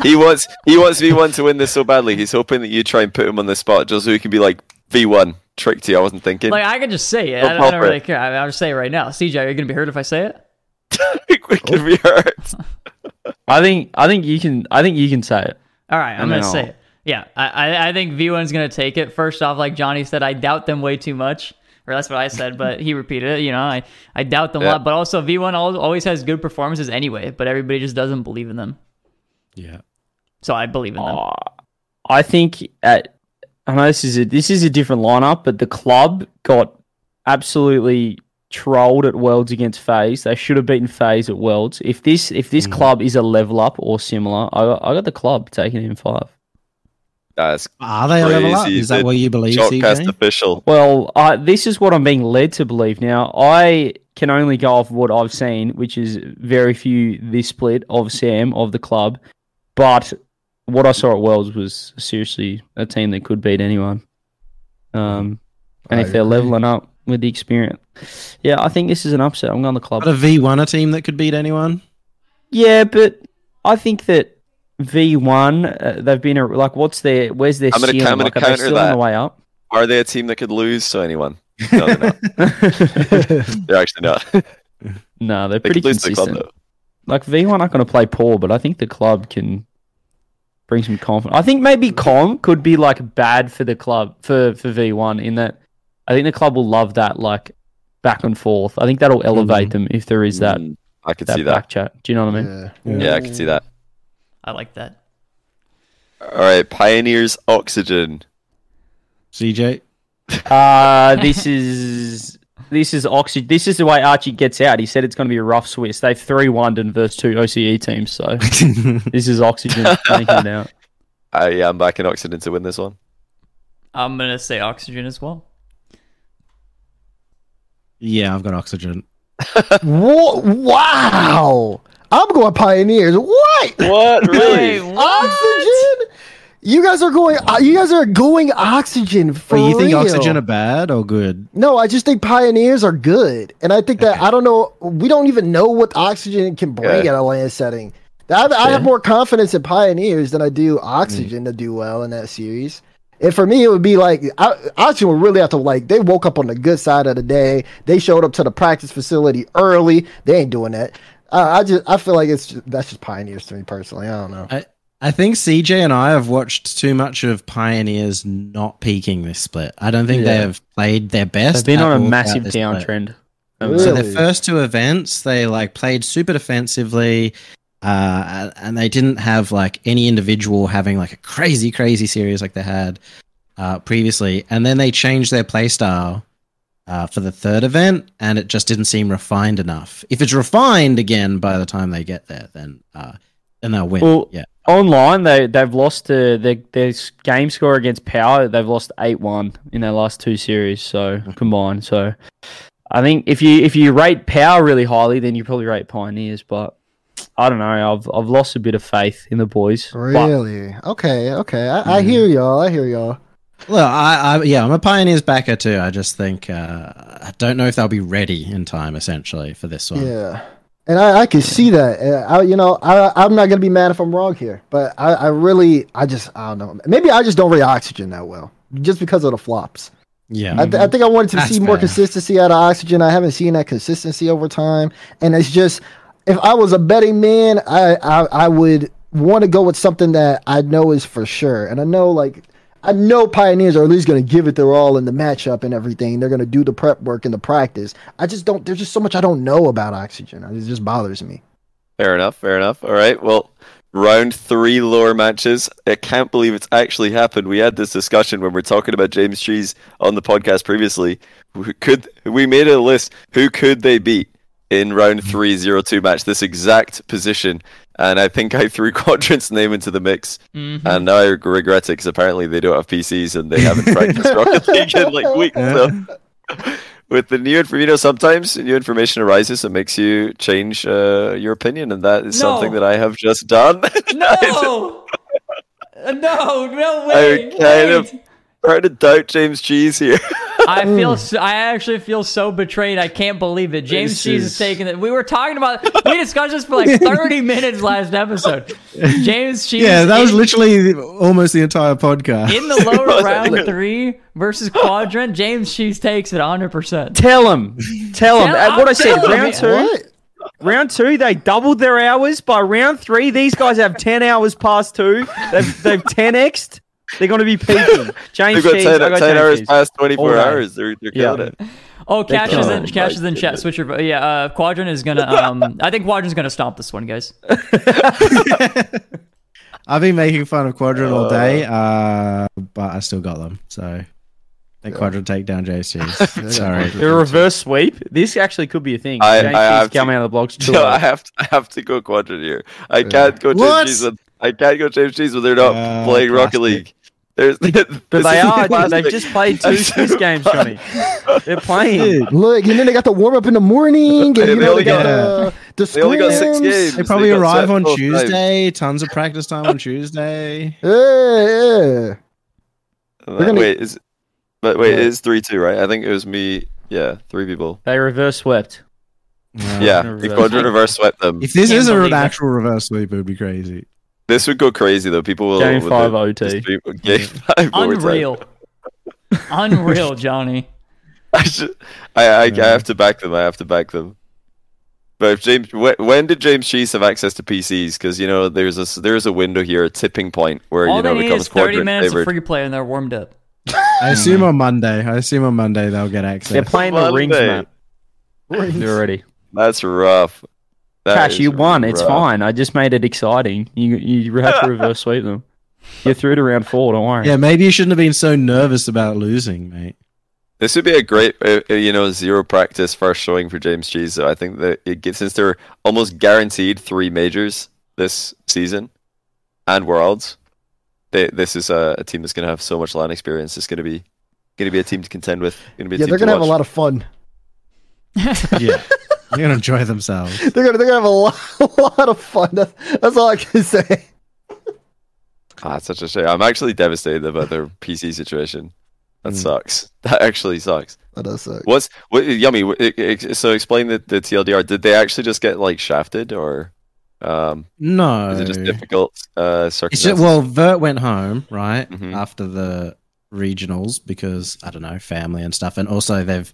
Speaker 4: He wants he wants V1 to win this so badly. He's hoping that you try and put him on the spot just so he can be like V1 tricked you. I wasn't thinking. [laughs]
Speaker 1: Like I could just say it. I
Speaker 4: No
Speaker 1: don't, I don't
Speaker 4: culprit.
Speaker 1: really care. I mean, I'll just say it right now. CJ, are you gonna be hurt if I say it?
Speaker 4: we could be hurt.
Speaker 3: I think I think you can I think you can say it.
Speaker 1: All right, I'm
Speaker 3: And then
Speaker 1: gonna say
Speaker 3: I'll-
Speaker 1: it. Yeah, I, I, I think V1's gonna take it. First off, like Johnny said, I doubt them way too much. Or that's what I said, but he repeated it. You know, I, I doubt them a
Speaker 4: Yeah.
Speaker 1: lot. But also, V1 al- always has good performances anyway, but everybody just doesn't believe in them.
Speaker 2: yeah,
Speaker 1: So I believe in them.
Speaker 3: I think at I know this is a this is a different lineup, but the club got absolutely trolled at Worlds against Phase. They should have beaten Phase at Worlds. If this if this club is a level up or similar, I got, I got the club taking in five.
Speaker 4: That's
Speaker 2: are they a level up?
Speaker 4: Crazy,
Speaker 2: Is that
Speaker 4: dude.
Speaker 2: what you believe?
Speaker 4: Shotcast
Speaker 2: CJ?
Speaker 4: official.
Speaker 3: Well, I this is what I'm being led to believe now. I can only go off what I've seen, which is very few this split of Sam of the club, but what I saw at Worlds was seriously a team that could beat anyone. Um, and
Speaker 5: I
Speaker 3: if they're
Speaker 5: agree.
Speaker 3: leveling up with the experience, yeah, I think this is an upset. I'm going the club.
Speaker 2: But a V1 a team that could beat anyone?
Speaker 3: Yeah, but I think that V1 uh, they've been a, like, what's their where's their
Speaker 4: I'm gonna-
Speaker 3: ceiling?
Speaker 4: I'm gonna
Speaker 3: Like, are they
Speaker 4: counter
Speaker 3: still on
Speaker 4: that.
Speaker 3: the way up?
Speaker 4: Are they a team that could lose to anyone? No, they're
Speaker 3: [laughs]
Speaker 4: not. they're actually not. They
Speaker 3: no, they're pretty
Speaker 4: could lose to the
Speaker 3: consistent.
Speaker 4: club though.
Speaker 3: Like V1 aren't going to play poor, but I think the club can bring some confidence. I think maybe Com could be like bad for the club for for V1 in that I think the club will love that like back and forth. I think that'll elevate them if there is that
Speaker 4: Mm. I could
Speaker 3: that
Speaker 4: see
Speaker 3: back
Speaker 4: that.
Speaker 3: chat. Do you know what I mean?
Speaker 5: Yeah.
Speaker 4: Yeah, I could see that.
Speaker 1: I like that.
Speaker 4: All right, Pioneers Oxygen. [laughs]
Speaker 2: CJ.
Speaker 3: Uh, this is this is oxygen. This is the way Archie gets out. He said it's going to be a rough Swiss. They've three one and versus two OCE teams, so [laughs] this is oxygen taking out.
Speaker 4: I, yeah, I'm backing Oxygen to win this one.
Speaker 1: I'm gonna say oxygen as well.
Speaker 2: yeah, I've got oxygen.
Speaker 5: Wha- wow. I'm going pioneers. What?
Speaker 4: What? [laughs] Really?
Speaker 5: Oxygen? You guys are going. uh, you guys are going oxygen. For
Speaker 2: Well, you think
Speaker 5: real.
Speaker 2: oxygen are bad or good?
Speaker 5: No, I just think pioneers are good, and I think that I don't know. We don't even know what oxygen can bring
Speaker 4: Yeah.
Speaker 5: in a land setting. I, I have more confidence in pioneers than I do oxygen to do well in that series. And for me, it would be like I, oxygen would really have to like they woke up on the good side of the day. They showed up to the practice facility early. They ain't doing that. I I just I feel like it's just, that's just pioneers to me personally. I don't know.
Speaker 2: I, I think CJ and I have watched too much of Pioneers not peaking this split. I don't think
Speaker 3: Yeah.
Speaker 2: they've played their
Speaker 3: They've
Speaker 2: best.
Speaker 3: been
Speaker 2: at
Speaker 3: on
Speaker 2: all
Speaker 3: a
Speaker 2: throughout
Speaker 3: massive
Speaker 2: this split.
Speaker 3: downtrend.
Speaker 2: So
Speaker 5: Really?
Speaker 2: the first two events, they like played super defensively, uh, and they didn't have like any individual having like a crazy, crazy series like they had uh, previously. And then they changed their playstyle uh, for the third event, and it just didn't seem refined enough. If it's refined again by the time they get there, then uh, then they'll win.
Speaker 3: Well-
Speaker 2: yeah,
Speaker 3: Online, they they've lost uh, their their s- game score against Power. They've lost eight one in their last two series, so combined. So, I think if you if you rate Power really highly, then you probably rate Pioneers. But I don't know. I've I've lost a bit of faith in the boys. But
Speaker 5: Really? Okay, okay. I, I hear y'all. I hear y'all.
Speaker 2: well, I, I yeah, I'm a Pioneers backer too. I just think uh, I don't know if they'll be ready in time, essentially, for this one.
Speaker 5: Yeah, and I, I can see that. Uh, I, you know, I, I'm not gonna be mad if I'm wrong here, but I, I really, I just, I don't know. Maybe I just don't rate oxygen that well, just because of the flops.
Speaker 2: yeah.
Speaker 5: I, th- I think I wanted to
Speaker 2: That's
Speaker 5: see more
Speaker 2: fair.
Speaker 5: consistency out of oxygen. I haven't seen that consistency over time, and it's just, if I was a betting man, I, I, I would want to go with something that I know is for sure, and I know like. I know pioneers are at least going to give it their all in the matchup and everything. They're going to do the prep work and the practice. I just don't. There's just so much I don't know about oxygen. It just bothers me.
Speaker 4: Fair enough. Fair enough. All right. Well, round three lore matches. I can't believe it's actually happened. We had this discussion when we were talking about James Trees on the podcast previously. Who Could we made a list? Who could they beat in round three zero two match? This exact position, and I think I threw [laughs] Quadrant's name into the mix, [laughs]
Speaker 1: Mhm.
Speaker 4: and now Uh, I regret it because apparently they don't have PCs and they haven't practiced
Speaker 3: [laughs]
Speaker 4: Rocket League in like weeks. So [laughs] with the new information, you know, sometimes new information arises that makes you change uh, your opinion, and that is something
Speaker 1: No.
Speaker 4: that I have just done. [laughs]
Speaker 1: No, Uh, no, no
Speaker 4: I
Speaker 1: way.
Speaker 4: kind of- Trying to doubt James Cheese here. [laughs]
Speaker 1: I
Speaker 2: Mm.
Speaker 1: feel so, I actually feel so betrayed. I can't believe it. James
Speaker 2: This
Speaker 1: Cheese
Speaker 2: is-
Speaker 1: is taking it. We were talking about we discussed this for
Speaker 2: [laughs]
Speaker 1: like 30 minutes last episode. James Cheese
Speaker 2: Yeah, that was
Speaker 1: in-
Speaker 2: literally the- almost the entire podcast.
Speaker 1: in the
Speaker 2: [laughs]
Speaker 1: lower round 3 versus quadrant. James Cheese takes it 100%.
Speaker 3: tell them, tell them
Speaker 1: Tell-
Speaker 3: what I said.
Speaker 1: I'll tell 'em.
Speaker 3: Round two, round two, they doubled their hours. By round three, these guys have ten hours past two. They've they've ten xed. They're going to be peaking. James
Speaker 4: They've got
Speaker 3: Cheese,
Speaker 4: 10,
Speaker 3: I got
Speaker 4: 10
Speaker 3: James
Speaker 4: hours
Speaker 3: Cheese.
Speaker 4: past 24
Speaker 3: All right.
Speaker 4: hours. They're, they're
Speaker 3: Yeah.
Speaker 4: killing it.
Speaker 1: Oh, Cash is in
Speaker 4: Oh,
Speaker 1: Cash
Speaker 4: my
Speaker 1: is in chat.
Speaker 4: goodness.
Speaker 1: Switch your yeah, uh, quadrant is
Speaker 2: [laughs]
Speaker 1: going to um I think quadrant's going to stomp this one, guys.
Speaker 2: I've been making fun of Quadrant all day, uh, but I still got them. So they Quadrant take
Speaker 1: [laughs]
Speaker 2: down JC. Sorry.
Speaker 3: A reverse sweep. This actually could be a thing.
Speaker 4: I-
Speaker 3: James
Speaker 4: I
Speaker 3: Cheese
Speaker 4: have to-
Speaker 3: coming out of the blocks. too
Speaker 4: [laughs] No,
Speaker 3: late.
Speaker 4: I have to, I have to go Quadrant here. I can't go
Speaker 2: What?
Speaker 4: James Cheese. With, I can't go James Cheese when they're not
Speaker 2: Uh,
Speaker 4: playing
Speaker 2: plastic.
Speaker 4: Rocket League. There's, [laughs] but
Speaker 3: But they are. dude. They've just played
Speaker 4: [laughs]
Speaker 3: two Swiss games, Johnny. They're playing.
Speaker 5: Look, and then they got the warm up in
Speaker 4: [laughs]
Speaker 5: the morning, and
Speaker 4: They-
Speaker 5: you
Speaker 4: they
Speaker 5: know
Speaker 4: only
Speaker 5: they got
Speaker 2: got-
Speaker 4: [laughs]
Speaker 5: the, the
Speaker 4: they only got six
Speaker 5: scrims.
Speaker 4: games.
Speaker 2: They probably
Speaker 4: got
Speaker 2: arrive
Speaker 4: set
Speaker 2: on
Speaker 4: full time.
Speaker 2: Tuesday. Tons of practice time on Tuesday.
Speaker 5: Yeah, yeah.
Speaker 4: Uh,
Speaker 5: gonna-
Speaker 4: Wait, is but wait,
Speaker 5: Yeah.
Speaker 4: it is three two, right? I think it was me. Yeah, three people.
Speaker 3: They reverse swept.
Speaker 2: Uh,
Speaker 4: Yeah,
Speaker 3: reverse
Speaker 4: the quadrant
Speaker 3: sweep.
Speaker 4: reverse swept them.
Speaker 2: If this
Speaker 1: Can't
Speaker 2: is
Speaker 1: believe
Speaker 2: an
Speaker 1: it.
Speaker 2: actual reverse sweep, it would be crazy.
Speaker 4: This would go crazy though. People will
Speaker 3: Game
Speaker 4: with
Speaker 3: five
Speaker 4: the-
Speaker 3: OT.
Speaker 4: the stream- Game [laughs] five overtime.
Speaker 1: Unreal.
Speaker 4: [laughs]
Speaker 1: Unreal, Johnny.
Speaker 4: I, should, I, I,
Speaker 2: Yeah.
Speaker 4: I have to back them. I have to back them. But if James, wh- when did James Cheese have access to PCs? Because you know, there's a s- there's a window here, a tipping point where
Speaker 1: All
Speaker 4: you
Speaker 1: they
Speaker 4: know it
Speaker 1: need
Speaker 4: becomes
Speaker 1: is 30
Speaker 4: quadrant
Speaker 1: minutes
Speaker 4: favored.
Speaker 1: of free play and they're warmed
Speaker 2: [laughs]
Speaker 1: up.
Speaker 2: I assume on Monday. I assume on Monday they'll get
Speaker 3: They're
Speaker 2: access.
Speaker 3: playing the rings
Speaker 4: Monday.
Speaker 3: map. They're already.
Speaker 4: That's rough. That
Speaker 3: Crash,
Speaker 4: is
Speaker 3: you won. It's
Speaker 4: rough.
Speaker 3: fine. I just made it exciting. You you
Speaker 4: [laughs]
Speaker 3: have to reverse sweep them. You're through to round four. Don't worry.
Speaker 2: Yeah, maybe you shouldn't have been so nervous about
Speaker 1: [laughs]
Speaker 2: losing, mate.
Speaker 4: This would be a great, uh, uh, you know, zero practice first showing for James Cheese. So I think that it gets, since they're almost guaranteed three majors this season and Worlds, they, this is a, a team that's going to have so much LAN experience. It's going to be going to be a team to contend with. Gonna be a
Speaker 5: Yeah,
Speaker 4: team
Speaker 5: they're
Speaker 4: to
Speaker 5: gonna have a
Speaker 4: watch.
Speaker 5: lot of fun. [laughs]
Speaker 2: Yeah. They're gonna enjoy themselves.
Speaker 5: They're gonna they're gonna have a lot, [laughs] a lot of fun. That's, that's all I can [laughs] say.
Speaker 4: Ah, it's such a shame. I'm actually devastated about their [laughs] PC situation.
Speaker 5: Mm.
Speaker 4: That sucks. [laughs] That actually sucks.
Speaker 5: That does suck.
Speaker 4: What's what, yummy? wh- e- e- So explain the, the TLDR. Did they actually just get like shafted, or um,
Speaker 2: No.
Speaker 4: is it just difficult uh,
Speaker 2: It's
Speaker 4: circumstances?
Speaker 2: just, well, Vert went home, right?
Speaker 4: Mhm.
Speaker 2: After the regionals because I don't know, family and stuff. And also they've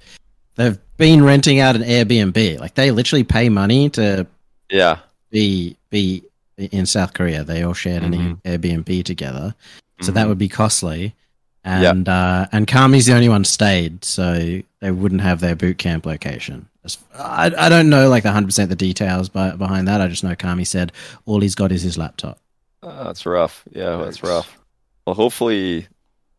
Speaker 2: they've been renting out an Airbnb. Like they literally pay money to
Speaker 4: yeah.
Speaker 2: be be in South Korea. They all shared an Airbnb together. So that
Speaker 4: Mhm.
Speaker 2: would be costly.
Speaker 4: Yeah.
Speaker 2: And uh, and Kami's the only one stayed, so they wouldn't have their boot camp location. As- I, I don't know like the hundred percent the details by, behind that. I just know Kami said all he's got is his laptop.
Speaker 4: Oh, that's rough. Yeah, that's rough. Well, hopefully.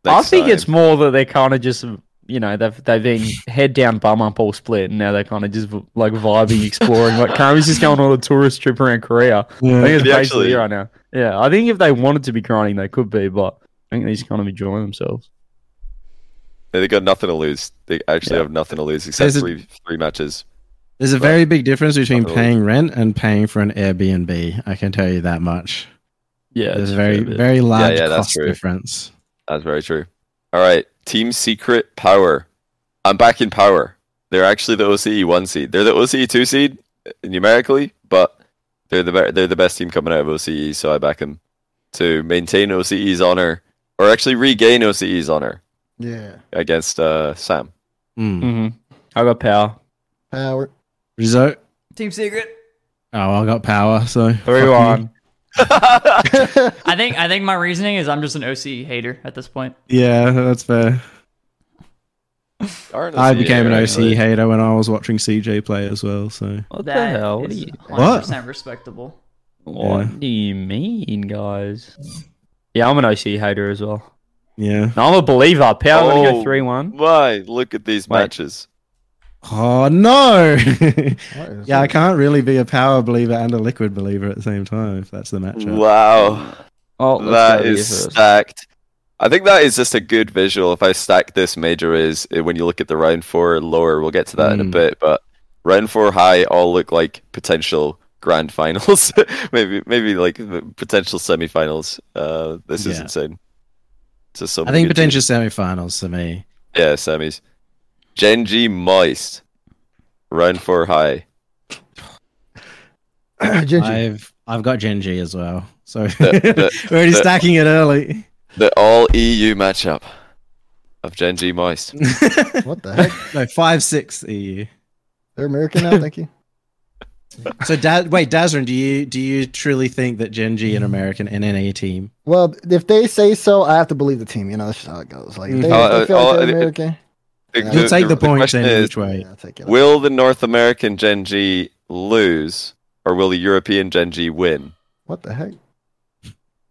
Speaker 3: I
Speaker 4: next
Speaker 3: think it's
Speaker 4: time-
Speaker 3: more that they're kind of just, you know, they've they've been head down, bum up, all split, and now they're kind of just like vibing, exploring. like Kami's just going on a tourist trip around Korea. I think it's basically
Speaker 4: Yeah, actually-
Speaker 3: right now. Yeah, I think if they wanted to be grinding, they could be, but I think they just kind of enjoying themselves.
Speaker 4: they got nothing to lose. They actually
Speaker 3: Yeah.
Speaker 4: have nothing to lose except
Speaker 2: There's a-
Speaker 4: three three matches.
Speaker 2: There's a very big difference between
Speaker 4: Absolutely.
Speaker 2: paying rent and paying for an Airbnb. I can tell you that much.
Speaker 3: Yeah,
Speaker 2: There's
Speaker 3: it's
Speaker 2: a
Speaker 3: a
Speaker 2: very
Speaker 3: fair bit.
Speaker 2: very large
Speaker 4: yeah, that's
Speaker 2: cost
Speaker 4: true.
Speaker 2: difference.
Speaker 4: That's very true. All right, Team Secret Power. I'm back in power. They're actually the OCE one seed. They're the OCE two seed uh, numerically, but they're the be- they're the best team coming out of OCE. So I back them to maintain OCE's honor, or actually regain OCE's honor
Speaker 5: Yeah.
Speaker 4: against uh, Sam. Hmm.
Speaker 2: Mm.
Speaker 3: Mhm. I got power.
Speaker 5: Power.
Speaker 2: Result?
Speaker 1: Team Secret.
Speaker 2: Oh, I got power. So
Speaker 3: Three one.
Speaker 1: I think I think my reasoning is I'm just an OC hater at this point.
Speaker 2: Yeah, that's fair.
Speaker 4: Darn
Speaker 2: I became an E
Speaker 4: hater,
Speaker 2: OC
Speaker 4: actually.
Speaker 2: hater when I was watching CJ play as well. So
Speaker 3: What
Speaker 1: That
Speaker 3: the hell? What do
Speaker 1: is
Speaker 3: you,
Speaker 1: 100% respectable. [gasps]
Speaker 3: what
Speaker 2: Yeah.
Speaker 3: do you mean, guys? Yeah, I'm an OC hater as well.
Speaker 2: yeah.
Speaker 3: No, I'm a believer. Power, I'm gonna
Speaker 4: Oh.
Speaker 3: go three one.
Speaker 4: Why? Look at these
Speaker 3: Wait.
Speaker 4: matches.
Speaker 2: Oh
Speaker 4: [laughs]
Speaker 2: no!
Speaker 5: What is
Speaker 2: yeah, I
Speaker 5: this?
Speaker 2: can't really be a power believer and a liquid believer at the same time if that's the matchup.
Speaker 4: Wow,
Speaker 3: Oh,
Speaker 4: that is stacked. I think that is just a good visual. If I stack this major is uh, when you look at the round four lower, we'll get to that in a
Speaker 2: Mm.
Speaker 4: bit. But round four high all look like potential grand [laughs] finals, maybe maybe like the potential semifinals. Uh, this is
Speaker 2: Yeah.
Speaker 4: insane. It's just so
Speaker 2: I
Speaker 4: many
Speaker 2: think
Speaker 4: good teams.
Speaker 2: potential semifinals for me.
Speaker 4: yeah semis. Genji Moist, round four high.
Speaker 5: [coughs] Ginger.
Speaker 2: I've I've got Genji as well, so
Speaker 4: the-
Speaker 2: [laughs] we're already
Speaker 4: the-
Speaker 2: stacking it early.
Speaker 4: The all EU matchup of Genji Moist.
Speaker 5: What the heck?
Speaker 2: No, five six E EU.
Speaker 5: They're American
Speaker 2: [laughs]
Speaker 5: now. Thank you.
Speaker 2: So, da- wait, Dazrin, do you do you truly think that Genji an American NNA team?
Speaker 5: Well, if they say so, I have to believe the team. You know, that's just how it goes. Like, if they,
Speaker 4: Mhm.
Speaker 5: if they feel
Speaker 4: Uh, uh,
Speaker 5: like they're
Speaker 4: uh,
Speaker 5: American, Yeah.
Speaker 2: You'll take the, points
Speaker 4: question
Speaker 2: any
Speaker 4: is,
Speaker 2: which way.
Speaker 5: yeah, I'll take it.
Speaker 4: Will the North American Gen G lose, or will the European Gen G win?
Speaker 5: what the heck?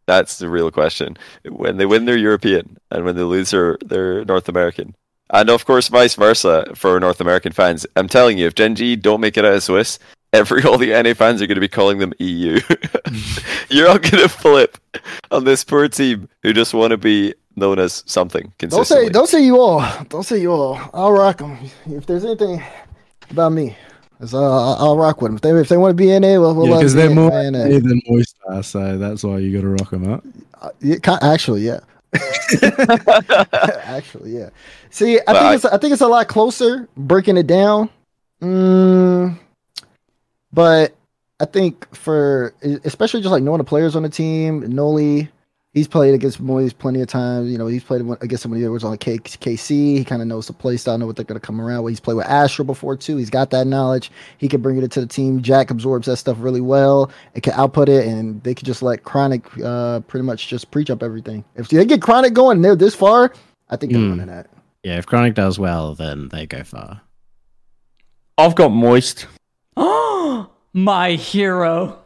Speaker 4: That's the real question. When they win, they're European, and when they lose, they're, they're North American. And of course, vice versa for North American fans. I'm telling you, if Gen G don't make it out of Swiss, [laughs] every all the NA fans are going to be calling them EU. [laughs] You're all going to flip on this poor team who just want to be known as something
Speaker 5: Don't say,
Speaker 4: consistently.
Speaker 5: don't say you all. Don't say you all. I'll rock them. If there's anything about me, it's, uh, I'll, I'll rock with them. If they, if they want to be NA, we'll, we'll let
Speaker 2: because
Speaker 5: them
Speaker 2: they're
Speaker 5: be
Speaker 2: more
Speaker 5: NA.
Speaker 2: NA than Moistar, so that's why you got to rock them up.
Speaker 5: Uh, yeah, ki-
Speaker 4: [laughs]
Speaker 5: actually, yeah. actually, yeah. See, I
Speaker 4: But
Speaker 5: think
Speaker 4: I-
Speaker 5: it's I think it's a lot closer breaking it down. Mm, but I think for e, especially just like knowing the players on the team, Noli, he's played against Moyes plenty of times. You know, he's played against somebody that was on K- KC. He kind of knows the play style, know what they're going to come around with. He's played with Astro before too. He's got that knowledge. He can bring it into the team. Jack absorbs that stuff really well. It can output it, and they could just let Chronic uh, pretty much just preach up everything. If they get Chronic going, and they're this far. I think they're
Speaker 2: Mm.
Speaker 5: winning that.
Speaker 2: Yeah, if Chronic does well, then they go far.
Speaker 3: I've got moist.
Speaker 1: Oh, my hero.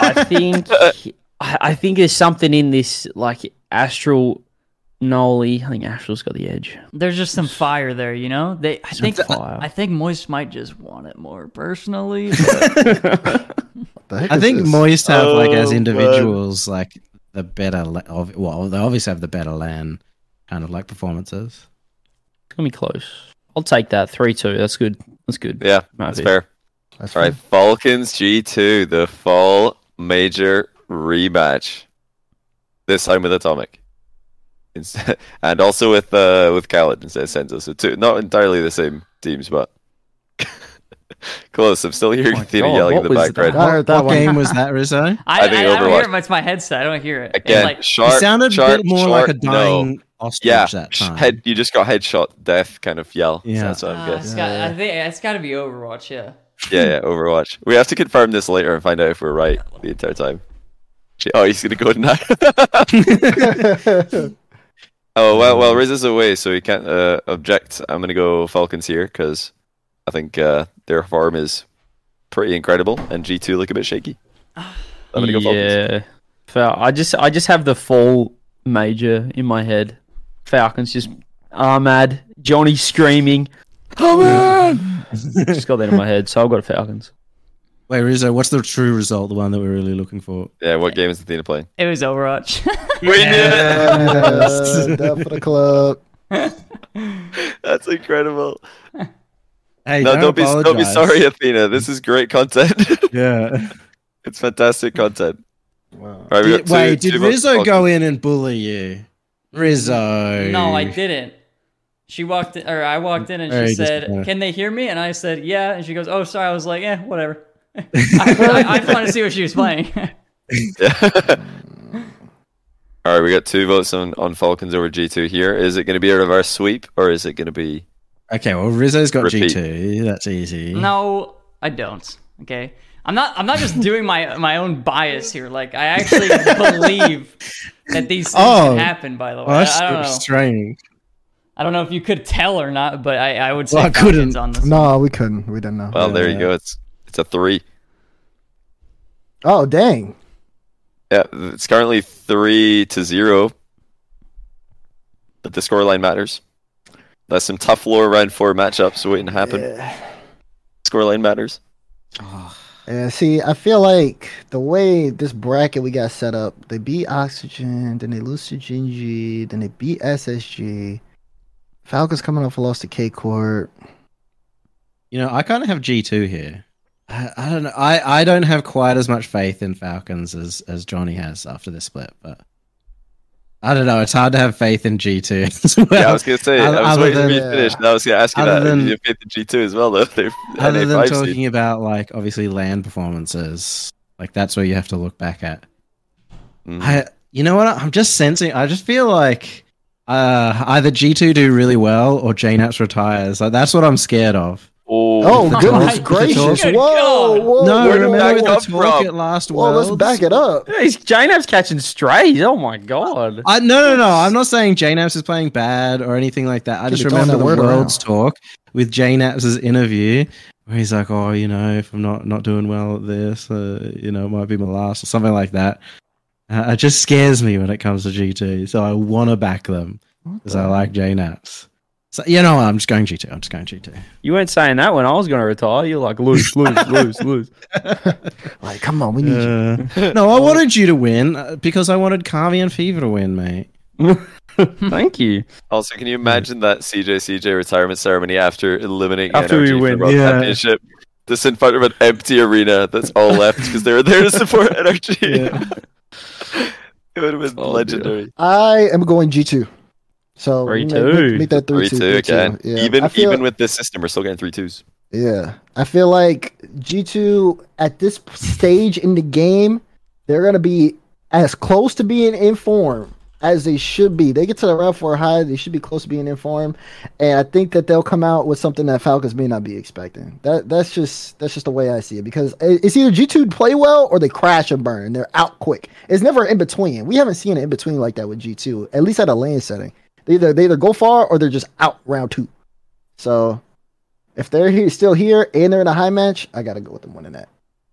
Speaker 3: I [laughs] think I I think there's something in this like Astral Noli. I think Astral's got the edge.
Speaker 1: There's just some fire there, you know. They, I think,
Speaker 3: fire.
Speaker 1: I think Moist might just want it more personally. but-
Speaker 5: What the heck
Speaker 2: I
Speaker 5: is
Speaker 2: think
Speaker 5: this?
Speaker 2: Moist have like as
Speaker 4: Oh,
Speaker 2: individuals like the better la- of well they obviously have the better land kind of like performances.
Speaker 3: It's gonna be close. I'll take that three two. That's good. That's good.
Speaker 4: Yeah, that's
Speaker 3: Maybe.
Speaker 4: fair.
Speaker 5: That's
Speaker 4: All right, Falcons G2, the fall major rematch. This time with Atomic, Instead, [laughs] and also with uh, with Khaled instead of Senzo. So two, not entirely the same teams, but [laughs] close. I'm still hearing
Speaker 2: Oh
Speaker 3: my
Speaker 4: Athena
Speaker 3: God,
Speaker 4: yelling
Speaker 3: what
Speaker 4: in the
Speaker 3: was
Speaker 4: background.
Speaker 5: I heard that
Speaker 2: what game
Speaker 5: one.
Speaker 2: was that, Rizzo? [laughs]
Speaker 1: I, I,
Speaker 4: I think
Speaker 1: I don't
Speaker 4: Overwatch-
Speaker 1: hear it. It's my headset. I don't hear it. It's
Speaker 4: Again,
Speaker 1: like,
Speaker 4: sharp,
Speaker 2: it sounded a
Speaker 4: sharp,
Speaker 2: bit more
Speaker 4: sharp,
Speaker 2: like a
Speaker 4: no.
Speaker 2: dying ostrich
Speaker 4: Yeah,
Speaker 2: that
Speaker 4: sh-
Speaker 2: time.
Speaker 4: head. You just got headshot, death kind of yell.
Speaker 2: Yeah.
Speaker 4: Yeah, that's what
Speaker 1: "Ah,
Speaker 4: I'm
Speaker 1: it's
Speaker 4: guessing.
Speaker 1: got, I think it's got to be Overwatch. Yeah.
Speaker 4: Yeah, yeah. Overwatch. We have to confirm this later and find out if we're right the entire time. She- Oh, he's gonna go tonight.
Speaker 2: [laughs]
Speaker 4: Oh well, well, Riz is away, so he can't uh, object. I'm gonna go Falcons here because I think uh, their farm is pretty incredible, and G2 look a bit shaky. I'm gonna go Falcons.
Speaker 3: yeah. Fal- I just I just have the fall major in my head. Falcons just Ahmad, Johnny screaming. Ahmad! just got that in my head, so I've got Falcons.
Speaker 2: Wait, Rizzo, what's the true result? The one that we're really looking for?
Speaker 4: Yeah, what game is Athena playing?
Speaker 1: It was Overwatch.
Speaker 4: [laughs] We knew it.
Speaker 5: [laughs] Yes, that for the club.
Speaker 4: [laughs] That's incredible.
Speaker 2: Hey,
Speaker 4: no, don't be
Speaker 2: apologize.
Speaker 4: don't be [laughs] sorry, Athena. This is great content. [laughs]
Speaker 2: Yeah.
Speaker 4: it's fantastic content. Wow. Right, we got
Speaker 2: Did,
Speaker 4: two-
Speaker 2: wait, did
Speaker 4: two votes
Speaker 2: Rizzo
Speaker 4: for
Speaker 2: go in and bully you? Rizzo.
Speaker 1: No, I didn't. She walked in, or I walked in and
Speaker 2: Very
Speaker 1: she said,
Speaker 2: disappointed.
Speaker 1: Can they hear me? And I said, Yeah. And she goes, Oh, sorry. I was like, Yeah, whatever. [laughs] I,
Speaker 2: [laughs]
Speaker 1: I, I just wanted to see what she was playing. [laughs]
Speaker 4: Falcons. All right, we got two votes on, on Falcons over G2 here. Is it going to be a reverse sweep or is it going to be
Speaker 2: Okay, well, Rizzo's got
Speaker 4: Repeat.
Speaker 2: G2. That's easy.
Speaker 1: no, I don't. Okay. I'm not I'm not just doing my my own bias here. Like I
Speaker 2: [laughs]
Speaker 1: actually believe that these things
Speaker 2: Oh.
Speaker 1: can happen, by the way.
Speaker 2: Well,
Speaker 1: I,
Speaker 2: that's
Speaker 1: I don't know.
Speaker 2: strange.
Speaker 1: I don't know if you could tell or not, but I, I would say
Speaker 2: Well, I couldn't.
Speaker 1: Falcons on this.
Speaker 5: No, we couldn't. We didn't know.
Speaker 4: Well, there you
Speaker 2: Yeah.
Speaker 4: go. It's it's a three.
Speaker 5: Oh, dang.
Speaker 4: Yeah, it's currently three to zero, but the scoreline matters. That's some tough lore round four matchups waiting to happen. Scoreline matters.
Speaker 5: Yeah, see, I feel like the way this bracket we got set up, they beat Oxygen, then they lose to Gingy, then they beat SSG. Falcons coming off a loss to K Court.
Speaker 2: You know, I kind of have G2 here. I, I don't know. I, I don't have quite as much faith in Falcons as, as Johnny has after this split, but I don't know. It's hard to have faith in G2 [laughs] as well.
Speaker 4: [laughs] Yeah, I was gonna say. I was
Speaker 2: Other
Speaker 4: waiting for you
Speaker 2: than-
Speaker 4: to finish. and I was gonna ask you
Speaker 2: Other
Speaker 4: that.
Speaker 2: than-
Speaker 4: you have faith in G two as well, though. They're
Speaker 2: other
Speaker 4: NA
Speaker 2: than
Speaker 4: five seed.
Speaker 2: talking about like obviously land performances, like that's where you have to look back at.
Speaker 4: Mhm.
Speaker 2: I, you know what? I'm just sensing. I just feel like uh, either G2 do really well or JNaps retires. Like that's what I'm scared of.
Speaker 5: Oh,
Speaker 2: the
Speaker 5: goodness
Speaker 2: talk-
Speaker 5: gracious.
Speaker 1: Good
Speaker 5: Whoa,
Speaker 1: God.
Speaker 5: whoa,
Speaker 2: no,
Speaker 5: whoa,
Speaker 4: did
Speaker 2: remember
Speaker 4: that
Speaker 2: with
Speaker 5: whoa,
Speaker 2: the
Speaker 4: come
Speaker 2: talk
Speaker 4: from?
Speaker 2: at last
Speaker 5: whoa,
Speaker 2: Worlds?
Speaker 5: let's back it up.
Speaker 3: He's JNAB's catching strays. Oh my god.
Speaker 2: I, no, no, no. I'm not saying JNaps is playing bad or anything like that. I
Speaker 5: Dude,
Speaker 2: just
Speaker 5: you're
Speaker 2: remember the
Speaker 5: throwing that word
Speaker 2: Worlds
Speaker 5: around.
Speaker 2: talk with JNaps' interview where he's like, oh, you know, if I'm not, not doing well at this, uh, you know, it might be my last or something like that. Uh, it just scares me when it comes to G2. So I want to back them because I like JNaps. So, you know what? I'm just going G2. I'm just going G2.
Speaker 3: [laughs] You weren't saying that when I was gonna retire. You're like lose, lose, [laughs] lose, lose.
Speaker 5: Like, come on, we need you.
Speaker 2: Uh, no, I wanted you to win uh, because I wanted Carvey and Fever to win, mate.
Speaker 3: Thank you.
Speaker 4: Also, can you imagine that CJ CJ retirement ceremony after eliminating
Speaker 3: After we
Speaker 4: NRG from
Speaker 3: win,
Speaker 4: World
Speaker 2: yeah.
Speaker 4: Championship? Just in front of an empty arena that's all left because they were there to support NRG. [laughs] it would have been
Speaker 3: Oh, dear.
Speaker 4: legendary.
Speaker 5: I am going G2. So,
Speaker 3: Three,
Speaker 5: we make-
Speaker 3: two.
Speaker 5: make- make that 3
Speaker 4: Three
Speaker 5: 2.
Speaker 4: two again.
Speaker 5: Yeah. I
Speaker 4: Even
Speaker 5: feel-
Speaker 4: even with this system, we're still getting three twos.
Speaker 5: Yeah, I feel like G2 at this stage in the game, they're gonna be as close to being in form as they should be. They get to the round four high, they should be close to being in form, and I think that they'll come out with something that Falcons may not be expecting. That that's just that's just the way I see it because i- it's either G2 play well or they crash and burn. They're out quick. It's never in between. We haven't seen an in between like that with G2, at least at a lane setting. They either they either go far or they're just out round two. So if they're here, still here and they're in a high match, I gotta go with them winning that.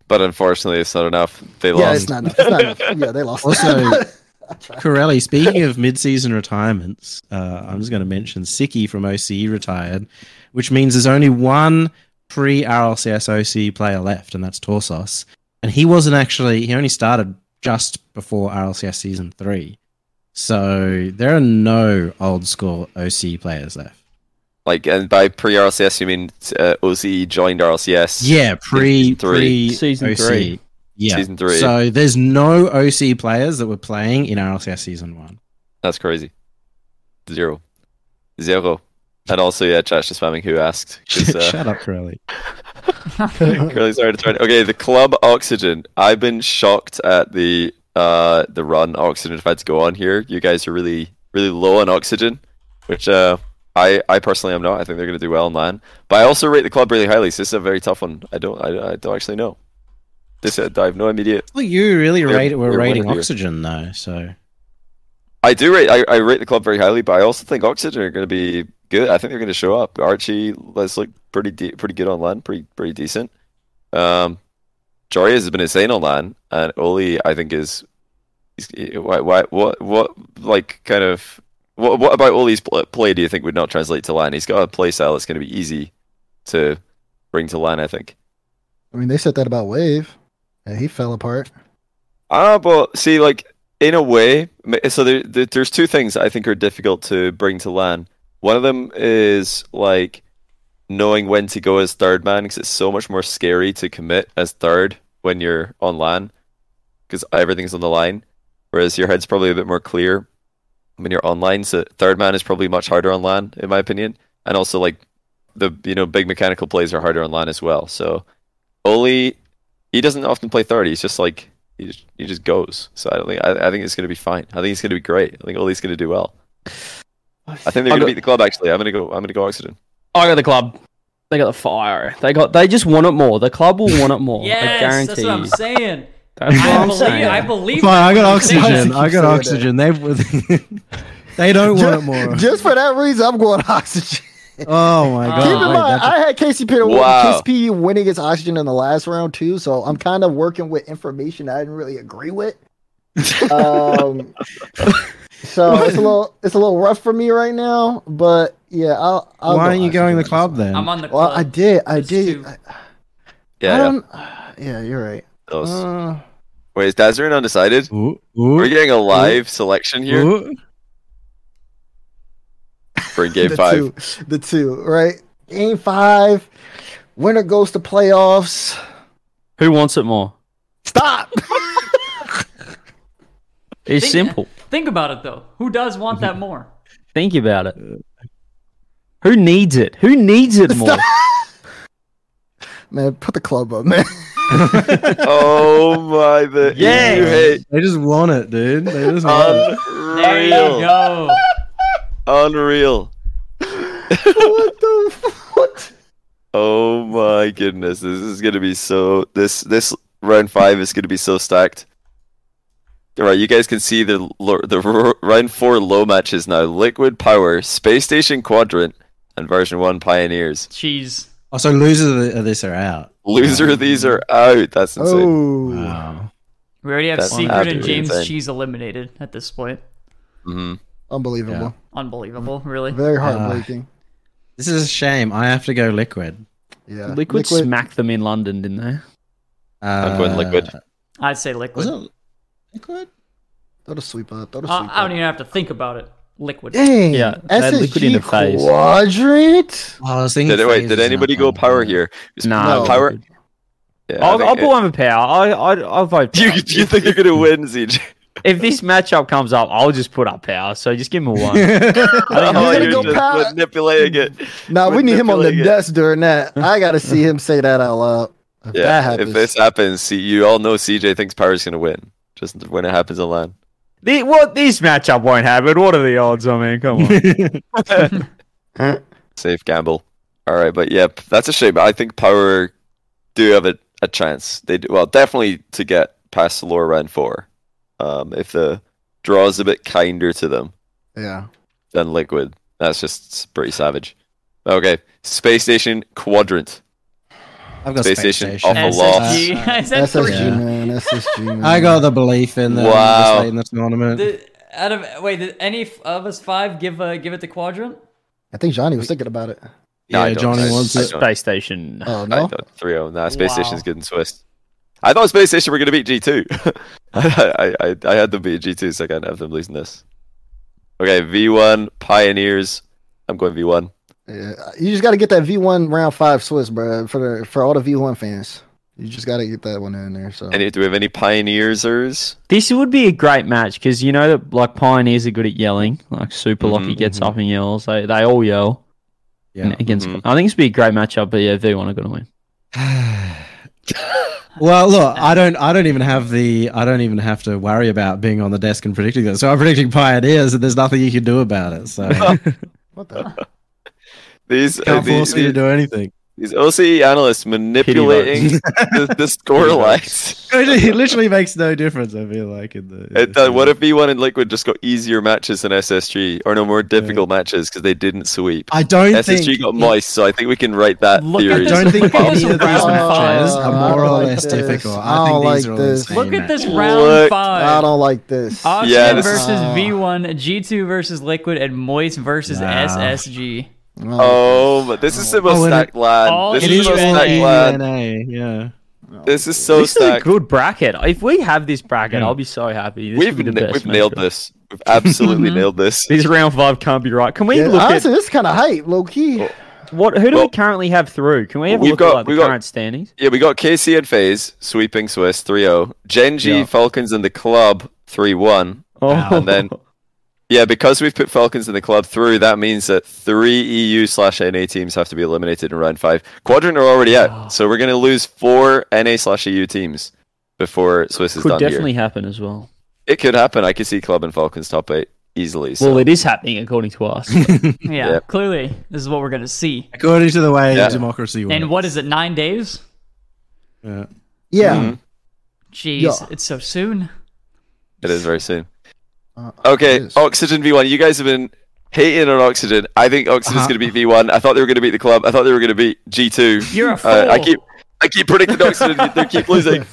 Speaker 4: but unfortunately, it's not enough. They
Speaker 5: Yeah,
Speaker 4: lost.
Speaker 5: it's not enough. It's not enough. Yeah, they lost.
Speaker 2: Also,
Speaker 5: [laughs]
Speaker 2: Corelli, speaking of mid-season retirements, uh, I'm just going to mention Siki from OCE retired, which means there's only one pre-RLCS OCE player left, and that's Torsos. And he wasn't actually, he only started just before RLCS Season 3. So there are no old school OCE players left.
Speaker 4: Like, and by pre RLCS, you mean uh, OCE joined RLCS?
Speaker 2: Yeah, pre
Speaker 4: Season three.
Speaker 2: pre
Speaker 3: Season
Speaker 2: OC.
Speaker 3: three.
Speaker 2: Yeah.
Speaker 4: Season three.
Speaker 2: So there's no OC players that were playing in RLCS season one.
Speaker 4: That's crazy. Zero. Zero. And also, yeah, Josh is spamming who asked.
Speaker 2: [laughs]
Speaker 4: 'cause, uh,
Speaker 2: Shut up, Corelli.
Speaker 4: [laughs] Curly, sorry to turn. Okay, the club oxygen. I've been shocked at the uh the run oxygen if I had to go on here. You guys are really really low on oxygen, which uh I I personally am not. I think they're gonna do well on land, but I also rate the club really highly. So this is a very tough one. I don't I, I don't actually know. This I have no immediate.
Speaker 2: Well, you really
Speaker 4: They're-
Speaker 2: rate we're
Speaker 4: they're
Speaker 2: rating
Speaker 4: one of you.
Speaker 2: oxygen though, so
Speaker 4: I do rate I, I rate the club very highly, but I also think oxygen are gonna be good. I think they're gonna show up. Archie let's look pretty de- pretty good on land, pretty pretty decent. Um, Jorias has been insane on land, and Oli, I think, is. is eh, why, why, what, what, like, kind of. What, what about Oli's pl- play do you think would not translate to land? He's got a play style that's going to be easy to bring to land, I think.
Speaker 5: I mean, they said that about Wave, and he fell apart.
Speaker 4: Ah, but see, like in a way, m- so there, there, there's two things I think are difficult to bring to land. One of them is like knowing when to go as third man because it's so much more scary to commit as third when you're on land because everything's on the line. Whereas your head's probably a bit more clear when you're online. So third man is probably much harder on land, in my opinion. And also like the you know big mechanical plays are harder on land as well. So Oli, he doesn't often play third. He's just like he just, he just goes. So I don't think I, I think it's going to be fine. I think it's going to be great. I think Ollie's going to do
Speaker 5: [sighs]
Speaker 4: well. I
Speaker 3: I've
Speaker 4: think they're going to
Speaker 3: got-
Speaker 4: beat the club. Actually, I'm going to go. I'm going to go Oxygen.
Speaker 3: I got the club. They got the fire. They got. They just want it more. The club will want it more. I
Speaker 1: yes,
Speaker 3: guarantee
Speaker 1: that's what I'm
Speaker 3: you.
Speaker 1: saying.
Speaker 3: That's what
Speaker 1: I
Speaker 3: I'm
Speaker 1: believe.
Speaker 3: saying.
Speaker 1: I believe.
Speaker 2: Fine,
Speaker 1: [laughs]
Speaker 2: I got
Speaker 1: what you're saying.
Speaker 2: oxygen. I got
Speaker 5: saying
Speaker 2: oxygen. They [laughs] they don't want it more.
Speaker 5: [laughs] Just for that reason, I'm going oxygen.
Speaker 2: Oh my
Speaker 1: Keep
Speaker 2: god.
Speaker 5: Keep in
Speaker 2: wait, that's-
Speaker 5: mind, I had KCP,
Speaker 4: Wow.
Speaker 5: KCP winning his oxygen in the last round too, so I'm kind of working with information I didn't really agree with. Um, so it's a little it's a little rough for me right now, but yeah, I'll. I'll
Speaker 2: why
Speaker 5: go
Speaker 2: aren't you
Speaker 5: oxygen
Speaker 2: going the
Speaker 5: on
Speaker 2: club
Speaker 5: this one.
Speaker 2: then?
Speaker 1: I'm on the.
Speaker 5: Well,
Speaker 1: Club.
Speaker 5: I did, I
Speaker 1: It's
Speaker 5: did.
Speaker 1: too-
Speaker 5: I, I
Speaker 4: Yeah, yeah.
Speaker 5: don't. [sighs] Yeah, you're right.
Speaker 4: Those.
Speaker 5: Uh,
Speaker 4: Wait, is Dazrin undecided?
Speaker 2: Ooh, ooh,
Speaker 4: We're getting a live selection here
Speaker 2: ooh.
Speaker 4: for game
Speaker 5: the
Speaker 4: five.
Speaker 5: two, the two, right? Game five, winner goes to playoffs.
Speaker 3: Who wants it more?
Speaker 5: Stop. [laughs]
Speaker 3: It's
Speaker 1: Think-
Speaker 3: simple.
Speaker 1: Think about it though. Who does want that more?
Speaker 3: Think about it. Who needs it? Who needs it more?
Speaker 5: man, put the club up, man.
Speaker 4: [laughs]
Speaker 5: [laughs]
Speaker 4: oh my! The
Speaker 3: Yes.
Speaker 4: you hate.
Speaker 2: They just want it, dude. They
Speaker 4: Uh,
Speaker 2: just want it.
Speaker 1: There you
Speaker 4: Unreal.
Speaker 1: go.
Speaker 4: Unreal.
Speaker 5: what the f- what?
Speaker 4: Oh my goodness. This is gonna be so this this round five is gonna be so stacked. Alright, you guys can see the lo- the [laughs] ro- round four low matches now. Liquid Power, Space Station Quadrant, and version one Pioneers.
Speaker 1: Cheese.
Speaker 2: Oh, so losers of this are out.
Speaker 4: Loser of these are out. That's insane.
Speaker 5: Oh,
Speaker 2: Wow.
Speaker 1: We already have
Speaker 4: That's
Speaker 1: Secret and
Speaker 4: absolutely
Speaker 1: James
Speaker 4: insane.
Speaker 1: Cheese eliminated at this point.
Speaker 4: hmm
Speaker 5: unbelievable!
Speaker 1: Unbelievable, really.
Speaker 5: Very
Speaker 3: Ah.
Speaker 5: heartbreaking.
Speaker 2: This is a shame. I have to go liquid.
Speaker 5: yeah,
Speaker 3: [laughs] Liquid, smacked them in London, didn't they?
Speaker 2: Uh,
Speaker 4: going liquid.
Speaker 1: I'd say liquid.
Speaker 2: Was it liquid?
Speaker 5: Throw the sweep up. Throw the
Speaker 1: I-
Speaker 5: sweep
Speaker 1: Uh, I
Speaker 5: up.
Speaker 1: don't even have to think about it. Liquid.
Speaker 5: Dang.
Speaker 3: Yeah, that
Speaker 5: SSG
Speaker 3: liquid in the face.
Speaker 5: quadrant.
Speaker 2: Oh, I was thinking.
Speaker 4: Did, wait,
Speaker 2: phase
Speaker 4: did
Speaker 2: is
Speaker 4: anybody
Speaker 2: not
Speaker 4: go
Speaker 2: bad.
Speaker 4: power here? Is
Speaker 3: Nah,
Speaker 5: No.
Speaker 4: power. Yeah, I
Speaker 3: I'll,
Speaker 4: think
Speaker 3: I'll
Speaker 4: it-
Speaker 3: put one for power. I, I, I'll vote.
Speaker 4: [laughs] you,
Speaker 3: Power.
Speaker 4: you think you're gonna win, ZJ?
Speaker 3: if this matchup comes up, I'll just put up power. So just give him
Speaker 2: [laughs]
Speaker 3: a one.
Speaker 4: [laughs] Oh,
Speaker 5: gonna
Speaker 4: you're
Speaker 5: go
Speaker 4: just
Speaker 5: power.
Speaker 4: manipulating it.
Speaker 5: Nah, we need him on the
Speaker 4: Manipulating it.
Speaker 5: desk during that. I gotta see him say that out loud. If that
Speaker 4: Yeah,
Speaker 5: happens,
Speaker 4: if this happens, see, you all know CJ thinks Power's gonna win. Just when it happens on land.
Speaker 3: the, what this matchup won't happen. What are the odds? I mean, come on.
Speaker 4: Safe gamble. All right, but yeah, p- that's a shame. I think Power do have a, a chance. They do, well, definitely to get past the lower round four. Um, if the draw is a bit kinder to them
Speaker 5: yeah,
Speaker 4: than Liquid, that's just s- pretty savage. Okay, Space Station Quadrant.
Speaker 2: I've got
Speaker 4: Space
Speaker 2: Space,
Speaker 4: Station,
Speaker 2: Station.
Speaker 4: awful
Speaker 2: That's- that's-
Speaker 4: loss.
Speaker 1: SSG. [laughs] I said
Speaker 5: SSG,
Speaker 1: three.
Speaker 2: Yeah.
Speaker 5: man.
Speaker 2: [laughs]
Speaker 5: SSG, man.
Speaker 2: I got the belief in them
Speaker 4: Mm. Wow.
Speaker 2: this late in the tournament.
Speaker 1: Did- out of wait, did any f- of us five give uh, give it the quadrant?
Speaker 5: I think Johnny was thinking about it.
Speaker 4: No, I
Speaker 2: yeah,
Speaker 4: don't.
Speaker 2: Johnny
Speaker 4: I-
Speaker 2: wants
Speaker 4: I
Speaker 2: it.
Speaker 4: don't.
Speaker 3: Space Station.
Speaker 5: Oh
Speaker 4: I
Speaker 5: no.
Speaker 4: thought 3 0. Nah, Space
Speaker 1: Wow.
Speaker 4: Station's good and Swiss. I thought Space Station were going to beat G2. [laughs] I, I, I, I had them beat G2, so I can't have them losing this. Okay, V1, Pioneers. I'm going V1.
Speaker 5: Yeah, you just got to get that V1 round five Swiss, bro. For the, for all the V1 fans, you just got to get that one in there. So
Speaker 4: Any, do we have any Pioneersers?
Speaker 3: This would be a great match because you know that like pioneers are good at yelling. Like Super Lucky gets up and yells. They, they all yell
Speaker 2: Yeah.
Speaker 3: against.
Speaker 4: Mhm.
Speaker 3: I think this would be a great matchup. But yeah, V1 are going to win.
Speaker 2: [sighs] Well, look, I don't, I don't even have the, I don't even have to worry about being on the desk and predicting that. So I'm predicting pioneers, and there's nothing you can do about it.
Speaker 4: [laughs]
Speaker 2: So
Speaker 5: what the?
Speaker 4: These, uh,
Speaker 2: can't
Speaker 4: these,
Speaker 2: force me to
Speaker 4: these,
Speaker 2: do
Speaker 4: [laughs]
Speaker 2: anything. [laughs]
Speaker 4: these OCE analysts manipulating the,
Speaker 3: [laughs]
Speaker 4: the score lines.
Speaker 2: It literally makes no difference. I feel like in the. in
Speaker 4: It,
Speaker 2: the
Speaker 4: uh, what if V1 and Liquid just got easier matches than SSG, or no more difficult matches because they didn't sweep?
Speaker 2: I don't
Speaker 4: SSG
Speaker 2: think
Speaker 4: got moist, so I think we can write that
Speaker 1: Look at
Speaker 4: theory.
Speaker 2: I don't think
Speaker 1: Look at this
Speaker 2: any of these
Speaker 1: round
Speaker 2: matches
Speaker 1: five.
Speaker 2: are more
Speaker 5: I
Speaker 2: or
Speaker 5: don't
Speaker 2: less
Speaker 5: like this.
Speaker 2: difficult.
Speaker 5: I
Speaker 2: I think
Speaker 5: don't
Speaker 2: these
Speaker 5: like
Speaker 2: are all
Speaker 5: this.
Speaker 2: the same
Speaker 1: Look at this
Speaker 4: Look.
Speaker 1: round
Speaker 5: I
Speaker 1: five.
Speaker 5: don't like this.
Speaker 1: Oxygen
Speaker 4: Yeah, this-
Speaker 1: versus
Speaker 5: Oh.
Speaker 1: V1, G2 versus Liquid, and Moist versus
Speaker 2: Wow.
Speaker 1: SSG.
Speaker 5: I don't
Speaker 4: Oh, but this is the most
Speaker 2: Oh, and it-
Speaker 4: stacked lad.
Speaker 1: all
Speaker 4: This
Speaker 2: It
Speaker 4: is
Speaker 2: is
Speaker 4: the most
Speaker 1: UN.
Speaker 4: stacked lad.
Speaker 2: UNA, yeah.
Speaker 4: This is so
Speaker 3: this is a
Speaker 4: stacked.
Speaker 3: good bracket. If we have this bracket,
Speaker 2: Yeah.
Speaker 3: I'll be so happy. This
Speaker 4: We've,
Speaker 3: would be the
Speaker 4: na-
Speaker 3: best
Speaker 4: we've nailed
Speaker 3: matchup.
Speaker 4: this. We've absolutely
Speaker 2: Mm-hmm.
Speaker 4: nailed this.
Speaker 3: These round five can't be right. Can we
Speaker 5: Yeah,
Speaker 3: look
Speaker 5: honestly, this is kind of hype, low key.
Speaker 3: at what? Who do
Speaker 4: Well-
Speaker 3: we currently have through? Can we have a
Speaker 4: We've
Speaker 3: look
Speaker 4: got-
Speaker 3: at like, the
Speaker 4: we've got-
Speaker 3: current standings?
Speaker 4: Yeah, we got KC and FaZe sweeping Swiss 3 0. Genji,
Speaker 2: Yeah.
Speaker 4: Falcons, and the club 3 1.
Speaker 3: Oh, [laughs]
Speaker 4: And then- Yeah, because we've put Falcons and the club through, that means that three EU slash NA teams have to be eliminated in round five. Quadrant are already out, so we're going to lose four NA slash EU teams before Swiss is
Speaker 3: could
Speaker 4: done
Speaker 3: definitely
Speaker 4: here.
Speaker 3: happen as
Speaker 4: [laughs]
Speaker 3: well.
Speaker 4: It could happen. I could see club and Falcons top eight easily. So.
Speaker 3: Well, it is happening according to [laughs]
Speaker 4: [laughs]
Speaker 3: us.
Speaker 1: Yeah,
Speaker 4: Yeah.
Speaker 1: clearly, this is what we're going to see.
Speaker 2: According to the way
Speaker 4: Yeah.
Speaker 2: democracy works.
Speaker 1: And what is it, nine days?
Speaker 2: Yeah.
Speaker 5: Yeah,
Speaker 4: Mhm.
Speaker 1: Jeez,
Speaker 5: Yeah.
Speaker 1: it's so
Speaker 5: [laughs]
Speaker 1: soon.
Speaker 4: It is very soon.
Speaker 5: Uh, it
Speaker 4: Okay, Oh.
Speaker 5: is. [laughs]
Speaker 4: Oxygen V1. You guys have been hating on Oxygen. I think Oxygen's
Speaker 2: Uh-huh.
Speaker 4: going to beat V1. I thought they were going to beat the club. I thought they were going to beat G2.
Speaker 1: You're a
Speaker 4: Uh, I
Speaker 1: fool.
Speaker 4: keep, I keep predicting Oxygen. they keep losing.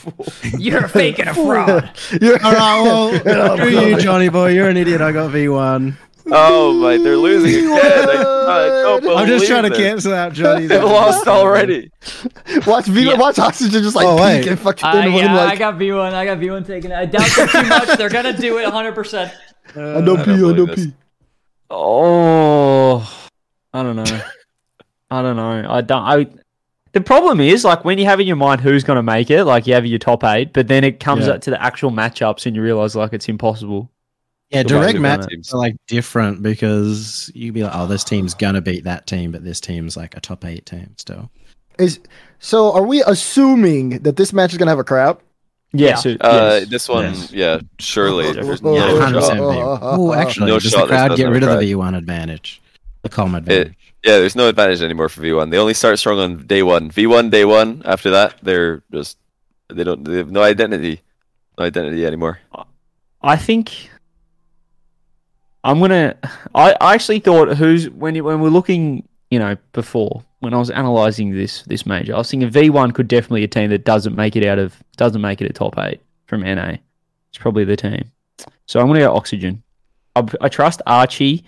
Speaker 1: You're a fake and a
Speaker 5: [laughs]
Speaker 1: fraud.
Speaker 2: All [laughs] right, well, screw you, Johnny boy. You're an idiot. I got V1.
Speaker 4: Oh my, they're losing again. I, I don't
Speaker 5: I'm
Speaker 2: I'm just
Speaker 4: believe
Speaker 2: trying to
Speaker 4: this.
Speaker 2: cancel out Johnny's. [laughs]
Speaker 4: They've lost already.
Speaker 5: watch V, watch Oxygen just like
Speaker 2: Oh,
Speaker 5: peek
Speaker 2: wait.
Speaker 5: and fucking
Speaker 1: I,
Speaker 5: and
Speaker 1: Uh, yeah, I
Speaker 5: like
Speaker 1: got V1. I got V1 taken. I doubt them too much. They're going to do it 100%.
Speaker 5: I no
Speaker 4: I
Speaker 5: pee,
Speaker 4: don't
Speaker 5: I no
Speaker 4: believe this.
Speaker 5: pee.
Speaker 3: Oh, I don't know. I don't know. I don't. I. The problem is, like, when you have in your mind who's going to make it, like, you have your top eight, but then it comes
Speaker 2: Yeah.
Speaker 3: up to the actual matchups and you realize, like, it's impossible.
Speaker 2: Yeah,
Speaker 3: Goodbye,
Speaker 2: direct
Speaker 3: Johnny.
Speaker 2: matches are like different because you'd be like, oh, this team's gonna beat that team, but this team's like a top eight team still.
Speaker 5: Is so? Are we assuming that this match is gonna have a crowd?
Speaker 3: Yeah. So,
Speaker 4: Uh,
Speaker 3: yes.
Speaker 4: This one,
Speaker 2: Yes.
Speaker 4: yeah, surely.
Speaker 3: Yeah,
Speaker 4: There's no
Speaker 5: Oh, yeah.
Speaker 4: shot.
Speaker 2: 100%
Speaker 5: oh,
Speaker 2: V1.
Speaker 5: oh,
Speaker 2: Oh, [laughs]
Speaker 5: oh,
Speaker 2: actually,
Speaker 4: No
Speaker 2: does
Speaker 4: shot,
Speaker 2: the
Speaker 4: there's
Speaker 2: crowd
Speaker 4: no
Speaker 2: get rid of
Speaker 4: crowd.
Speaker 2: the V1 advantage? The com advantage.
Speaker 4: Yeah, there's no advantage anymore for V1. They only start strong on day one. V1 day one. After that, they're just they don't they have no identity, no identity anymore.
Speaker 3: I think I'm gonna. I, I actually thought who's when you- when we're looking, you know, before when I was analyzing this this major, I was thinking V one could definitely be a team that doesn't make it out of doesn't make it a top eight from NA. It's probably the team. So I'm gonna go Oxygen. I, I trust Archie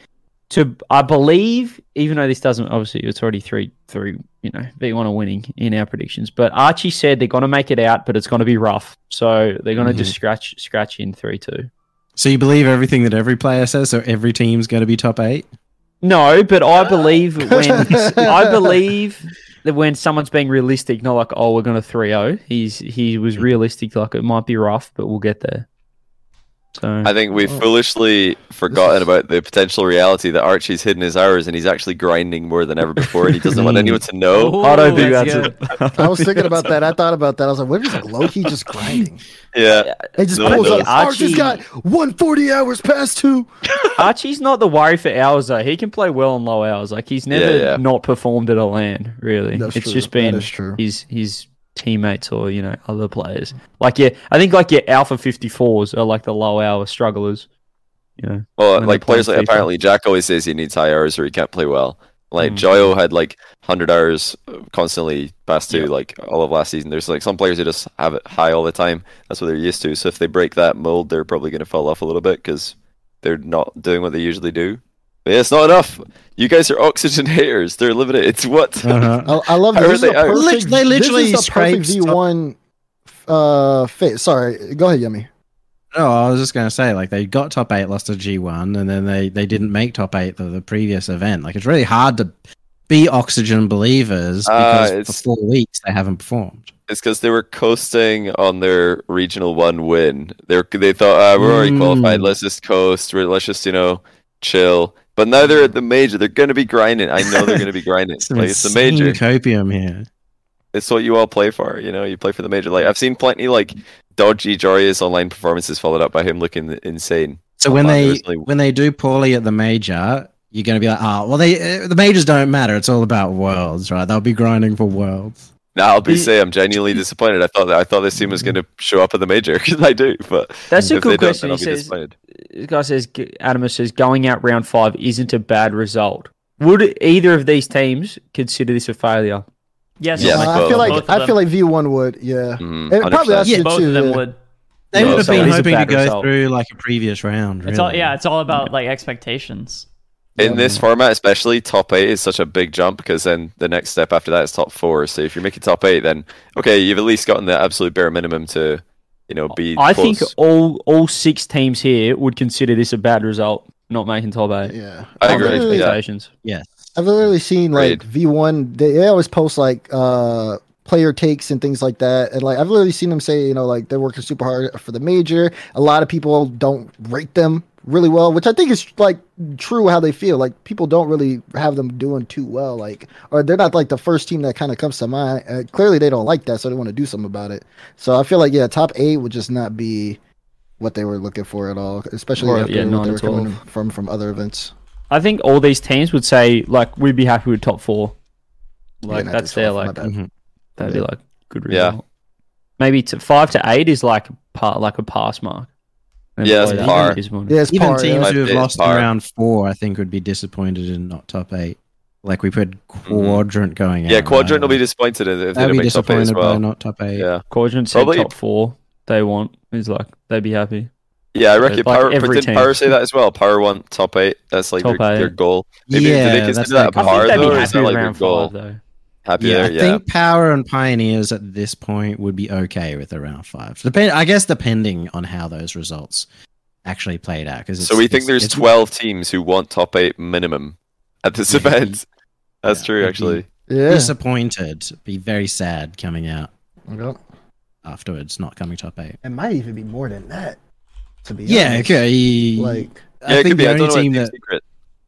Speaker 3: to. I believe, even though this doesn't obviously, it's already three three. You know, V one are winning in our predictions, but Archie said they're gonna make it out, but it's gonna be rough. So they're
Speaker 4: Mm-hmm.
Speaker 3: gonna just scratch scratch in three two.
Speaker 2: So you believe everything that every player says, so every team's gonna be top eight?
Speaker 3: No, but I believe when I believe that when someone's being realistic, not like oh we're gonna 3-0. He's he was realistic, like it might be rough, but we'll get there. So
Speaker 4: I think we've foolishly forgotten about the potential reality that Archie's hidden his hours and he's actually grinding more than ever before, and he doesn't want anyone to know.
Speaker 3: I don't
Speaker 1: Ooh,
Speaker 3: think that's,
Speaker 1: good.
Speaker 3: it.
Speaker 5: I was thinking about that. I thought about that. I was like, what if it's Loki just grinding?
Speaker 4: Yeah,
Speaker 5: It just
Speaker 4: No,
Speaker 5: pulls
Speaker 4: no.
Speaker 5: up. Archie's
Speaker 3: Archie-
Speaker 5: got 140 hours past two.
Speaker 3: [laughs] Archie's not the worry for hours though. He can play well on low hours. Like he's never
Speaker 4: Yeah, yeah.
Speaker 3: not performed at a land, really.
Speaker 5: That's
Speaker 3: it's
Speaker 5: true.
Speaker 3: just
Speaker 5: That
Speaker 3: been
Speaker 5: is true.
Speaker 3: his his teammates or, you know, other players. Like yeah, I think like your Alpha fifty fours are like the low hour strugglers. You know.
Speaker 4: well,
Speaker 3: When they
Speaker 4: like
Speaker 3: play
Speaker 4: players like
Speaker 3: FIFA.
Speaker 4: apparently Jack always says he needs high hours or he can't play well. Like Joyo had like 100 hours constantly past two, like all of last season. There's like some players who just have it high all the time. That's what they're used to. So if they break that mold, they're probably going to fall off a little bit because they're not doing what they usually do. But yeah, it's not enough. You guys are oxygen [laughs] haters. They're limited. It's what?
Speaker 2: Uh-huh. [laughs]
Speaker 5: I, I love
Speaker 4: I
Speaker 5: this. This
Speaker 4: heard
Speaker 5: is, a
Speaker 4: they are.
Speaker 5: perfect,
Speaker 2: Lit- they literally
Speaker 5: this is a perfect
Speaker 2: scraped top-
Speaker 5: V1 uh, fit. Sorry, go ahead, Yummy.
Speaker 2: No, Oh, I was just going to say, like, they got top eight, lost to G1, and then they, they didn't make top eight the, the previous event. Like, it's really hard to be oxygen believers
Speaker 4: Uh,
Speaker 2: because for
Speaker 4: it's-
Speaker 2: four weeks they haven't performed.
Speaker 4: It's because they were coasting on their regional one win. They were, they thought ah, we're already qualified. Let's just coast. We're, let's just you know chill. But now they're at the major. They're going to be grinding. I know they're going to be
Speaker 2: [laughs]
Speaker 4: grinding.
Speaker 2: Some
Speaker 4: like, it's the
Speaker 2: insane
Speaker 4: major.
Speaker 2: copium here.
Speaker 4: It's what you all play for. You know, you play for the major. Like I've seen plenty like dodgy Jarius online performances followed up by him looking insane.
Speaker 2: So
Speaker 4: Oh,
Speaker 2: when
Speaker 4: man,
Speaker 2: they
Speaker 4: there's only-
Speaker 2: when they do poorly at the major, you're going to be like, oh, well, they uh, the majors don't matter. It's all about worlds, right? They'll be grinding for worlds.
Speaker 4: Now I'll be say I'm genuinely disappointed. I thought that I thought this team was going to show up at the major [laughs] because I do. But
Speaker 3: That's a
Speaker 4: if they
Speaker 3: good
Speaker 4: don't,
Speaker 3: question.
Speaker 4: then I'll
Speaker 3: He
Speaker 4: be
Speaker 3: says-
Speaker 4: disappointed.
Speaker 3: This guy says Adamus says going out round five isn't a bad result. Would either of these teams consider this a failure?
Speaker 1: Yes,
Speaker 4: Yeah,
Speaker 5: Uh,
Speaker 4: like
Speaker 5: I feel
Speaker 4: both.
Speaker 1: Both
Speaker 5: like
Speaker 1: of
Speaker 5: I feel
Speaker 1: them.
Speaker 5: like V1 would. Yeah,
Speaker 4: Mm,
Speaker 5: And probably
Speaker 4: 100%.
Speaker 5: that's
Speaker 2: Yeah.
Speaker 5: it
Speaker 1: both
Speaker 5: too.
Speaker 1: of them
Speaker 5: yeah.
Speaker 1: would.
Speaker 2: They
Speaker 4: Yeah,
Speaker 2: would have
Speaker 4: so
Speaker 2: been
Speaker 3: it's a
Speaker 2: hoping to
Speaker 3: bad
Speaker 2: go
Speaker 3: result.
Speaker 2: through like a previous round.
Speaker 1: It's all
Speaker 2: really.
Speaker 1: yeah, it's all about like expectations.
Speaker 4: in this format especially top eight is such a big jump because then the next step after that is top four so if you're making top eight then okay you've at least gotten the absolute bare minimum to you know be
Speaker 3: I
Speaker 4: close.
Speaker 3: think all all six teams here would consider this a bad result, not making top eight.
Speaker 5: yeah.
Speaker 4: I
Speaker 5: I've
Speaker 4: agree,
Speaker 5: literally-
Speaker 4: yeah.
Speaker 3: Expectations.
Speaker 2: Yes.
Speaker 5: I've literally seen like
Speaker 4: Agreed.
Speaker 5: V1. They, they always post like uh player takes and things like that, and like I've literally seen them say, you know, like they're working super hard for the major. A lot of people don't rate them really well, which I think is like true how they feel. Like people don't really have them doing too well, like or they're not like the first team that kind of comes to mind. Uh, clearly, they don't like that, so they want to do something about it. So I feel like yeah, top eight would just not be what they were looking for at all, especially
Speaker 3: Right,
Speaker 5: after
Speaker 3: yeah,
Speaker 5: what
Speaker 3: nine
Speaker 5: they
Speaker 3: to
Speaker 5: were coming
Speaker 3: 12.
Speaker 5: from from other events.
Speaker 3: I think all these teams would say like we'd be happy with top four. Like
Speaker 5: Yeah, not
Speaker 3: that's
Speaker 5: to
Speaker 3: their
Speaker 5: 12, my
Speaker 3: like
Speaker 5: bad.
Speaker 3: that'd be like good
Speaker 4: Yeah.
Speaker 3: result. Maybe to five to eight is like part like a pass mark. And
Speaker 4: Yeah, that's
Speaker 3: below that
Speaker 4: par.
Speaker 3: is one.
Speaker 5: Yeah, it's
Speaker 2: Even
Speaker 5: par, yeah.
Speaker 2: teams
Speaker 4: Like,
Speaker 2: who have
Speaker 4: it's
Speaker 2: lost in
Speaker 4: hard.
Speaker 2: round four, I think, would be disappointed in not top eight. Like we put quadrant going out.
Speaker 4: Mm-hmm. yeah quadrant will
Speaker 2: right?
Speaker 4: be disappointed if if they
Speaker 2: They'll
Speaker 4: don't
Speaker 2: be
Speaker 4: make top eight
Speaker 2: disappointed
Speaker 4: as
Speaker 2: by
Speaker 4: well
Speaker 2: not top eight.
Speaker 4: yeah
Speaker 3: Quadrant said
Speaker 4: Probably-
Speaker 3: top four they want is like they'd be happy.
Speaker 4: yeah i reckon
Speaker 3: Like
Speaker 4: power but
Speaker 3: every
Speaker 4: did
Speaker 3: team.
Speaker 4: power say that as well power one top eight that's like
Speaker 3: Top
Speaker 4: their, their
Speaker 3: eight.
Speaker 4: goal maybe
Speaker 2: Yeah,
Speaker 4: do they
Speaker 2: that's their
Speaker 4: consider that a
Speaker 2: goal.
Speaker 3: I think
Speaker 4: par
Speaker 3: they'd
Speaker 4: though
Speaker 3: be
Speaker 4: or is
Speaker 3: happy with
Speaker 4: that like their
Speaker 3: round
Speaker 4: goal
Speaker 3: five though.
Speaker 4: happy
Speaker 2: Yeah,
Speaker 4: there
Speaker 2: I
Speaker 4: yeah
Speaker 2: think Power and Pioneers at this point would be okay with the round five. Depend, I guess, depending on how those results actually played out. Because
Speaker 4: so we think there's 12 teams who want top eight minimum at this
Speaker 2: Yeah.
Speaker 4: event that's
Speaker 2: Yeah,
Speaker 4: true
Speaker 2: it'd
Speaker 4: actually
Speaker 5: Yeah.
Speaker 2: disappointed, be very sad coming out
Speaker 5: Yep.
Speaker 2: afterwards, not coming top eight.
Speaker 5: It might even be more than that. To be
Speaker 2: Yeah,
Speaker 5: honest.
Speaker 2: okay.
Speaker 5: Like
Speaker 4: yeah
Speaker 2: I
Speaker 4: it
Speaker 2: think
Speaker 4: could be
Speaker 2: the
Speaker 4: i
Speaker 2: only
Speaker 4: don't know what
Speaker 2: team
Speaker 4: Team
Speaker 2: that
Speaker 4: secret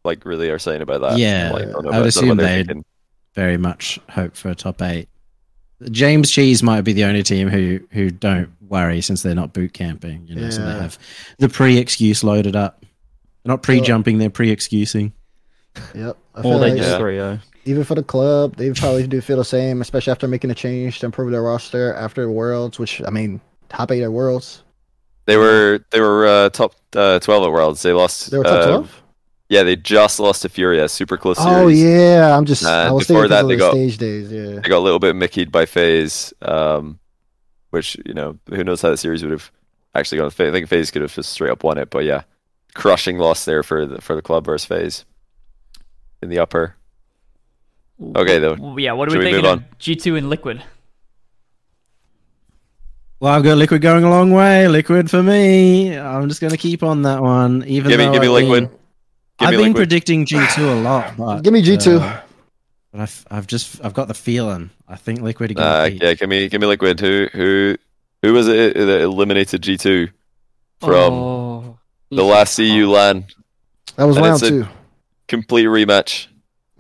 Speaker 4: like really are saying about that
Speaker 2: Yeah,
Speaker 4: like, don't
Speaker 2: I would
Speaker 4: know about- don't know
Speaker 2: assume
Speaker 4: what they're
Speaker 2: they'd-
Speaker 4: thinking.
Speaker 2: very much hope for a top eight. James Cheese might be the only team who who don't worry since they're not boot camping, you know, so they
Speaker 5: Yeah.
Speaker 2: have the pre excuse loaded up. They're not pre jumping, they're pre excusing.
Speaker 5: yep. I feel
Speaker 3: Or they
Speaker 5: like
Speaker 3: just
Speaker 4: Yeah.
Speaker 3: three oh.
Speaker 5: even for the club, they probably do feel the same, especially after making a change to improve their roster after Worlds, which I mean, top eight at Worlds.
Speaker 4: They were they were uh, top uh, twelve at Worlds. They lost.
Speaker 5: They were top
Speaker 4: uh,
Speaker 5: twelve.
Speaker 4: Yeah, they just lost to Furia, super close.
Speaker 5: oh
Speaker 4: series.
Speaker 5: yeah, I'm just.
Speaker 4: Nah,
Speaker 5: I was
Speaker 4: before
Speaker 5: thinking
Speaker 4: that,
Speaker 5: that of
Speaker 4: they
Speaker 5: the
Speaker 4: got-
Speaker 5: stage days. Yeah.
Speaker 4: They got a little bit mickeyed by Phase, um, which you know who knows how the series would have actually gone. I think Phase could have just straight up won it, but yeah, crushing loss there for the for the club versus Phase in the upper. Okay, though.
Speaker 1: Well, yeah, what are
Speaker 4: Should
Speaker 1: we
Speaker 4: we
Speaker 1: thinking
Speaker 4: move
Speaker 1: of G2 and Liquid?
Speaker 2: Well, I've got liquid going a long way. Liquid for me. I'm just going to keep on that one. Even
Speaker 4: Give me
Speaker 2: though
Speaker 4: give me
Speaker 2: I've
Speaker 4: liquid.
Speaker 2: been-
Speaker 4: Give
Speaker 2: I've
Speaker 4: me
Speaker 2: been
Speaker 4: liquid.
Speaker 2: predicting G2 a
Speaker 5: [sighs]
Speaker 2: lot. But,
Speaker 5: Give me G2.
Speaker 2: uh, but I've, I've just I've got the feeling. I think liquid again.
Speaker 4: Uh, yeah, give me give me liquid. Who who who was it that eliminated G two from
Speaker 3: Oh.
Speaker 4: the last
Speaker 1: Oh,
Speaker 4: EU LAN?
Speaker 5: that was
Speaker 4: and
Speaker 5: round
Speaker 4: it's a-
Speaker 5: two.
Speaker 4: Complete rematch,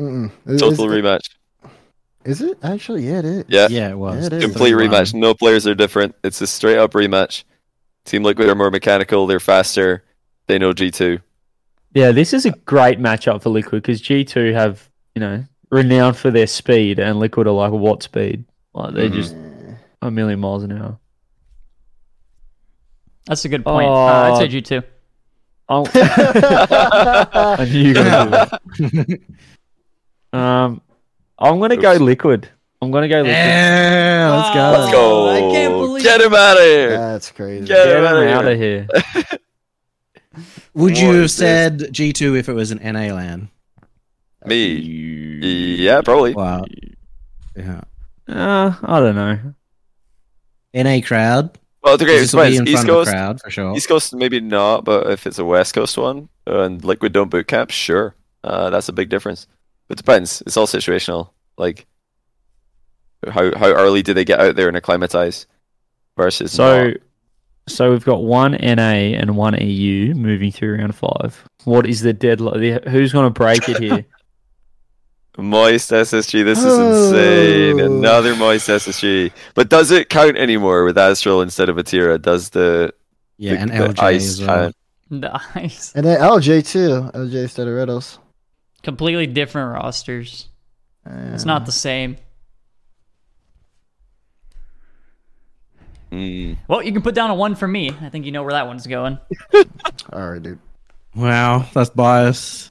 Speaker 5: Mm-mm. Is,
Speaker 4: total
Speaker 5: is,
Speaker 4: rematch.
Speaker 5: is it actually? Yeah, it is.
Speaker 4: Yeah.
Speaker 2: yeah, it was
Speaker 5: Yeah, it is.
Speaker 4: complete
Speaker 2: Three-one.
Speaker 4: rematch. No players are different. It's a straight up rematch. Team Liquid are more mechanical. They're faster. They know G2.
Speaker 3: Yeah, this is a great matchup for Liquid because G2 have, you know, renowned for their speed and Liquid are like what speed? Like they're
Speaker 4: Mhm.
Speaker 3: just a million miles an hour.
Speaker 1: That's a good point. Uh, I'd
Speaker 3: Oh.
Speaker 1: say G2.
Speaker 3: [laughs] Oh, I knew you were gonna do that. Um, I'm gonna go
Speaker 4: Oops.
Speaker 3: liquid. I'm gonna go liquid.
Speaker 2: Yeah, let's go.
Speaker 4: Let's go.
Speaker 1: I can't believe
Speaker 4: Get him out of here.
Speaker 5: That's crazy.
Speaker 4: Get
Speaker 3: Get
Speaker 4: him out of
Speaker 3: out
Speaker 4: here.
Speaker 3: of here.
Speaker 2: Would
Speaker 4: What
Speaker 2: you have
Speaker 4: is this?
Speaker 2: said G2 if it was an NA LAN?
Speaker 4: Me. Yeah, probably.
Speaker 2: Wow. Yeah.
Speaker 3: Uh, I don't know.
Speaker 2: NA crowd.
Speaker 4: Well, it's okay.
Speaker 2: This
Speaker 4: It's
Speaker 2: will be
Speaker 4: fine.
Speaker 2: in
Speaker 4: East
Speaker 2: front of a
Speaker 4: Coast.
Speaker 2: crowd for sure.
Speaker 4: East Coast, maybe not, but if it's a West Coast one uh, and Liquid don't boot camp, sure. Uh, that's a big difference. It depends. It's all situational. Like, how how early do they get out there and acclimatize versus.
Speaker 3: So,
Speaker 4: not.
Speaker 3: so we've got one NA and one EU moving through round five. What is the deadline? Who's gonna break it [laughs] here?
Speaker 4: Moist SSG, this is
Speaker 5: Oh.
Speaker 4: insane. Another Moist SSG. But does it count anymore with Astral instead of Atira? Does the,
Speaker 2: yeah,
Speaker 4: the,
Speaker 2: and
Speaker 4: the
Speaker 2: LJ
Speaker 4: ice
Speaker 2: as well.
Speaker 4: count?
Speaker 1: [laughs] Nice.
Speaker 5: And then LJ too. LJ instead of Riddles.
Speaker 1: Completely different rosters.
Speaker 5: Eh,
Speaker 1: It's not the same.
Speaker 4: Mm.
Speaker 1: Well, you can put down a one for me. I think you know where that one's going.
Speaker 5: All right, dude.
Speaker 2: Wow, that's bias.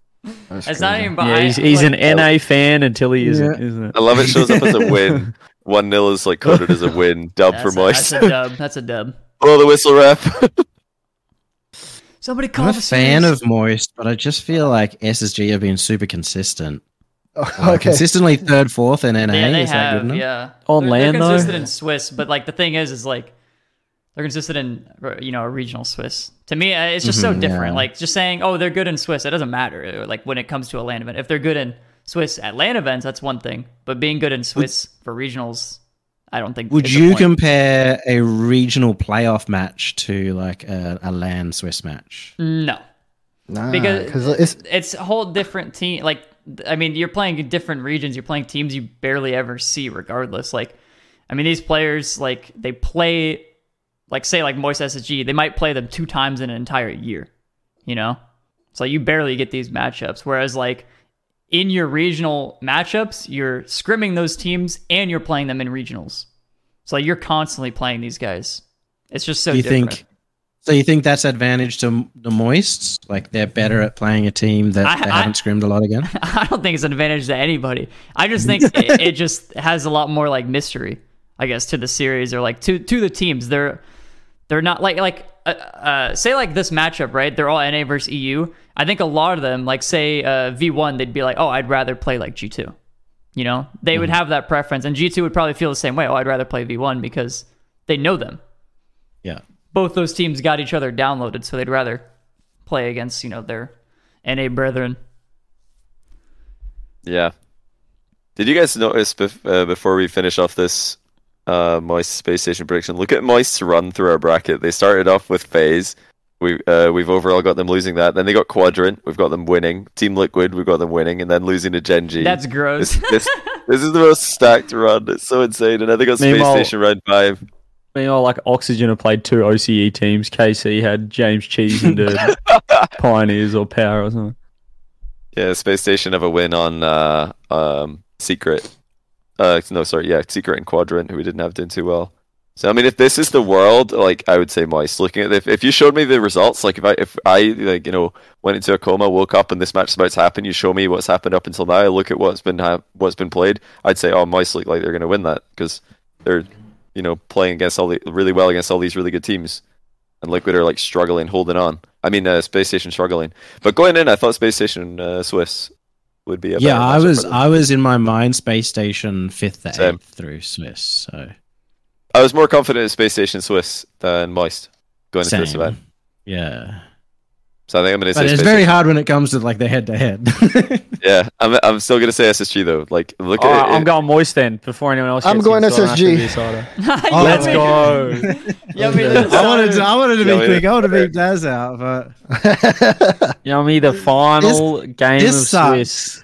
Speaker 5: That's
Speaker 1: It's not
Speaker 5: crazy.
Speaker 1: even.
Speaker 3: yeah,
Speaker 1: I-
Speaker 3: he's, he's
Speaker 1: like-
Speaker 3: an NA fan until he isn't, isn't it?
Speaker 4: I love it shows up as a win. 1 0 is like coded as a win. Dub for
Speaker 1: That's a, that's
Speaker 4: Moist.
Speaker 1: a dub. That's a dub.
Speaker 4: Blow the whistle ref. [laughs]
Speaker 1: Somebody call
Speaker 2: I'm a
Speaker 1: the
Speaker 2: fan
Speaker 1: series.
Speaker 2: of Moist, but I just feel like SSG have been super
Speaker 4: [laughs]
Speaker 2: consistent.
Speaker 5: Oh,
Speaker 2: Like,
Speaker 5: okay.
Speaker 2: Consistently third, fourth in NA.
Speaker 1: Yeah, they
Speaker 2: is that good
Speaker 1: have.
Speaker 2: enough?
Speaker 1: Yeah,
Speaker 3: On
Speaker 1: they're,
Speaker 3: land,
Speaker 1: they're
Speaker 3: though?
Speaker 1: consistent in Swiss, but like the thing is, is like they're consistent in you know a regional Swiss. To me, uh, it's just so
Speaker 2: Mhm,
Speaker 1: different.
Speaker 2: yeah.
Speaker 1: Like just saying, oh, they're good in Swiss, it doesn't matter. uh, Like when it comes to a land event, if they're good in Swiss at land events, that's one thing. But being good in Swiss for regionals, I don't think.
Speaker 2: Would
Speaker 1: is the
Speaker 2: you
Speaker 1: point.
Speaker 2: compare a regional playoff match to like a, a LAN Swiss match?
Speaker 1: No,
Speaker 5: Nah,
Speaker 1: because-
Speaker 5: because it's
Speaker 1: it's a whole different team. Like, th- I mean, you're playing in different regions. You're playing teams you barely ever see, regardless. Like, I mean, these players, like, they play, like, say, like Moist SSG, they might play them two times in an entire year, you know? So you barely get these matchups. Whereas, like, in your regional matchups, you're scrimming those teams and you're playing them in regionals. So you're constantly playing these guys. It's just so
Speaker 2: Do you
Speaker 1: different.
Speaker 2: think? So you think that's advantage to the Moists? Like they're better at playing a team that
Speaker 1: I-
Speaker 2: they
Speaker 1: I-
Speaker 2: haven't scrimmed a
Speaker 1: [laughs]
Speaker 2: lot again.
Speaker 1: I don't think it's an advantage to anybody. I just think it, it just has a lot more like mystery, I guess, to the series or like to to the teams. They're they're not like like uh, uh, say like this matchup, right? They're all NA versus EU. I think a lot of them, like say uh, V1, they'd be like, oh, I'd rather play like G2. You know, they would have that preference, and G2 would probably feel the same way. Oh, I'd rather play V1 because they know them.
Speaker 2: Yeah.
Speaker 1: Both those teams got each other downloaded, so they'd rather play against you know their NA brethren.
Speaker 4: Yeah. Did you guys notice bef- uh, before we finish off this uh, Moist space station prediction? Look at Moist's run through our bracket. They started off with Phase. We uh, we've overall got them losing that. Then they got Quadrant. We've got them winning. Team Liquid. We've got them winning, and then losing to Genji.
Speaker 1: That's
Speaker 4: this,
Speaker 1: gross.
Speaker 4: [laughs] this, this is the most stacked run. It's so insane. And then they got Space
Speaker 3: Meanwhile-
Speaker 4: Station round five.
Speaker 3: Meanwhile, oh, like Oxygen have played two OCE teams. KC had James Cheese [laughs] into Pioneers or Power or something.
Speaker 4: Yeah, Space Station have a win on uh, um, Secret. Uh, no, sorry, yeah, Secret and Quadrant, who we didn't have doing too well. So I mean, if this is the world, like I would say, Moist. Looking at if if you showed me the results, like if I if I like you know went into a coma, woke up, and this match is about to happen, you show me what's happened up until now. I look at what's been ha- what's been played. I'd say, oh, Moist look like they're going to win that because they're you know playing against all the really well against all these really good teams, and Liquid are like struggling, holding on. I mean, uh, Space Station struggling. But going in, I thought Space Station uh, Swiss would be a better
Speaker 2: yeah, I
Speaker 4: matchup
Speaker 2: was
Speaker 4: for them.
Speaker 2: I was in my mind Space Station fifth to
Speaker 4: Same.
Speaker 2: eighth through Swiss. So
Speaker 4: I was more confident in Space Station Swiss than Moist going into this
Speaker 2: same.
Speaker 4: event.
Speaker 2: Yeah,
Speaker 4: So I think I'm going to
Speaker 2: but
Speaker 4: say
Speaker 2: it's
Speaker 4: Space
Speaker 2: very
Speaker 4: Station.
Speaker 2: hard when it comes to like the head to [laughs] head.
Speaker 4: Yeah, I'm, I'm still going to say SSG though. Like look
Speaker 3: All
Speaker 4: at
Speaker 3: right,
Speaker 4: it.
Speaker 3: Oh, I'm going Moist then before anyone else.
Speaker 5: I'm
Speaker 3: gets
Speaker 5: going
Speaker 3: in, so I don't have to
Speaker 5: SSG.
Speaker 3: be decided. [laughs]
Speaker 1: You
Speaker 3: Let's
Speaker 1: made-
Speaker 3: go.
Speaker 1: you made
Speaker 3: I
Speaker 1: it
Speaker 2: I wanted to, I wanted to be
Speaker 4: Yeah, we-
Speaker 2: quick. I wanted to beat Daz out, but
Speaker 3: Yummy, the final game
Speaker 2: this
Speaker 3: of
Speaker 2: sucks.
Speaker 3: Swiss.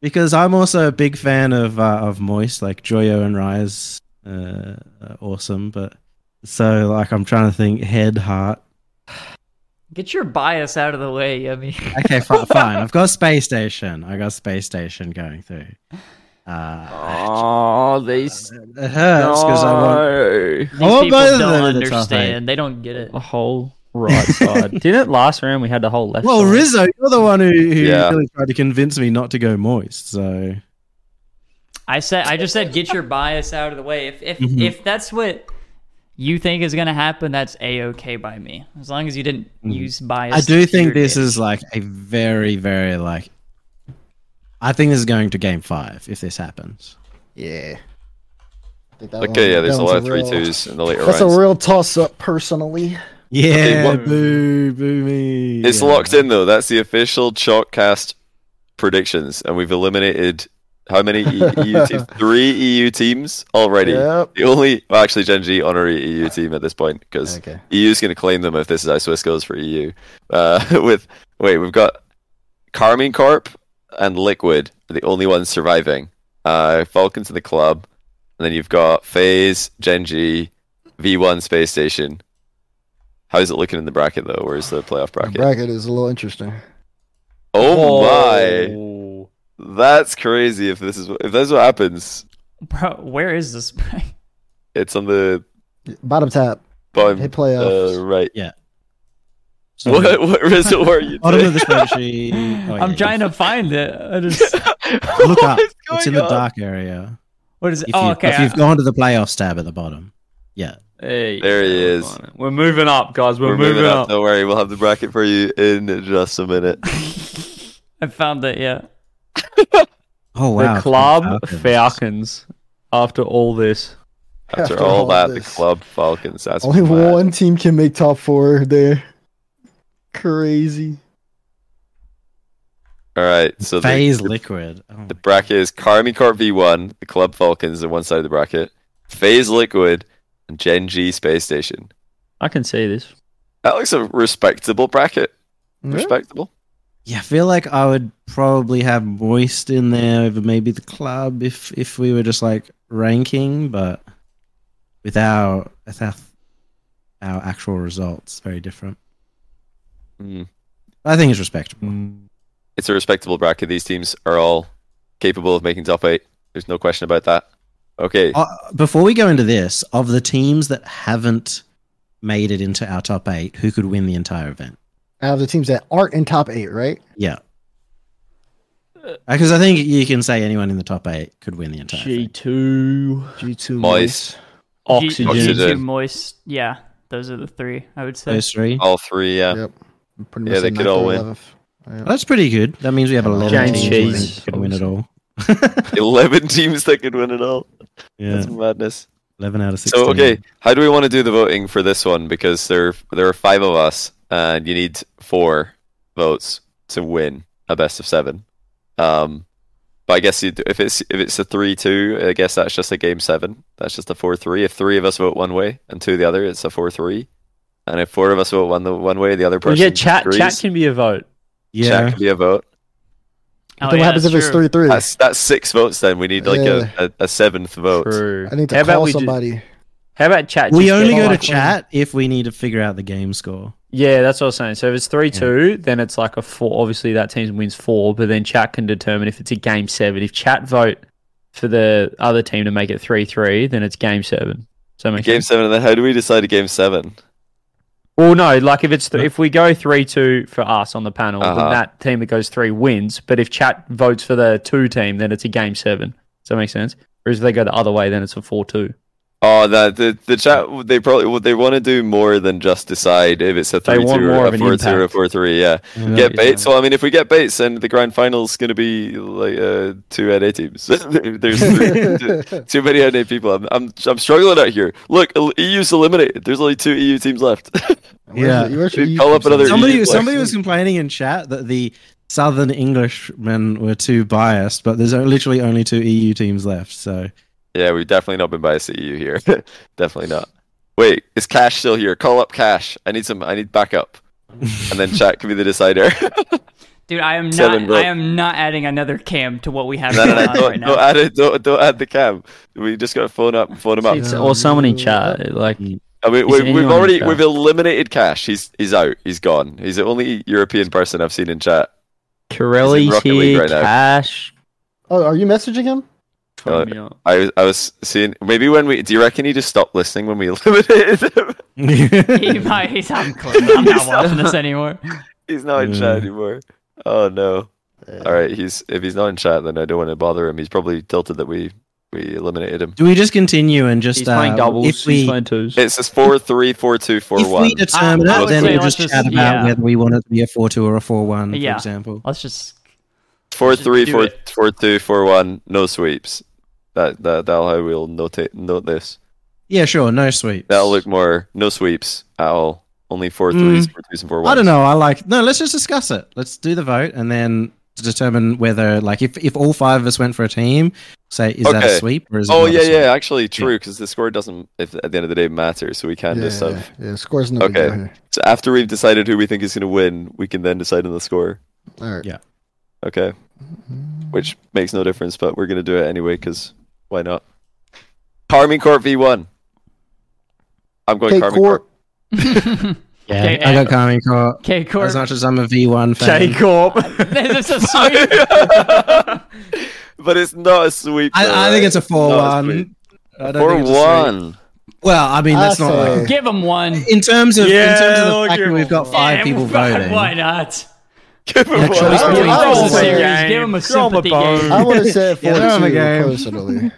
Speaker 2: because I'm also a big fan of uh, of Moist, like Joyo and Rise, uh, are awesome. But so like I'm trying to think head heart.
Speaker 1: Get your bias out of the way, [laughs] Yummy.
Speaker 2: Okay, fi- fine. I've got Space Station. I got Space Station going through. Uh,
Speaker 3: Oh, these.
Speaker 2: it hurts because I want
Speaker 3: no.
Speaker 1: These
Speaker 2: want
Speaker 1: people
Speaker 2: both of
Speaker 1: don't
Speaker 2: them in the top eight.
Speaker 1: understand. They don't get it.
Speaker 3: A whole. right
Speaker 4: [laughs]
Speaker 3: side. Didn't it last round we had the whole left
Speaker 2: Well,
Speaker 3: side?
Speaker 2: Rizzo, you're the one who, who
Speaker 4: Yeah.
Speaker 2: really tried to convince me not to go moist. So
Speaker 1: I said I just said get
Speaker 2: [laughs]
Speaker 1: your bias out of the way. If if
Speaker 2: Mm-hmm.
Speaker 1: if that's what you think is going to happen, that's a okay by me. As long as you didn't use bias.
Speaker 2: Mm-hmm. I do
Speaker 1: to
Speaker 2: think
Speaker 1: your
Speaker 2: this
Speaker 1: game.
Speaker 2: is like a very, very like. I think this is going to game five if this happens.
Speaker 5: Yeah. I think that one-
Speaker 4: Okay, yeah, there's
Speaker 5: that
Speaker 4: a lot of
Speaker 5: one's
Speaker 4: three
Speaker 5: real-
Speaker 4: twos in the later
Speaker 5: That's a
Speaker 4: rounds.
Speaker 5: real toss up, personally.
Speaker 2: Yeah,
Speaker 4: what-
Speaker 2: boo, boo me.
Speaker 4: It's
Speaker 2: Yeah.
Speaker 4: locked in though. That's the official chalkcast predictions, and we've eliminated how many E-
Speaker 5: [laughs]
Speaker 4: EU teams? Three EU teams already.
Speaker 5: Yep. Ah.
Speaker 4: The only well, actually Gen G honorary EU team at this point because
Speaker 5: Okay.
Speaker 4: EU is going to claim them if this is how Swiss goes for EU. Uh, [laughs] with wait, we've got Carmine Corp and Liquid are the only ones surviving. Uh, Falcons in the club, and then you've got Phase, Gen G, V1 Space Station. How's it looking in the bracket though? Where's the playoff
Speaker 5: The
Speaker 4: bracket?
Speaker 5: bracket is a little interesting.
Speaker 4: Oh my,
Speaker 3: Oh.
Speaker 4: that's crazy! If this is if that's what happens,
Speaker 1: Bro, where is this? [laughs]
Speaker 2: Oh,
Speaker 4: it's on the
Speaker 5: Bottom tap.
Speaker 4: bottom
Speaker 5: Hit playoffs.
Speaker 4: Uh, right.
Speaker 2: So-
Speaker 4: What what result were you?
Speaker 2: [laughs] Bottom
Speaker 4: doing?
Speaker 2: of the spreadsheet.
Speaker 4: [laughs]
Speaker 2: Oh,
Speaker 1: I'm
Speaker 2: yeah,
Speaker 1: trying to find it. I
Speaker 2: [laughs]
Speaker 1: just [laughs]
Speaker 2: look
Speaker 3: [laughs]
Speaker 4: What
Speaker 2: up.
Speaker 4: is
Speaker 2: It's
Speaker 4: going
Speaker 2: in the
Speaker 4: on?
Speaker 2: dark area.
Speaker 1: what is it?
Speaker 2: If,
Speaker 1: oh,
Speaker 2: you,
Speaker 1: okay.
Speaker 2: if you've gone to the playoffs tab at the bottom, yeah.
Speaker 3: Hey,
Speaker 4: There he
Speaker 3: we're
Speaker 4: is.
Speaker 3: fine. We're moving up, guys. We're,
Speaker 4: We're moving, up. Don't worry, we'll have the bracket for you in just a minute.
Speaker 1: I found it. Yeah.
Speaker 2: Oh
Speaker 3: The
Speaker 2: wow,
Speaker 3: club
Speaker 2: Falcons.
Speaker 3: Falcons. After all this,
Speaker 5: [laughs]
Speaker 4: After all that, the
Speaker 5: this.
Speaker 4: club Falcons. That's
Speaker 5: Only
Speaker 4: mad.
Speaker 5: one team can make top four there. Crazy.
Speaker 4: All right, so
Speaker 2: Phase
Speaker 4: the,
Speaker 2: liquid. Oh my
Speaker 4: the bracket is Carmi Corp V1, the club Falcons on one side of the bracket, Phase Liquid, and Gen G Space Station.
Speaker 3: I can see this.
Speaker 4: That looks a respectable bracket.
Speaker 5: Yeah.
Speaker 4: Respectable.
Speaker 2: Yeah, I feel like I would probably have moist in there over maybe the club if if we were just like ranking, but with our with our, our actual results, very different.
Speaker 4: Mm.
Speaker 2: I think it's respectable.
Speaker 4: It's a respectable bracket. These teams are all capable of making top eight. There's no question about that. Okay.
Speaker 2: Uh, before we go into this, of the teams that haven't made it into our top eight, who could win the entire event?
Speaker 5: Out of the teams that aren't in top eight, right?
Speaker 2: Yeah. Because I think you can say anyone in the top eight could win the entire.
Speaker 3: G
Speaker 2: thing.
Speaker 3: two
Speaker 5: G2.
Speaker 4: Moist.
Speaker 3: oxygen.
Speaker 1: G-
Speaker 4: Oxygen.
Speaker 1: G2 moist. Yeah, those are the three I would say.
Speaker 2: Those three.
Speaker 4: All three, yeah.
Speaker 5: Yep. Pretty
Speaker 4: Yeah,
Speaker 5: much
Speaker 4: they
Speaker 5: in
Speaker 4: could
Speaker 5: ninth
Speaker 4: all
Speaker 5: or
Speaker 4: win.
Speaker 2: Oh,
Speaker 5: 11th. Yeah.
Speaker 2: That's pretty good. That means we have eleven
Speaker 3: Giant
Speaker 2: teams who
Speaker 3: cheese.
Speaker 2: think could win it all.
Speaker 4: [laughs] 11 teams that could win it all.
Speaker 2: Yeah,
Speaker 4: That's madness.
Speaker 2: 11 out of 16.
Speaker 4: So okay, how do we want to do the voting for this one? Because there there are five of us, and you need four votes to win a best of seven. Um, but I guess you, if it's if it's a three-two, I guess that's just a game seven. That's just a four-three. If three of us vote one way and two the other, it's a four-three. And if four of us vote one the one way, the other
Speaker 3: Well,
Speaker 4: person
Speaker 3: yeah, chat.
Speaker 4: agrees,
Speaker 3: Chat can be a vote.
Speaker 4: chat
Speaker 2: Yeah.
Speaker 4: can be a vote.
Speaker 1: Oh,
Speaker 5: then
Speaker 1: yeah,
Speaker 5: what happens if
Speaker 1: that's
Speaker 5: it's
Speaker 1: true.
Speaker 5: 3 3?
Speaker 4: That's that's six votes. Then we need like
Speaker 5: Yeah.
Speaker 4: a, a, a seventh vote.
Speaker 3: True.
Speaker 5: I need to
Speaker 3: how about
Speaker 5: call
Speaker 3: we ju-
Speaker 4: [laughs]
Speaker 5: somebody.
Speaker 3: how about chat?
Speaker 2: We
Speaker 3: just
Speaker 2: only
Speaker 3: get
Speaker 2: go to
Speaker 3: like-
Speaker 2: chat if we need to figure out the game score.
Speaker 3: Yeah, that's what I was saying. So if it's three two, then it's like a four. Obviously, that team wins four, but then chat can determine if it's a game seven. If chat vote for the other team to make it three three, then it's game seven. So make
Speaker 4: Game seven, and then how do we decide a game seven?
Speaker 3: Well, no, like if it's th- if we go three two for us on the panel,
Speaker 4: Uh-huh.
Speaker 3: then that team that goes three wins. But if chat votes for the two team, then it's a game seven. Does that make sense? Whereas if they go the other way, then it's a four two.
Speaker 4: Oh, that the the chat they probably well, they want to do more than just decide if it's a
Speaker 3: They
Speaker 4: three
Speaker 3: want
Speaker 4: two
Speaker 3: more
Speaker 4: or
Speaker 3: of
Speaker 4: a
Speaker 3: an
Speaker 4: four two or
Speaker 3: impact.
Speaker 4: four three. Yeah,
Speaker 2: Yeah.
Speaker 4: get Bates. Well, I mean, if we get Bates, then the grand final's gonna be like uh, two NA teams. [laughs] There's
Speaker 5: [laughs]
Speaker 4: three, [laughs] too, too many NA people. I'm, I'm I'm struggling out here. Look, el- EU's eliminated. There's only two EU teams left. [laughs]
Speaker 5: Where's
Speaker 2: Yeah.
Speaker 5: your- where's E your
Speaker 4: Dude,
Speaker 5: EU
Speaker 4: call up
Speaker 5: team?
Speaker 4: another EU
Speaker 2: Somebody,
Speaker 4: player.
Speaker 2: somebody was complaining in chat that the Southern Englishmen were too biased, but there's literally only two EU teams left.
Speaker 3: [laughs]
Speaker 2: So
Speaker 4: yeah, we've definitely not been biased to EU here. [laughs] definitely not. Wait, is Cash still here? Call up Cash. I need some. I need backup. and then chat can be the decider. [laughs]
Speaker 1: Dude, I am
Speaker 4: Seven
Speaker 1: not.
Speaker 4: vote.
Speaker 1: I am not adding another cam to what we have
Speaker 4: No,
Speaker 1: going
Speaker 4: no, no,
Speaker 1: on
Speaker 4: don't,
Speaker 1: right now.
Speaker 4: don't add it. Don't, don't add the cam. We just got to phone up, phone him up.
Speaker 3: It's- or someone in chat, like
Speaker 4: I mean,
Speaker 3: is
Speaker 4: we,
Speaker 3: it
Speaker 4: we've
Speaker 3: anyone
Speaker 4: already
Speaker 3: in chat?
Speaker 4: we've eliminated Cash. He's he's out. He's gone. He's the only European person I've seen in chat.
Speaker 3: Corelli's
Speaker 4: Rocket League
Speaker 3: here,
Speaker 4: right now.
Speaker 3: Cash.
Speaker 5: Oh, are you messaging him?
Speaker 3: Sign me up.
Speaker 4: I was, I was seeing maybe when we do you reckon he just stopped listening when we [laughs] eliminated him?
Speaker 2: [laughs]
Speaker 1: He might, he's not clear. I'm not watching this anymore.
Speaker 4: he's not in chat anymore. Oh no! All right, he's if he's not in chat, then I don't want to bother him. He's probably tilted that we we eliminated him.
Speaker 2: Do we just continue and just
Speaker 3: He's
Speaker 2: uh,
Speaker 3: playing doubles.
Speaker 2: If we,
Speaker 3: he's playing twos.
Speaker 4: It's this four three four two four
Speaker 2: if
Speaker 4: one.
Speaker 2: we determine
Speaker 1: I- I
Speaker 2: it,
Speaker 1: would
Speaker 2: then
Speaker 1: say
Speaker 2: we'll
Speaker 1: let's
Speaker 2: just,
Speaker 1: just-
Speaker 2: chat about
Speaker 1: yeah.
Speaker 2: whether we want it to be a four two or a four one,
Speaker 1: Yeah.
Speaker 2: for example.
Speaker 1: Let's just.
Speaker 4: Four three
Speaker 1: do
Speaker 4: four
Speaker 1: it.
Speaker 4: four two four one. No sweeps. That that that'll how we'll notate note this.
Speaker 2: Yeah, sure. No sweeps.
Speaker 4: That'll look more no sweeps at all. Only four
Speaker 5: Hmm.
Speaker 4: threes, four twos, and four ones.
Speaker 2: I don't know. I like no. Let's just discuss it. Let's do the vote and then to determine whether, like, if if all five of us went for a team, say is that
Speaker 4: Okay.
Speaker 2: a sweep or is it
Speaker 4: Oh
Speaker 2: not a
Speaker 4: yeah,
Speaker 2: sweep?
Speaker 4: yeah. Actually, true because the score doesn't if at the end of the day matter. So we can
Speaker 5: yeah,
Speaker 4: just have.
Speaker 5: yeah, yeah, Scores no big
Speaker 4: Okay.
Speaker 5: deal here.
Speaker 4: So after we've decided who we think is going to win, we can then decide on the score.
Speaker 5: All right.
Speaker 2: Yeah.
Speaker 4: Okay. Which makes no difference, but we're going to do it anyway because why not? Carmine Court v1. I'm going
Speaker 5: Okay,
Speaker 4: Carmine
Speaker 5: Court.
Speaker 4: Court.
Speaker 1: Okay,
Speaker 2: I got Kami Court.
Speaker 1: K Corp. [laughs]
Speaker 2: As much as I'm a V1 fan,
Speaker 3: J [laughs] Corp.
Speaker 1: This is a
Speaker 2: [laughs]
Speaker 1: sweep.
Speaker 4: But it's not a sweep. though,
Speaker 2: I, I think
Speaker 4: right?
Speaker 2: it's a
Speaker 4: It's not
Speaker 2: 4
Speaker 4: a sweep.
Speaker 2: 1. I don't think it's a sweep.
Speaker 4: 4-1.
Speaker 2: Well, I mean,
Speaker 5: I
Speaker 2: that's not
Speaker 5: say-
Speaker 2: like.
Speaker 1: Give him one.
Speaker 2: In terms of, in terms of the
Speaker 3: look
Speaker 2: fact
Speaker 3: at
Speaker 2: that we've got five people voting,
Speaker 1: Why not?
Speaker 4: [laughs] Give him
Speaker 2: Yeah,
Speaker 4: one.
Speaker 2: choice
Speaker 4: Oh,
Speaker 5: between
Speaker 4: wow.
Speaker 5: Chelsea
Speaker 4: Right,
Speaker 5: and-
Speaker 1: Series, give him a
Speaker 3: Throw him
Speaker 1: sympathy
Speaker 3: bone.
Speaker 1: game.
Speaker 5: I
Speaker 3: [laughs]
Speaker 5: would have
Speaker 2: [laughs]
Speaker 5: said
Speaker 2: Yeah,
Speaker 5: 42
Speaker 2: they're on the game. [laughs]
Speaker 5: personally.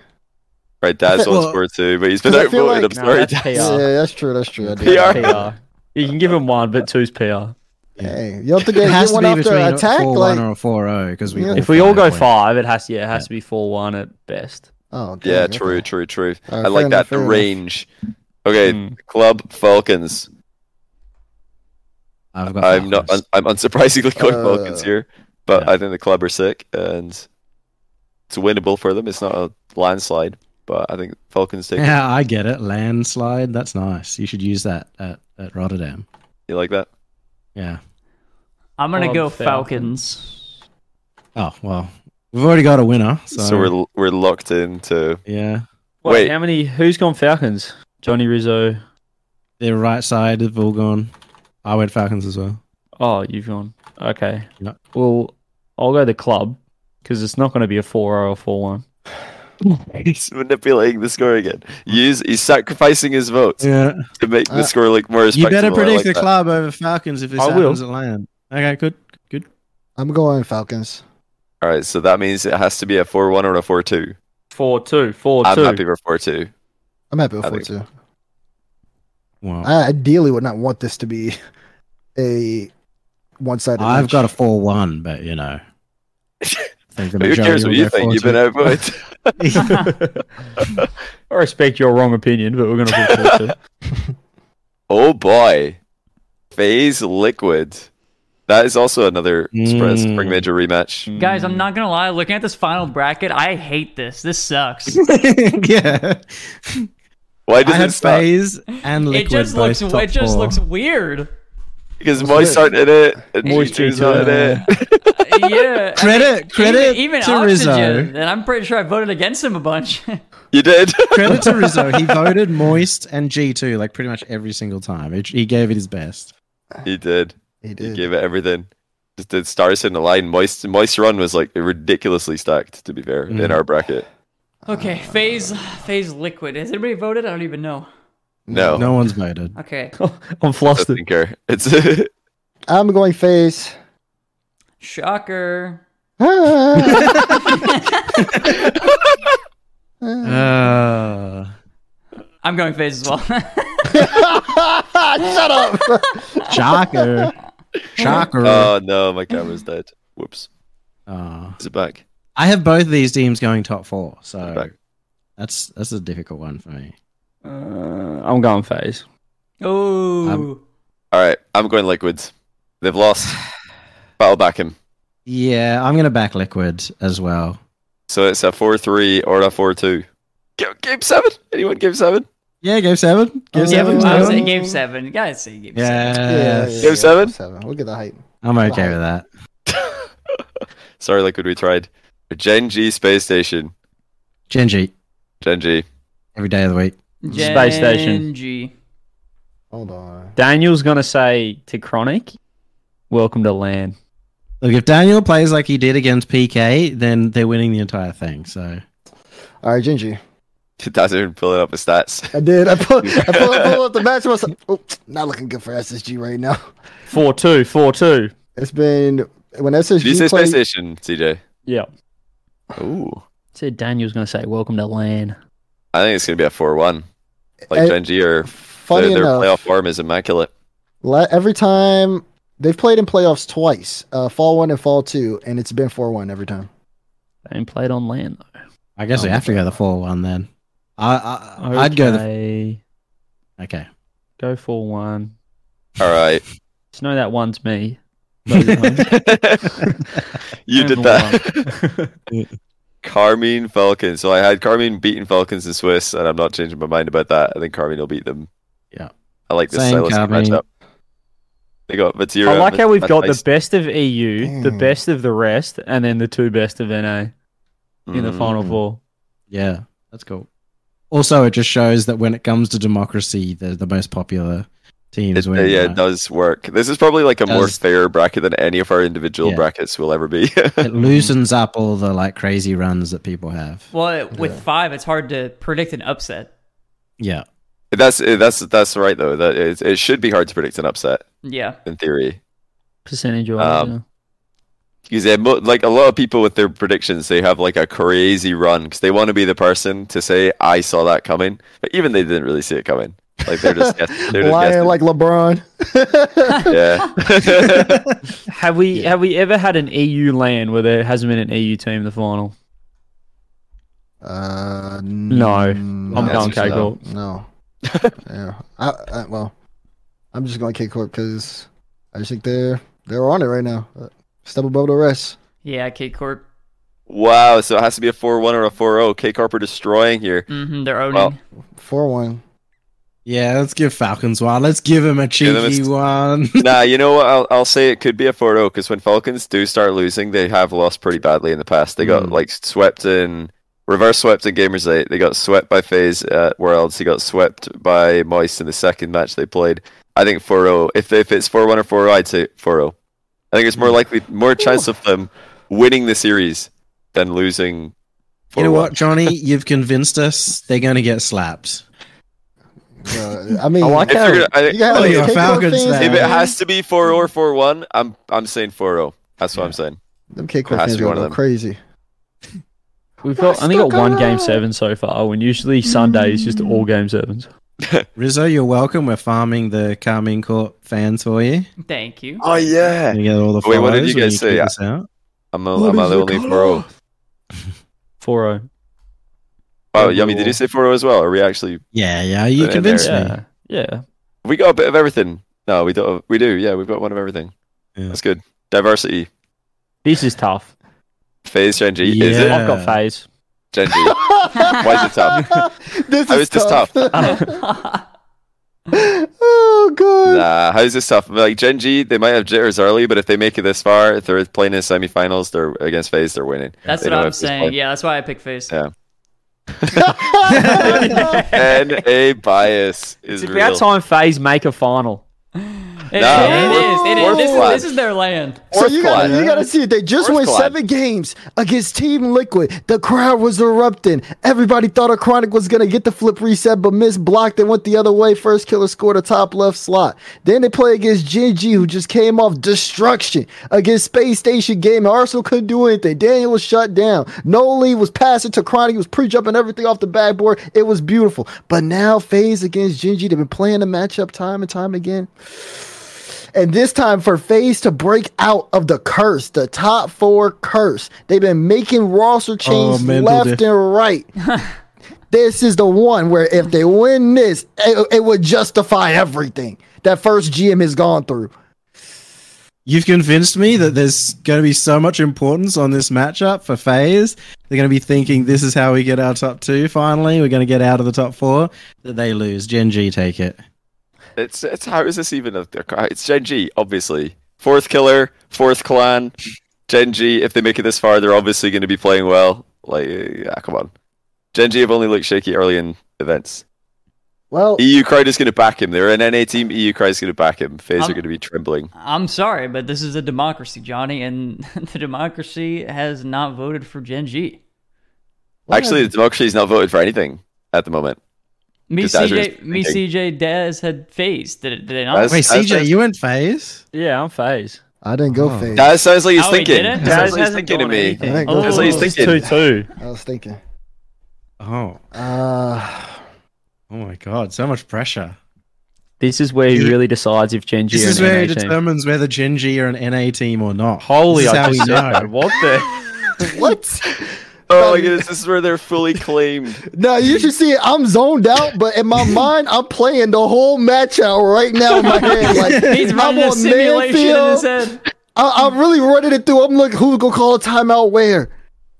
Speaker 4: Right, Dad's
Speaker 5: Well-
Speaker 4: on score too, but he's been
Speaker 5: 'Cause I
Speaker 4: outvoted.
Speaker 5: feel like-
Speaker 4: I'm
Speaker 3: No,
Speaker 4: sorry,
Speaker 3: that's
Speaker 4: Dad.
Speaker 3: PR.
Speaker 2: uh,
Speaker 5: Yeah, that's true. That's true. I did.
Speaker 4: PR.
Speaker 3: PR. You can give him one, but two's PR.
Speaker 5: Hey, you don't think
Speaker 2: it
Speaker 5: they
Speaker 2: has
Speaker 5: get
Speaker 2: to
Speaker 5: one
Speaker 2: be
Speaker 5: after
Speaker 2: between
Speaker 5: an
Speaker 2: a
Speaker 5: attack?
Speaker 2: 4
Speaker 5: Like,
Speaker 2: 1 or a 4 0. Because we
Speaker 5: Yeah.
Speaker 2: all
Speaker 3: If we all go
Speaker 2: five.
Speaker 3: five, it has yeah, it has to be four one at best.
Speaker 5: oh,
Speaker 4: [laughs]
Speaker 5: dang,
Speaker 4: Yeah,
Speaker 5: okay.
Speaker 4: true, true, true.
Speaker 5: Alright,
Speaker 4: I
Speaker 5: fair
Speaker 4: like
Speaker 5: enough,
Speaker 4: that.
Speaker 5: fair
Speaker 4: The
Speaker 5: enough.
Speaker 4: range. Okay,
Speaker 2: Hmm.
Speaker 4: Club Falcons.
Speaker 2: I've got
Speaker 4: I'm not.
Speaker 2: [laughs] Falcons.
Speaker 4: I'm unsurprisingly going
Speaker 5: Uh,
Speaker 4: Falcons here, but
Speaker 2: yeah.
Speaker 4: I think the club are sick and it's winnable for them. It's not a landslide, but I think Falcons take. it.
Speaker 2: yeah, I get it. Landslide. That's nice. You should use that at, at Rotterdam.
Speaker 4: You like that?
Speaker 2: Yeah.
Speaker 1: I'm gonna
Speaker 3: Club
Speaker 1: go
Speaker 3: Falcons.
Speaker 1: Falcons.
Speaker 2: Oh, well. We've already got a winner. So,
Speaker 4: So, we're we're locked into. [laughs]
Speaker 2: yeah.
Speaker 4: Wait.
Speaker 3: how many? Who's gone Falcons? Johnny Rizzo.
Speaker 2: The right side have all gone. I went Falcons as well.
Speaker 3: Oh, you've gone. Okay.
Speaker 2: No.
Speaker 3: Well, I'll go the club because it's not going to be a four oh or a four one.
Speaker 4: He's manipulating the score again. Use he's sacrificing his votes
Speaker 2: Yeah.
Speaker 4: to make the
Speaker 5: Uh,
Speaker 4: score look more.
Speaker 2: You better
Speaker 4: respectable. I
Speaker 2: predict
Speaker 4: like
Speaker 2: the
Speaker 4: that.
Speaker 2: club over Falcons if this
Speaker 3: I will.
Speaker 2: happens at land. Okay, good. Good.
Speaker 5: I'm going Falcons.
Speaker 4: All right, so that means it has to be a four-one or a four-two.
Speaker 3: Four two. Four
Speaker 4: I'm
Speaker 3: two.
Speaker 4: happy for four-two.
Speaker 5: I'm happy with
Speaker 4: I think-
Speaker 5: 42.
Speaker 2: Well,
Speaker 5: I ideally would not want this to be [laughs] a one-sided.
Speaker 2: I've
Speaker 5: match.
Speaker 2: got a 4 1, but you
Speaker 4: [laughs]
Speaker 2: know. I think the
Speaker 4: Who
Speaker 2: majority
Speaker 4: cares what
Speaker 2: will
Speaker 4: you
Speaker 2: go
Speaker 4: think? You've
Speaker 2: 4-2. [laughs]
Speaker 4: been outvoted.
Speaker 3: [laughs] I respect your wrong opinion, but we're going to put
Speaker 4: [laughs]
Speaker 3: four two.
Speaker 4: Oh boy. Phase Liquid. That is also another Spring-
Speaker 2: Mm.
Speaker 4: Spring Major rematch.
Speaker 1: Guys, I'm not gonna lie. Looking at this final bracket, I hate this. This
Speaker 2: [laughs]
Speaker 1: sucks.
Speaker 2: yeah.
Speaker 4: Why
Speaker 2: I
Speaker 4: does it
Speaker 2: had
Speaker 4: stop?
Speaker 2: phase and
Speaker 1: it
Speaker 2: liquid.
Speaker 1: just looks.
Speaker 2: both top
Speaker 1: It just
Speaker 2: four.
Speaker 1: looks weird.
Speaker 4: Because Moist aren't in it. And
Speaker 3: Moist
Speaker 4: G2's
Speaker 3: G2,
Speaker 4: not in it.
Speaker 1: yeah.
Speaker 2: [laughs] Credit- credit
Speaker 1: even, even
Speaker 2: to
Speaker 1: oxygen,
Speaker 2: Rizzo.
Speaker 1: and I'm pretty sure I voted against him a bunch.
Speaker 4: [laughs]
Speaker 1: [laughs]
Speaker 2: [laughs]
Speaker 4: You did.
Speaker 2: Credit to Rizzo. He voted Moist and G2 like pretty much every single time. He- He gave it his best.
Speaker 4: he did.
Speaker 5: He
Speaker 4: He
Speaker 5: did.
Speaker 4: gave it everything. Just did stars in the line. Moist Moist run was like ridiculously stacked, to be fair,
Speaker 2: Mm.
Speaker 4: in our bracket.
Speaker 1: okay, phase phase liquid. Has anybody voted? I don't even know.
Speaker 4: No.
Speaker 2: No one's voted. [laughs]
Speaker 1: Okay,
Speaker 3: I'm
Speaker 4: I
Speaker 3: flustered.
Speaker 4: don't care. It's [laughs] a
Speaker 5: I'm going face.
Speaker 1: shocker.
Speaker 5: Ah.
Speaker 2: Uh,
Speaker 1: I'm going phase as well. [laughs]
Speaker 5: Shut up.
Speaker 1: [laughs]
Speaker 2: shocker. Shocker.
Speaker 4: Oh no, my camera's dead. Whoops.
Speaker 2: Oh.
Speaker 4: Is it back?
Speaker 2: I have both these teams going top four,
Speaker 4: Is it
Speaker 2: so
Speaker 4: back?
Speaker 2: that's that's a difficult one for me.
Speaker 3: Uh, I'm going phase.
Speaker 1: oh,
Speaker 4: Alright, I'm going liquids. They've lost. Battle back him.
Speaker 2: Yeah, I'm gonna back Liquid as well.
Speaker 4: So it's a four three or a four two. Game seven. Anyone game seven?
Speaker 2: Yeah, game seven. Game
Speaker 5: Oh,
Speaker 1: yeah,
Speaker 2: seven.
Speaker 1: I was
Speaker 5: no.
Speaker 1: in game seven. You gotta say game seven.
Speaker 2: Yeah,
Speaker 4: Game seven?
Speaker 5: Seven. We'll get the hype.
Speaker 2: I'm okay with that.
Speaker 4: Sorry, Liquid, we tried. Gen G space station.
Speaker 2: Genji
Speaker 4: Gen G. [laughs]
Speaker 2: every day of the week.
Speaker 3: Space station.
Speaker 1: Gen G.
Speaker 5: Hold on.
Speaker 3: Daniel's going to say to Chronic, "Welcome to land."
Speaker 2: Look, if Daniel plays like he did against PK, then they're winning the entire thing. So
Speaker 5: All right, Gingy.
Speaker 4: That's even pulling up the stats.
Speaker 5: I did. I pull, I pull, I pull up the match. and I was like, oh, not looking good for SSG right now.
Speaker 3: Four two, four two.
Speaker 5: It's been when SSG
Speaker 4: Did you say
Speaker 5: played-
Speaker 4: space station, CJ?
Speaker 3: Yeah.
Speaker 4: Ooh,
Speaker 1: Said Daniel's gonna say, "Welcome to LAN."
Speaker 4: I think it's gonna be a four-one. Like
Speaker 5: And
Speaker 4: Genji or
Speaker 5: funny
Speaker 4: their, their
Speaker 5: enough,
Speaker 4: playoff form is immaculate.
Speaker 5: la- every time they've played in playoffs twice, uh, fall one and fall two, and it's been four one every time.
Speaker 1: They ain't played on LAN though.
Speaker 2: I guess we have to go the four one then. I, I I'd go the
Speaker 1: Okay.
Speaker 2: okay.
Speaker 1: go for one.
Speaker 4: All right, [laughs]
Speaker 1: Just know that one's me.
Speaker 2: [laughs]
Speaker 4: you did
Speaker 1: Handle
Speaker 4: that. [laughs] Carmine Falcons. So I had Carmine beating Falcons and Swiss, and I'm not changing my mind about that. I think Carmine will beat them.
Speaker 2: Yeah.
Speaker 4: I like this
Speaker 2: Same
Speaker 4: stylistic
Speaker 2: Carmine.
Speaker 4: matchup. They got Vatira.
Speaker 3: I like how we've got the
Speaker 4: Matthijs.
Speaker 3: best of EU, the
Speaker 5: Damn.
Speaker 3: best of the rest, and then the two best of NA in the
Speaker 4: Mhm.
Speaker 3: final four.
Speaker 2: Yeah, that's cool. Also, it just shows that when it comes to democracy, the the most popular teams
Speaker 4: It, uh,
Speaker 2: win.
Speaker 4: yeah, it
Speaker 2: right?
Speaker 4: does work. This is probably like a more
Speaker 2: Does-
Speaker 4: fair bracket than any of our individual
Speaker 2: Yeah.
Speaker 4: brackets will ever be. [laughs]
Speaker 2: it loosens up all the like crazy runs that people have.
Speaker 1: Well, with five, it's hard to predict an upset.
Speaker 2: Yeah,
Speaker 4: that's that's that's right though. That is, it should be hard to predict an upset
Speaker 1: Yeah,
Speaker 4: in theory.
Speaker 1: percentage
Speaker 4: Um, Because they have mo- like a lot of people with their predictions, they have like a crazy run because they want to be the person to say, "I saw that coming," but even they didn't really see it coming. Like they're just guess- they're just
Speaker 5: Lying
Speaker 4: guessing.
Speaker 5: like [laughs] LeBron.
Speaker 4: yeah. [laughs]
Speaker 3: Have we have we ever had an EU land where there hasn't been an EU team in the final?
Speaker 5: Uh,
Speaker 3: No. I'm
Speaker 4: that's
Speaker 3: going
Speaker 4: for sure.
Speaker 3: K-Corp.
Speaker 5: No. yeah. I, I, well, I'm just going K Corp because I just think they're they're on it right now. Uh, Step above the rest.
Speaker 1: yeah, K Corp.
Speaker 4: wow. So it has to be a four-one or a four-zero. K Carper destroying here.
Speaker 1: Mm-hmm, they're owning.
Speaker 4: Well,
Speaker 5: Four one.
Speaker 2: yeah. Let's give Falcons one. Let's give him a
Speaker 4: Give 'em a
Speaker 2: cheeky
Speaker 4: st- [laughs]
Speaker 2: one.
Speaker 4: nah, you know what? I'll, I'll say it could be a 4 0 because when Falcons do start losing, they have lost pretty badly in the past. They got
Speaker 2: Mm.
Speaker 4: like swept in reverse swept in Gamers 8. They got swept by FaZe at Worlds. They got swept by Moist in the second match they played. I think 4 0. If, if it's 4 1 or 4 0, I'd say 4 0. I think it's more likely, more chance of them winning the series than losing 4
Speaker 2: you know what, Johnny? You've convinced us they're going to get slapped.
Speaker 5: Uh,
Speaker 4: [laughs]
Speaker 5: I mean,
Speaker 3: I like
Speaker 4: If
Speaker 3: how
Speaker 4: they're gonna- I-
Speaker 5: you got
Speaker 2: Oh,
Speaker 5: like,
Speaker 2: you're
Speaker 5: K-Corp
Speaker 2: Falcons
Speaker 5: fans,
Speaker 2: fan.
Speaker 4: if it
Speaker 5: man.
Speaker 4: has to be 4 0 or 4 1, I'm, I'm saying 4 0. That's what I'm saying.
Speaker 5: them K Corp
Speaker 4: it has to
Speaker 5: fans
Speaker 4: be
Speaker 5: are
Speaker 4: one
Speaker 5: going
Speaker 4: of them.
Speaker 5: go crazy.
Speaker 3: We've got only got one game seven so far, oh, and usually Sunday is just all game sevens.
Speaker 2: Rizzo, you're welcome. We're farming the Carmine Court fans for you.
Speaker 1: Thank you.
Speaker 4: Oh, yeah.
Speaker 2: You get all the
Speaker 4: Wait, what did
Speaker 2: follows
Speaker 4: you
Speaker 2: when
Speaker 4: guys say?
Speaker 2: tweet us out.
Speaker 4: I'm, a, I'm a- the only 4 0.
Speaker 3: Four oh. Yeah,
Speaker 4: Wow, Yummy, did
Speaker 3: we'll-
Speaker 4: Oh, you say 4 as well? Are we actually.
Speaker 2: Yeah, yeah. You
Speaker 4: Yeah,
Speaker 2: convinced me.
Speaker 3: Yeah. Yeah.
Speaker 4: We got a bit of everything. No, we don't. We do. Yeah, we've got one of everything.
Speaker 2: Yeah.
Speaker 4: That's good. Diversity.
Speaker 3: This is tough.
Speaker 4: Phase Gen G. Is it
Speaker 2: Yeah.
Speaker 3: I've got phase.
Speaker 1: [laughs]
Speaker 4: Gen G? Why is it tough?
Speaker 5: [laughs] this
Speaker 4: How
Speaker 5: is
Speaker 4: is this tough?
Speaker 5: [laughs] oh god.
Speaker 4: nah, how's this tough? Like Gen G, they might have jitters early, but if they make it this far, if they're playing in semifinals, they're against Phase, they're winning.
Speaker 1: That's
Speaker 4: They
Speaker 1: what
Speaker 4: know
Speaker 1: I'm
Speaker 4: if they're
Speaker 1: saying.
Speaker 4: playing.
Speaker 1: Yeah, that's why I picked face.
Speaker 4: Yeah. NA bias is
Speaker 3: It's
Speaker 4: real.
Speaker 3: about time phase make a final.
Speaker 1: It,
Speaker 4: Nah,
Speaker 1: it
Speaker 4: we're-
Speaker 1: is. It
Speaker 4: we're
Speaker 1: is. This, is.
Speaker 4: flat.
Speaker 1: this is their land.
Speaker 5: So you gotta,
Speaker 4: Fourth
Speaker 5: you gotta see it. They just
Speaker 4: Fourth
Speaker 5: won
Speaker 4: quad.
Speaker 5: seven games against Team Liquid. The crowd was erupting. Everybody thought a Chronic was gonna get the flip reset, but missed blocked and went the other way. First killer scored a top left slot. Then they play against Genji, who just came off destruction against Space Station Game. Arsenal couldn't do anything. Daniel was shut down. Noli was passing to Chronic. He was pre-jumping everything off the backboard. It was beautiful. But now Phase against Genji, they've been playing the matchup time and time again. And this time for FaZe to break out of the curse, the top four curse. They've been making roster
Speaker 2: Oh,
Speaker 5: changes
Speaker 2: Mendel
Speaker 5: left
Speaker 2: did.
Speaker 1: [laughs]
Speaker 5: and right. this is the one where if they win this, it, it would justify everything that first GM has gone through.
Speaker 2: You've convinced me that there's going to be so much importance on this matchup for FaZe. They're going to be thinking this is how we get our top two finally. We're going to get out of the top four. That they lose. Gen G take it.
Speaker 4: It's it's how is this even a it's Gen G, obviously. Fourth killer, fourth clan, Gen G, if they make it this far, they're obviously gonna be playing well. Like yeah, come on. Gen G have only looked shaky early in events.
Speaker 5: Well,
Speaker 4: EU crowd is gonna back him. They're an NA team, EU crowd is gonna back him. FaZe
Speaker 1: Um,
Speaker 4: are gonna be trembling.
Speaker 1: I'm sorry, but this is a [laughs] democracy, Johnny, and the democracy has not voted for Gen G.
Speaker 4: Actually, the democracy's not voted for anything at the moment.
Speaker 1: Me
Speaker 4: Because Azure is
Speaker 1: CJ, me
Speaker 4: thinking.
Speaker 1: CJ Dez had phased. Did it? Did it not?
Speaker 4: That's-
Speaker 2: Wait,
Speaker 4: I- I-
Speaker 2: CJ, you went phase?
Speaker 3: Yeah, I'm phased.
Speaker 5: I didn't go
Speaker 2: Oh.
Speaker 5: phase.
Speaker 4: That sounds like he's
Speaker 1: Oh, he
Speaker 4: thinking.
Speaker 1: didn't?
Speaker 4: That sounds
Speaker 3: Daz
Speaker 4: like he's
Speaker 3: hasn't
Speaker 4: thinking to
Speaker 3: done
Speaker 4: me.
Speaker 3: anything.
Speaker 5: I think
Speaker 1: Oh.
Speaker 4: That's what he's
Speaker 3: It's
Speaker 4: thinking.
Speaker 3: 2-2.
Speaker 5: I was thinking.
Speaker 2: Oh,
Speaker 1: [laughs]
Speaker 5: Uh,
Speaker 2: oh my god, so much pressure.
Speaker 3: This is where he
Speaker 2: Yeah.
Speaker 3: really decides if Genji
Speaker 2: This
Speaker 3: are
Speaker 2: is
Speaker 3: an
Speaker 2: where
Speaker 3: NA
Speaker 2: he
Speaker 3: team.
Speaker 2: determines whether Genji are an NA team or not.
Speaker 3: Holy,
Speaker 2: this is
Speaker 3: I
Speaker 2: how we
Speaker 3: just said that.
Speaker 2: know.
Speaker 3: What
Speaker 2: [sighs]
Speaker 3: the?
Speaker 5: what?
Speaker 4: Oh my goodness, this is where they're fully
Speaker 5: [laughs]
Speaker 4: claimed.
Speaker 5: No, you should see it. I'm zoned out, but in my mind, I'm playing the whole match out right now in my head. Like [laughs]
Speaker 1: He's running
Speaker 5: I'm
Speaker 1: a
Speaker 5: on
Speaker 1: simulation in his
Speaker 5: Manfield.
Speaker 1: head.
Speaker 5: I, I'm really running it through. I'm like, who's gonna call a timeout? Where?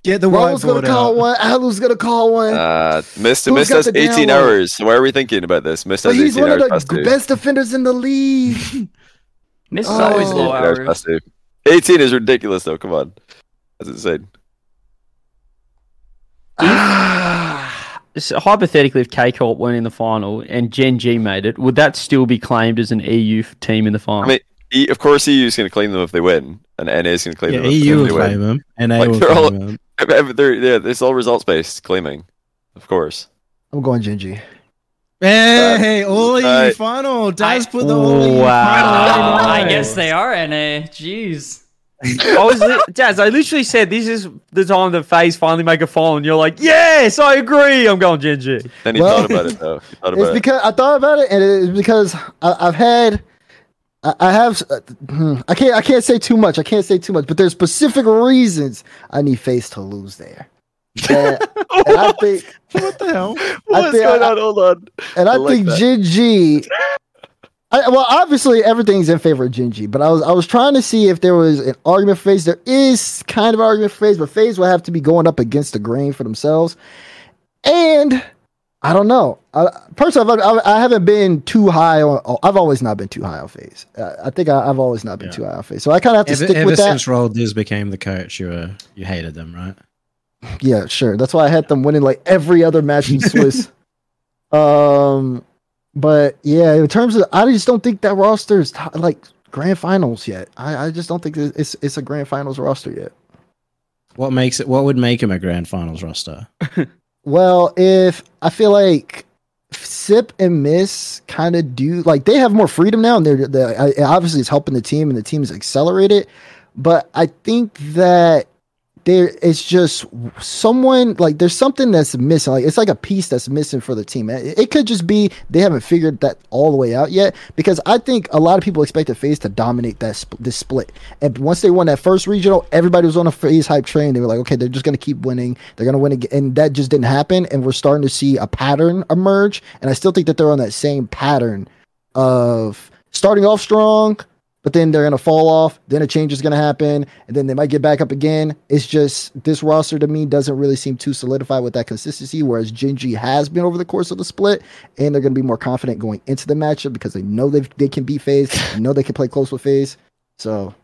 Speaker 2: Get the
Speaker 5: Rome's gonna
Speaker 2: whiteboard
Speaker 5: call
Speaker 2: out.
Speaker 5: one. Alu's gonna call one.
Speaker 4: Uh, missed
Speaker 5: Who's
Speaker 4: missed
Speaker 5: got
Speaker 4: us
Speaker 5: the down
Speaker 4: 18
Speaker 5: low?
Speaker 4: hours. So why are we thinking about this? Missed
Speaker 5: but
Speaker 4: us
Speaker 5: he's
Speaker 4: 18
Speaker 5: one of
Speaker 4: hours
Speaker 5: the
Speaker 4: past
Speaker 5: g-
Speaker 4: two.
Speaker 5: best defenders in the league.
Speaker 1: Miss is
Speaker 5: Oh.
Speaker 1: always
Speaker 4: Missed us
Speaker 1: low
Speaker 4: 18 hours
Speaker 1: hours.
Speaker 4: past two. 18 is ridiculous, though. Come on. That's insane.
Speaker 3: So hypothetically, if K Corp weren't in the final and Gen G made it, would that still be claimed as an EU f- team in the final?
Speaker 4: I mean, E- of course, EU is going to claim them if they win, and NA is going to claim
Speaker 2: Yeah,
Speaker 4: them if-
Speaker 2: EU
Speaker 4: if
Speaker 2: will
Speaker 4: they
Speaker 2: claim
Speaker 4: win.
Speaker 2: him. NA
Speaker 4: Like,
Speaker 2: will
Speaker 4: they're all-
Speaker 2: claim him.
Speaker 4: They're, yeah, it's all results based claiming, of course.
Speaker 5: I'm going Genji.
Speaker 2: Hey, all EU
Speaker 4: right.
Speaker 2: final. Daz
Speaker 1: I-
Speaker 2: put the all EU final.
Speaker 3: Wow.
Speaker 2: in.
Speaker 1: I
Speaker 3: Nice.
Speaker 1: guess they are NA. Jeez.
Speaker 3: I was li- Jazz, I literally said this is the time that FaZe finally make a final, and you're like, yes, I agree. I'm going Gen G.
Speaker 4: Then he
Speaker 5: Well,
Speaker 4: thought about it,
Speaker 2: [laughs]
Speaker 4: though. He thought
Speaker 5: It's
Speaker 4: about it.
Speaker 5: because I thought about it, and it's because I, I've had, I, I have, uh, hmm, I can't, I can't say too much. I can't say too much, but there's specific reasons I need face to
Speaker 4: [laughs]
Speaker 5: lose there. And, and I think,
Speaker 2: What the hell?
Speaker 4: What's
Speaker 5: think
Speaker 4: going
Speaker 5: I-
Speaker 4: on? Hold on.
Speaker 5: and I,
Speaker 4: I like
Speaker 5: think
Speaker 4: that.
Speaker 5: Jinji. I, well, obviously everything's in favor of Jinji, but I was I was trying to see if there was an argument phase. There is kind of argument phase, but phase will have to be going up against the grain for themselves. And I don't know. I, personally, I've, I, I haven't been too high on. oh, I've always not been too high on phase. Uh, I think I, I've always not been
Speaker 2: Yeah.
Speaker 5: too high on phase, so I kind of have
Speaker 2: Ever,
Speaker 5: to stick
Speaker 2: ever
Speaker 5: with that.
Speaker 2: since Roll Diz became the coach, you were you hated them, right?
Speaker 5: Yeah, sure. That's why I had them winning like every other match in Swiss. um, but yeah, in terms of, I just don't think that roster is t- like grand finals yet. I, I just don't think it's it's a grand finals roster yet.
Speaker 2: What makes it? What would make him a grand finals roster?
Speaker 5: Well, if I feel like Sip and Miss kind of do like they have more freedom now, and they're, they're I- obviously it's helping the team, and the team's accelerated. But I think that there it's just someone like there's something that's missing. Like it's like a piece that's missing for the team. It, it could just be they haven't figured that all the way out yet. Because I think a lot of people expected Phase to dominate that sp- this split, and once they won that first regional, everybody was on a Phase hype train. They were like, okay, they're just gonna keep winning. They're gonna win again, and that just didn't happen. And we're starting to see a pattern emerge. And I still think that they're on that same pattern of starting off strong, but then they're gonna fall off. Then a change is gonna happen, and then they might get back up again. It's just this roster to me doesn't really seem too solidified with that consistency. Whereas Genji has been over the course of the split, and they're gonna be more confident going into the matchup because they know they they can beat Phase, they know they can play close with Phase. So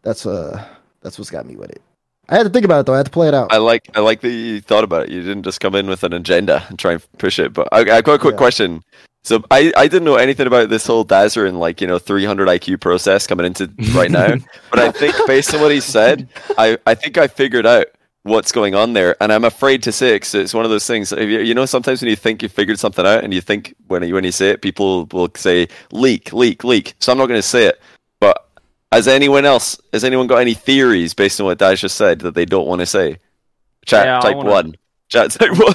Speaker 5: that's uh that's what's got me with it. I had to think about it though. I had to play it out.
Speaker 4: I like I like that you thought about it. You didn't just come in with an agenda and try and push it. But I, I've got a quick
Speaker 5: Yeah.
Speaker 4: question. So I, I didn't know anything about this whole Dazzer and like you know 300 IQ process coming into right
Speaker 5: [laughs]
Speaker 4: now. but I think based on what he said, I, I think I figured out what's going on there. And I'm afraid to say it 'cause it's one of those things. if You, you know, sometimes when you think you figured something out, and you think when you, when you say it, people will say leak, leak, leak. So I'm not going to say it. But has anyone else? Has anyone got any theories based on what Daz just said that they don't want to say? Chat
Speaker 3: Yeah, I
Speaker 4: type
Speaker 3: wanna-
Speaker 4: one. Chat [laughs] type one.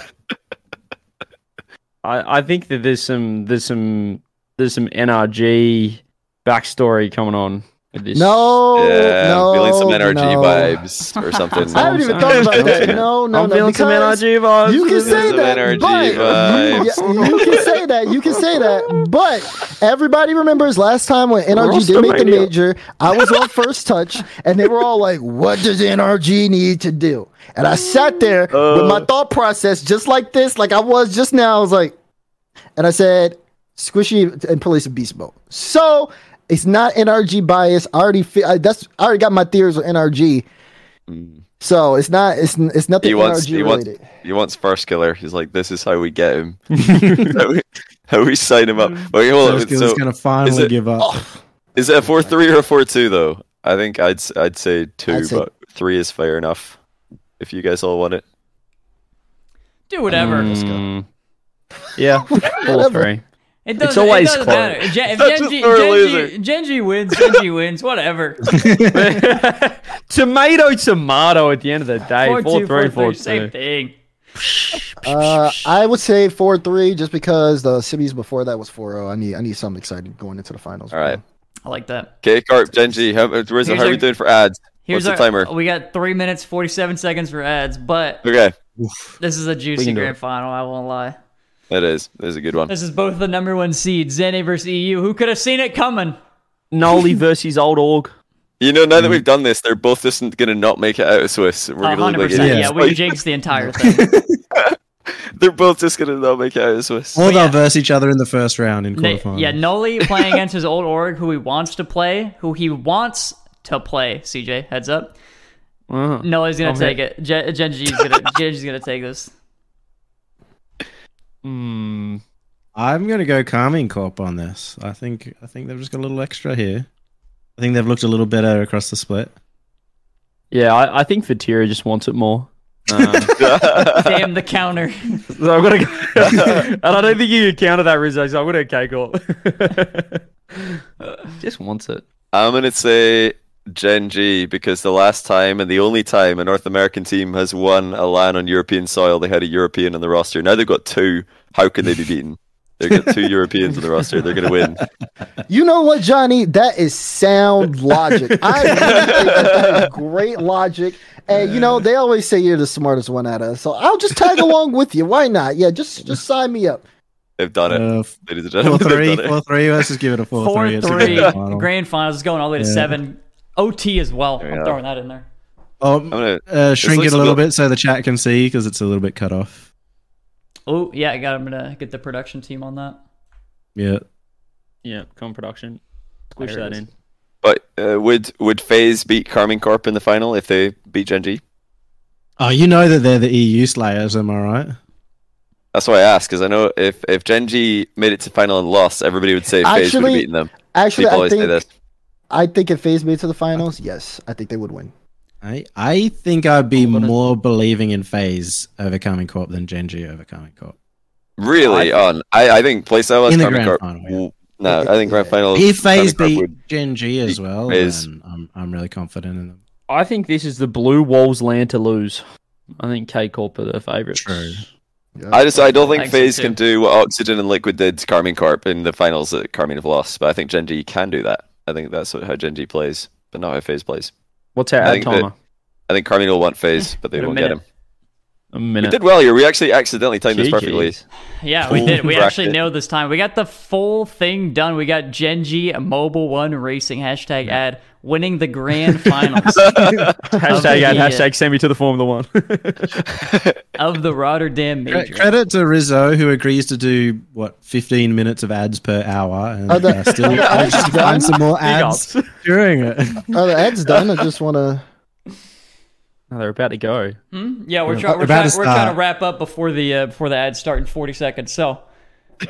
Speaker 3: I, I think that there's some there's some there's some NRG backstory coming on with this.
Speaker 5: No,
Speaker 4: yeah,
Speaker 5: Oh, no,
Speaker 4: I'm feeling some NRG
Speaker 5: no.
Speaker 4: vibes
Speaker 5: [laughs]
Speaker 4: or something.
Speaker 5: I haven't even thought about that. No, no,
Speaker 3: I'm
Speaker 5: no.
Speaker 3: feeling some
Speaker 5: because-
Speaker 3: NRG vibes.
Speaker 5: You can say
Speaker 4: Some
Speaker 5: that,
Speaker 4: NRG
Speaker 5: but you,
Speaker 4: vibes.
Speaker 5: you can say that. You can say that, but everybody remembers last time when NRG did make the
Speaker 3: Rostamania.
Speaker 5: major. I was on first touch, and they were all like, "What does NRG need to do?" And I sat there with my
Speaker 4: Uh.
Speaker 5: thought process just like this, like I was just now. I was like, and I said, "Squishy and Police and Beast Mode." So it's not NRG bias. I already feel I, that's. I already got my theories on NRG. So it's not. It's it's nothing
Speaker 4: Mm. He wants.
Speaker 5: NRG
Speaker 4: He wants.
Speaker 5: related.
Speaker 4: He wants first killer. He's like, this is how we get
Speaker 1: [laughs]
Speaker 4: him. how, we, how we sign him up.
Speaker 1: Mm.
Speaker 4: Okay, hold on.
Speaker 2: Those
Speaker 4: Oh, So,
Speaker 2: girls gonna finally
Speaker 4: it- Oh.
Speaker 2: give up.
Speaker 4: is it a four three or a four two though? I think I'd s- I'd say 2
Speaker 5: I'd say-
Speaker 4: but three is fair enough. If you guys all want it,
Speaker 1: Do whatever.
Speaker 3: Mm, [laughs] yeah, all
Speaker 5: Whatever.
Speaker 3: three.
Speaker 1: It doesn't,
Speaker 3: always
Speaker 1: it doesn't
Speaker 3: close.
Speaker 1: matter. Gen- if
Speaker 4: That's just
Speaker 1: Genji,
Speaker 4: for a
Speaker 1: Genji,
Speaker 4: loser.
Speaker 1: Genji wins, Genji wins, whatever.
Speaker 3: tomato, tomato. At the end of the day,
Speaker 1: Four,
Speaker 3: four,
Speaker 1: two,
Speaker 3: three,
Speaker 1: four,
Speaker 3: four,
Speaker 1: three, same
Speaker 3: two.
Speaker 1: thing.
Speaker 5: Uh, I would say four three just because the semis before that was 4-0. I need I need something exciting going into the finals.
Speaker 4: All right.
Speaker 1: I like that.
Speaker 4: Okay, Carp, Genji, how, where's the,
Speaker 1: Here's
Speaker 4: how are
Speaker 1: our-
Speaker 4: we doing for ads?
Speaker 1: Here's
Speaker 4: What's
Speaker 1: our
Speaker 4: the timer?
Speaker 1: We got three minutes forty-seven seconds for ads, but
Speaker 4: Okay,
Speaker 1: this is a juicy
Speaker 3: can do
Speaker 1: grand final. I won't lie.
Speaker 4: that is that is a good one.
Speaker 1: This is both the number one seed, Zane versus EU. Who could have seen it coming?
Speaker 3: Nolly versus old org.
Speaker 4: You know, now that we've done this, they're both just gonna not make it out of Swiss. and We're
Speaker 1: One
Speaker 4: gonna
Speaker 1: hundred
Speaker 4: look like
Speaker 1: percent.
Speaker 4: idiots.
Speaker 1: Yeah, we
Speaker 4: Like,
Speaker 1: jinxed the entire thing.
Speaker 4: they're both just gonna not make it out of Swiss.
Speaker 2: Or they'll verse each other in the first round in
Speaker 1: They-
Speaker 2: quarterfinals.
Speaker 1: yeah,
Speaker 2: [laughs]
Speaker 1: Noli playing against his old org, who he wants to play, who he wants to play. CJ, heads up.
Speaker 3: Uh,
Speaker 1: Noli's
Speaker 2: Oh,
Speaker 1: gonna
Speaker 3: Okay.
Speaker 1: take it. Gen- Genji's
Speaker 2: [laughs]
Speaker 1: gonna Genji's gonna take this.
Speaker 3: mm,
Speaker 2: I'm gonna go calming corp on this. I think I think they've just got a little extra here. I think they've looked a little better across the split.
Speaker 3: yeah, I, I think Fatira just wants it more. Um,
Speaker 1: Damn the counter.
Speaker 3: So I'm gonna, and I don't think you can counter that, Rizzo. So I'm gonna cake up. Just wants it.
Speaker 4: I'm gonna say Genji because the last time and the only time a North American team has won a LAN on European soil, they had a European on the roster. Now they've got two. How can they be beaten? They've got two Europeans on the roster. They're gonna win.
Speaker 5: You know what, Johnny? That
Speaker 2: [laughs]
Speaker 5: is sound logic. I really think that that is great logic. And you know, they always say you're the smartest one out of us. So I'll just tag along with you. Why not? Yeah, just just sign me up.
Speaker 4: They've done it,
Speaker 2: Uh,
Speaker 4: ladies and
Speaker 2: four
Speaker 4: gentlemen.
Speaker 2: three,
Speaker 4: [laughs] They've done it.
Speaker 2: four three. Let's just give it a
Speaker 1: [laughs]
Speaker 2: four,
Speaker 1: Four
Speaker 2: three. It's a
Speaker 1: three
Speaker 2: good final.
Speaker 1: grand finals is going all the way to seven. OT as well. I'm
Speaker 4: Yeah.
Speaker 1: throwing that in there.
Speaker 2: Um,
Speaker 4: I'm gonna
Speaker 2: uh, shrink it
Speaker 4: looks
Speaker 2: a little
Speaker 4: good.
Speaker 2: bit so the chat can see because it's a little bit cut off.
Speaker 1: Oh yeah, I got. I'm gonna get the production team on that.
Speaker 2: Yeah.
Speaker 3: Yeah, come production.
Speaker 1: Squish that in.
Speaker 4: But uh, would would FaZe beat Carmine Corp in the final if they beat Genji?
Speaker 2: Oh, you know that they're the EU slayers, am I right?
Speaker 4: That's why I asked because I know if if Genji made it to final and lost, everybody would say FaZe would have
Speaker 5: Actually,
Speaker 4: beaten them.
Speaker 5: Actually,
Speaker 4: People
Speaker 5: I
Speaker 4: always say
Speaker 5: think
Speaker 4: this.
Speaker 5: I think if FaZe made it to the finals, yes, I think they
Speaker 2: [laughs]
Speaker 5: would win.
Speaker 2: I I think I'd be more believing in Phase overcoming Corp than Genji overcoming Corp.
Speaker 4: Really? on I, I think PlayStyle was
Speaker 2: In the
Speaker 4: Carmine
Speaker 2: grand
Speaker 4: Corp.
Speaker 2: final, yeah.
Speaker 4: w- No, I think grand final.
Speaker 2: If Phase
Speaker 4: Carmine Corp
Speaker 2: beat
Speaker 4: would-
Speaker 2: Genji as well,
Speaker 4: FaZe.
Speaker 2: then I'm I'm really confident in them.
Speaker 3: I think this is the blue walls land to lose. I think K Corp are the favourites.
Speaker 2: True.
Speaker 4: I just I don't think
Speaker 1: Thanks,
Speaker 4: FaZe
Speaker 1: too.
Speaker 4: can do what Oxygen and Liquid did to Carmine Corp in the finals that Carmine have lost, but I think Genji can do that. I think that's what, how Genji plays, but not how FaZe plays.
Speaker 3: What's our
Speaker 4: I
Speaker 3: ad
Speaker 4: think that-
Speaker 3: timer?
Speaker 4: I think Carmine will want FaZe, but they
Speaker 1: Wait a
Speaker 4: won't get him.
Speaker 1: minute.
Speaker 3: A
Speaker 4: We
Speaker 3: minute.
Speaker 4: did well here. We actually accidentally timed this
Speaker 3: GGs.
Speaker 4: perfectly.
Speaker 1: Yeah, we
Speaker 4: Full
Speaker 1: did. We actually
Speaker 4: bracket.
Speaker 1: nailed this time. We got the full thing done. We got Genji Mobile One Racing hashtag ad winning the grand
Speaker 4: [laughs]
Speaker 1: finals
Speaker 3: Hashtag ad.
Speaker 1: Yeah.
Speaker 3: Hashtag send me to the Formula [laughs] One.
Speaker 1: of the Rotterdam
Speaker 2: Cre-
Speaker 1: Major.
Speaker 2: Credit to Rizzo who agrees to do what 15 minutes of ads per hour and
Speaker 5: Are the-
Speaker 2: uh, still
Speaker 5: are [laughs] the ads
Speaker 2: manages to
Speaker 5: done?
Speaker 2: find some more
Speaker 3: Big
Speaker 2: ads
Speaker 3: ups.
Speaker 2: during it.
Speaker 5: Are the ads done? I just
Speaker 2: [laughs]
Speaker 5: want to.
Speaker 3: No, they're about to go.
Speaker 1: Yeah, we're, try- we're, try-
Speaker 2: about to
Speaker 1: we're trying to
Speaker 2: start.
Speaker 1: wrap up before the uh, before the ads start in 40 seconds. So,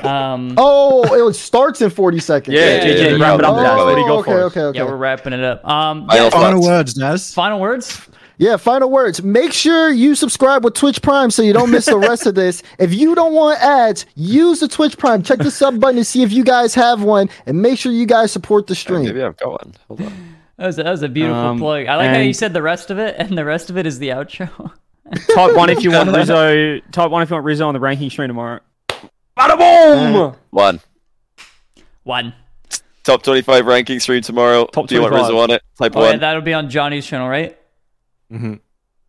Speaker 1: um,
Speaker 5: Oh, it starts in 40 seconds.
Speaker 3: Yeah,
Speaker 4: yeah, yeah,
Speaker 3: GG.
Speaker 4: yeah.
Speaker 3: Wrap it up,
Speaker 4: Oh,
Speaker 3: Daz. What do you got
Speaker 5: okay,
Speaker 3: for us?
Speaker 5: okay, okay.
Speaker 1: yeah, we're wrapping it up. Um,
Speaker 4: Final
Speaker 2: Final
Speaker 4: thoughts.
Speaker 2: words, Naz.
Speaker 1: final words.
Speaker 5: Yeah, final words. Make sure you subscribe with Twitch Prime so you don't miss the rest
Speaker 3: [laughs]
Speaker 5: of this. If you don't want ads, use the Twitch Prime. Check the sub button to see if you guys have one and make sure you guys support the
Speaker 4: Maybe
Speaker 5: stream.
Speaker 4: I've got one. Hold on.
Speaker 1: That was, that was a beautiful
Speaker 3: Um,
Speaker 1: plug. I like how you
Speaker 3: and-
Speaker 1: said the rest of it, and the rest of it is the outro. [laughs]
Speaker 3: Type one if you want Rizzo. Type one if you want Rizzo on the ranking stream tomorrow. Bada boom!
Speaker 4: One.
Speaker 1: One.
Speaker 4: Top 25 ranking stream tomorrow.
Speaker 3: Top
Speaker 4: do you want
Speaker 3: 25.
Speaker 4: Rizzo on it? Type
Speaker 1: Oh,
Speaker 4: one.
Speaker 1: yeah, that'll be on Johnny's channel, right?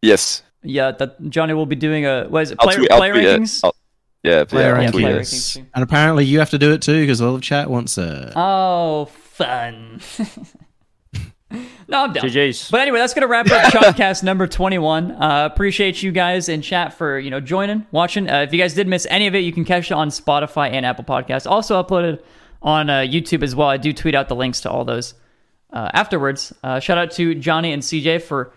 Speaker 4: yes.
Speaker 1: Yeah, that Johnny will be doing a what is it?
Speaker 4: I'll
Speaker 1: Player,
Speaker 4: tweet- I'll
Speaker 1: player
Speaker 4: tweet it.
Speaker 1: rankings.
Speaker 4: I'll- yeah,
Speaker 2: Player
Speaker 4: yeah, I'll
Speaker 1: Yeah,
Speaker 2: rankings.
Speaker 4: tweet
Speaker 1: player
Speaker 4: it.
Speaker 1: rankings, too.
Speaker 2: And apparently you have to do it too because all the chat wants it.
Speaker 1: Oh, fun. [laughs] no, I'm done.
Speaker 3: GGs.
Speaker 1: But anyway, that's gonna wrap up Shotcast number 21. Uh, appreciate you guys in chat for you know joining, watching. Uh, if you guys did miss any of it, you can catch it on Spotify and Apple Podcasts. Also uploaded on uh, YouTube as well. I do tweet out the links to all those uh, afterwards. Uh, shout out to Johnny and CJ for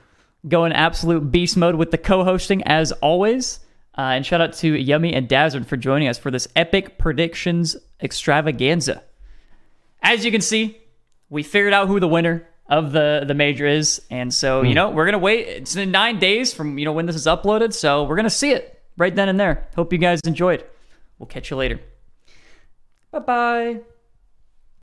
Speaker 1: going absolute beast mode with the co-hosting as always. Uh, and shout out to Yummy and Dazzard for joining us for this epic predictions extravaganza. As you can see, we figured out who the winner of the the major is and so you know we're gonna wait it's in nine days from you know when this is uploaded so we're gonna see it right then and there. Hope you guys enjoyed. We'll catch you later. Bye bye.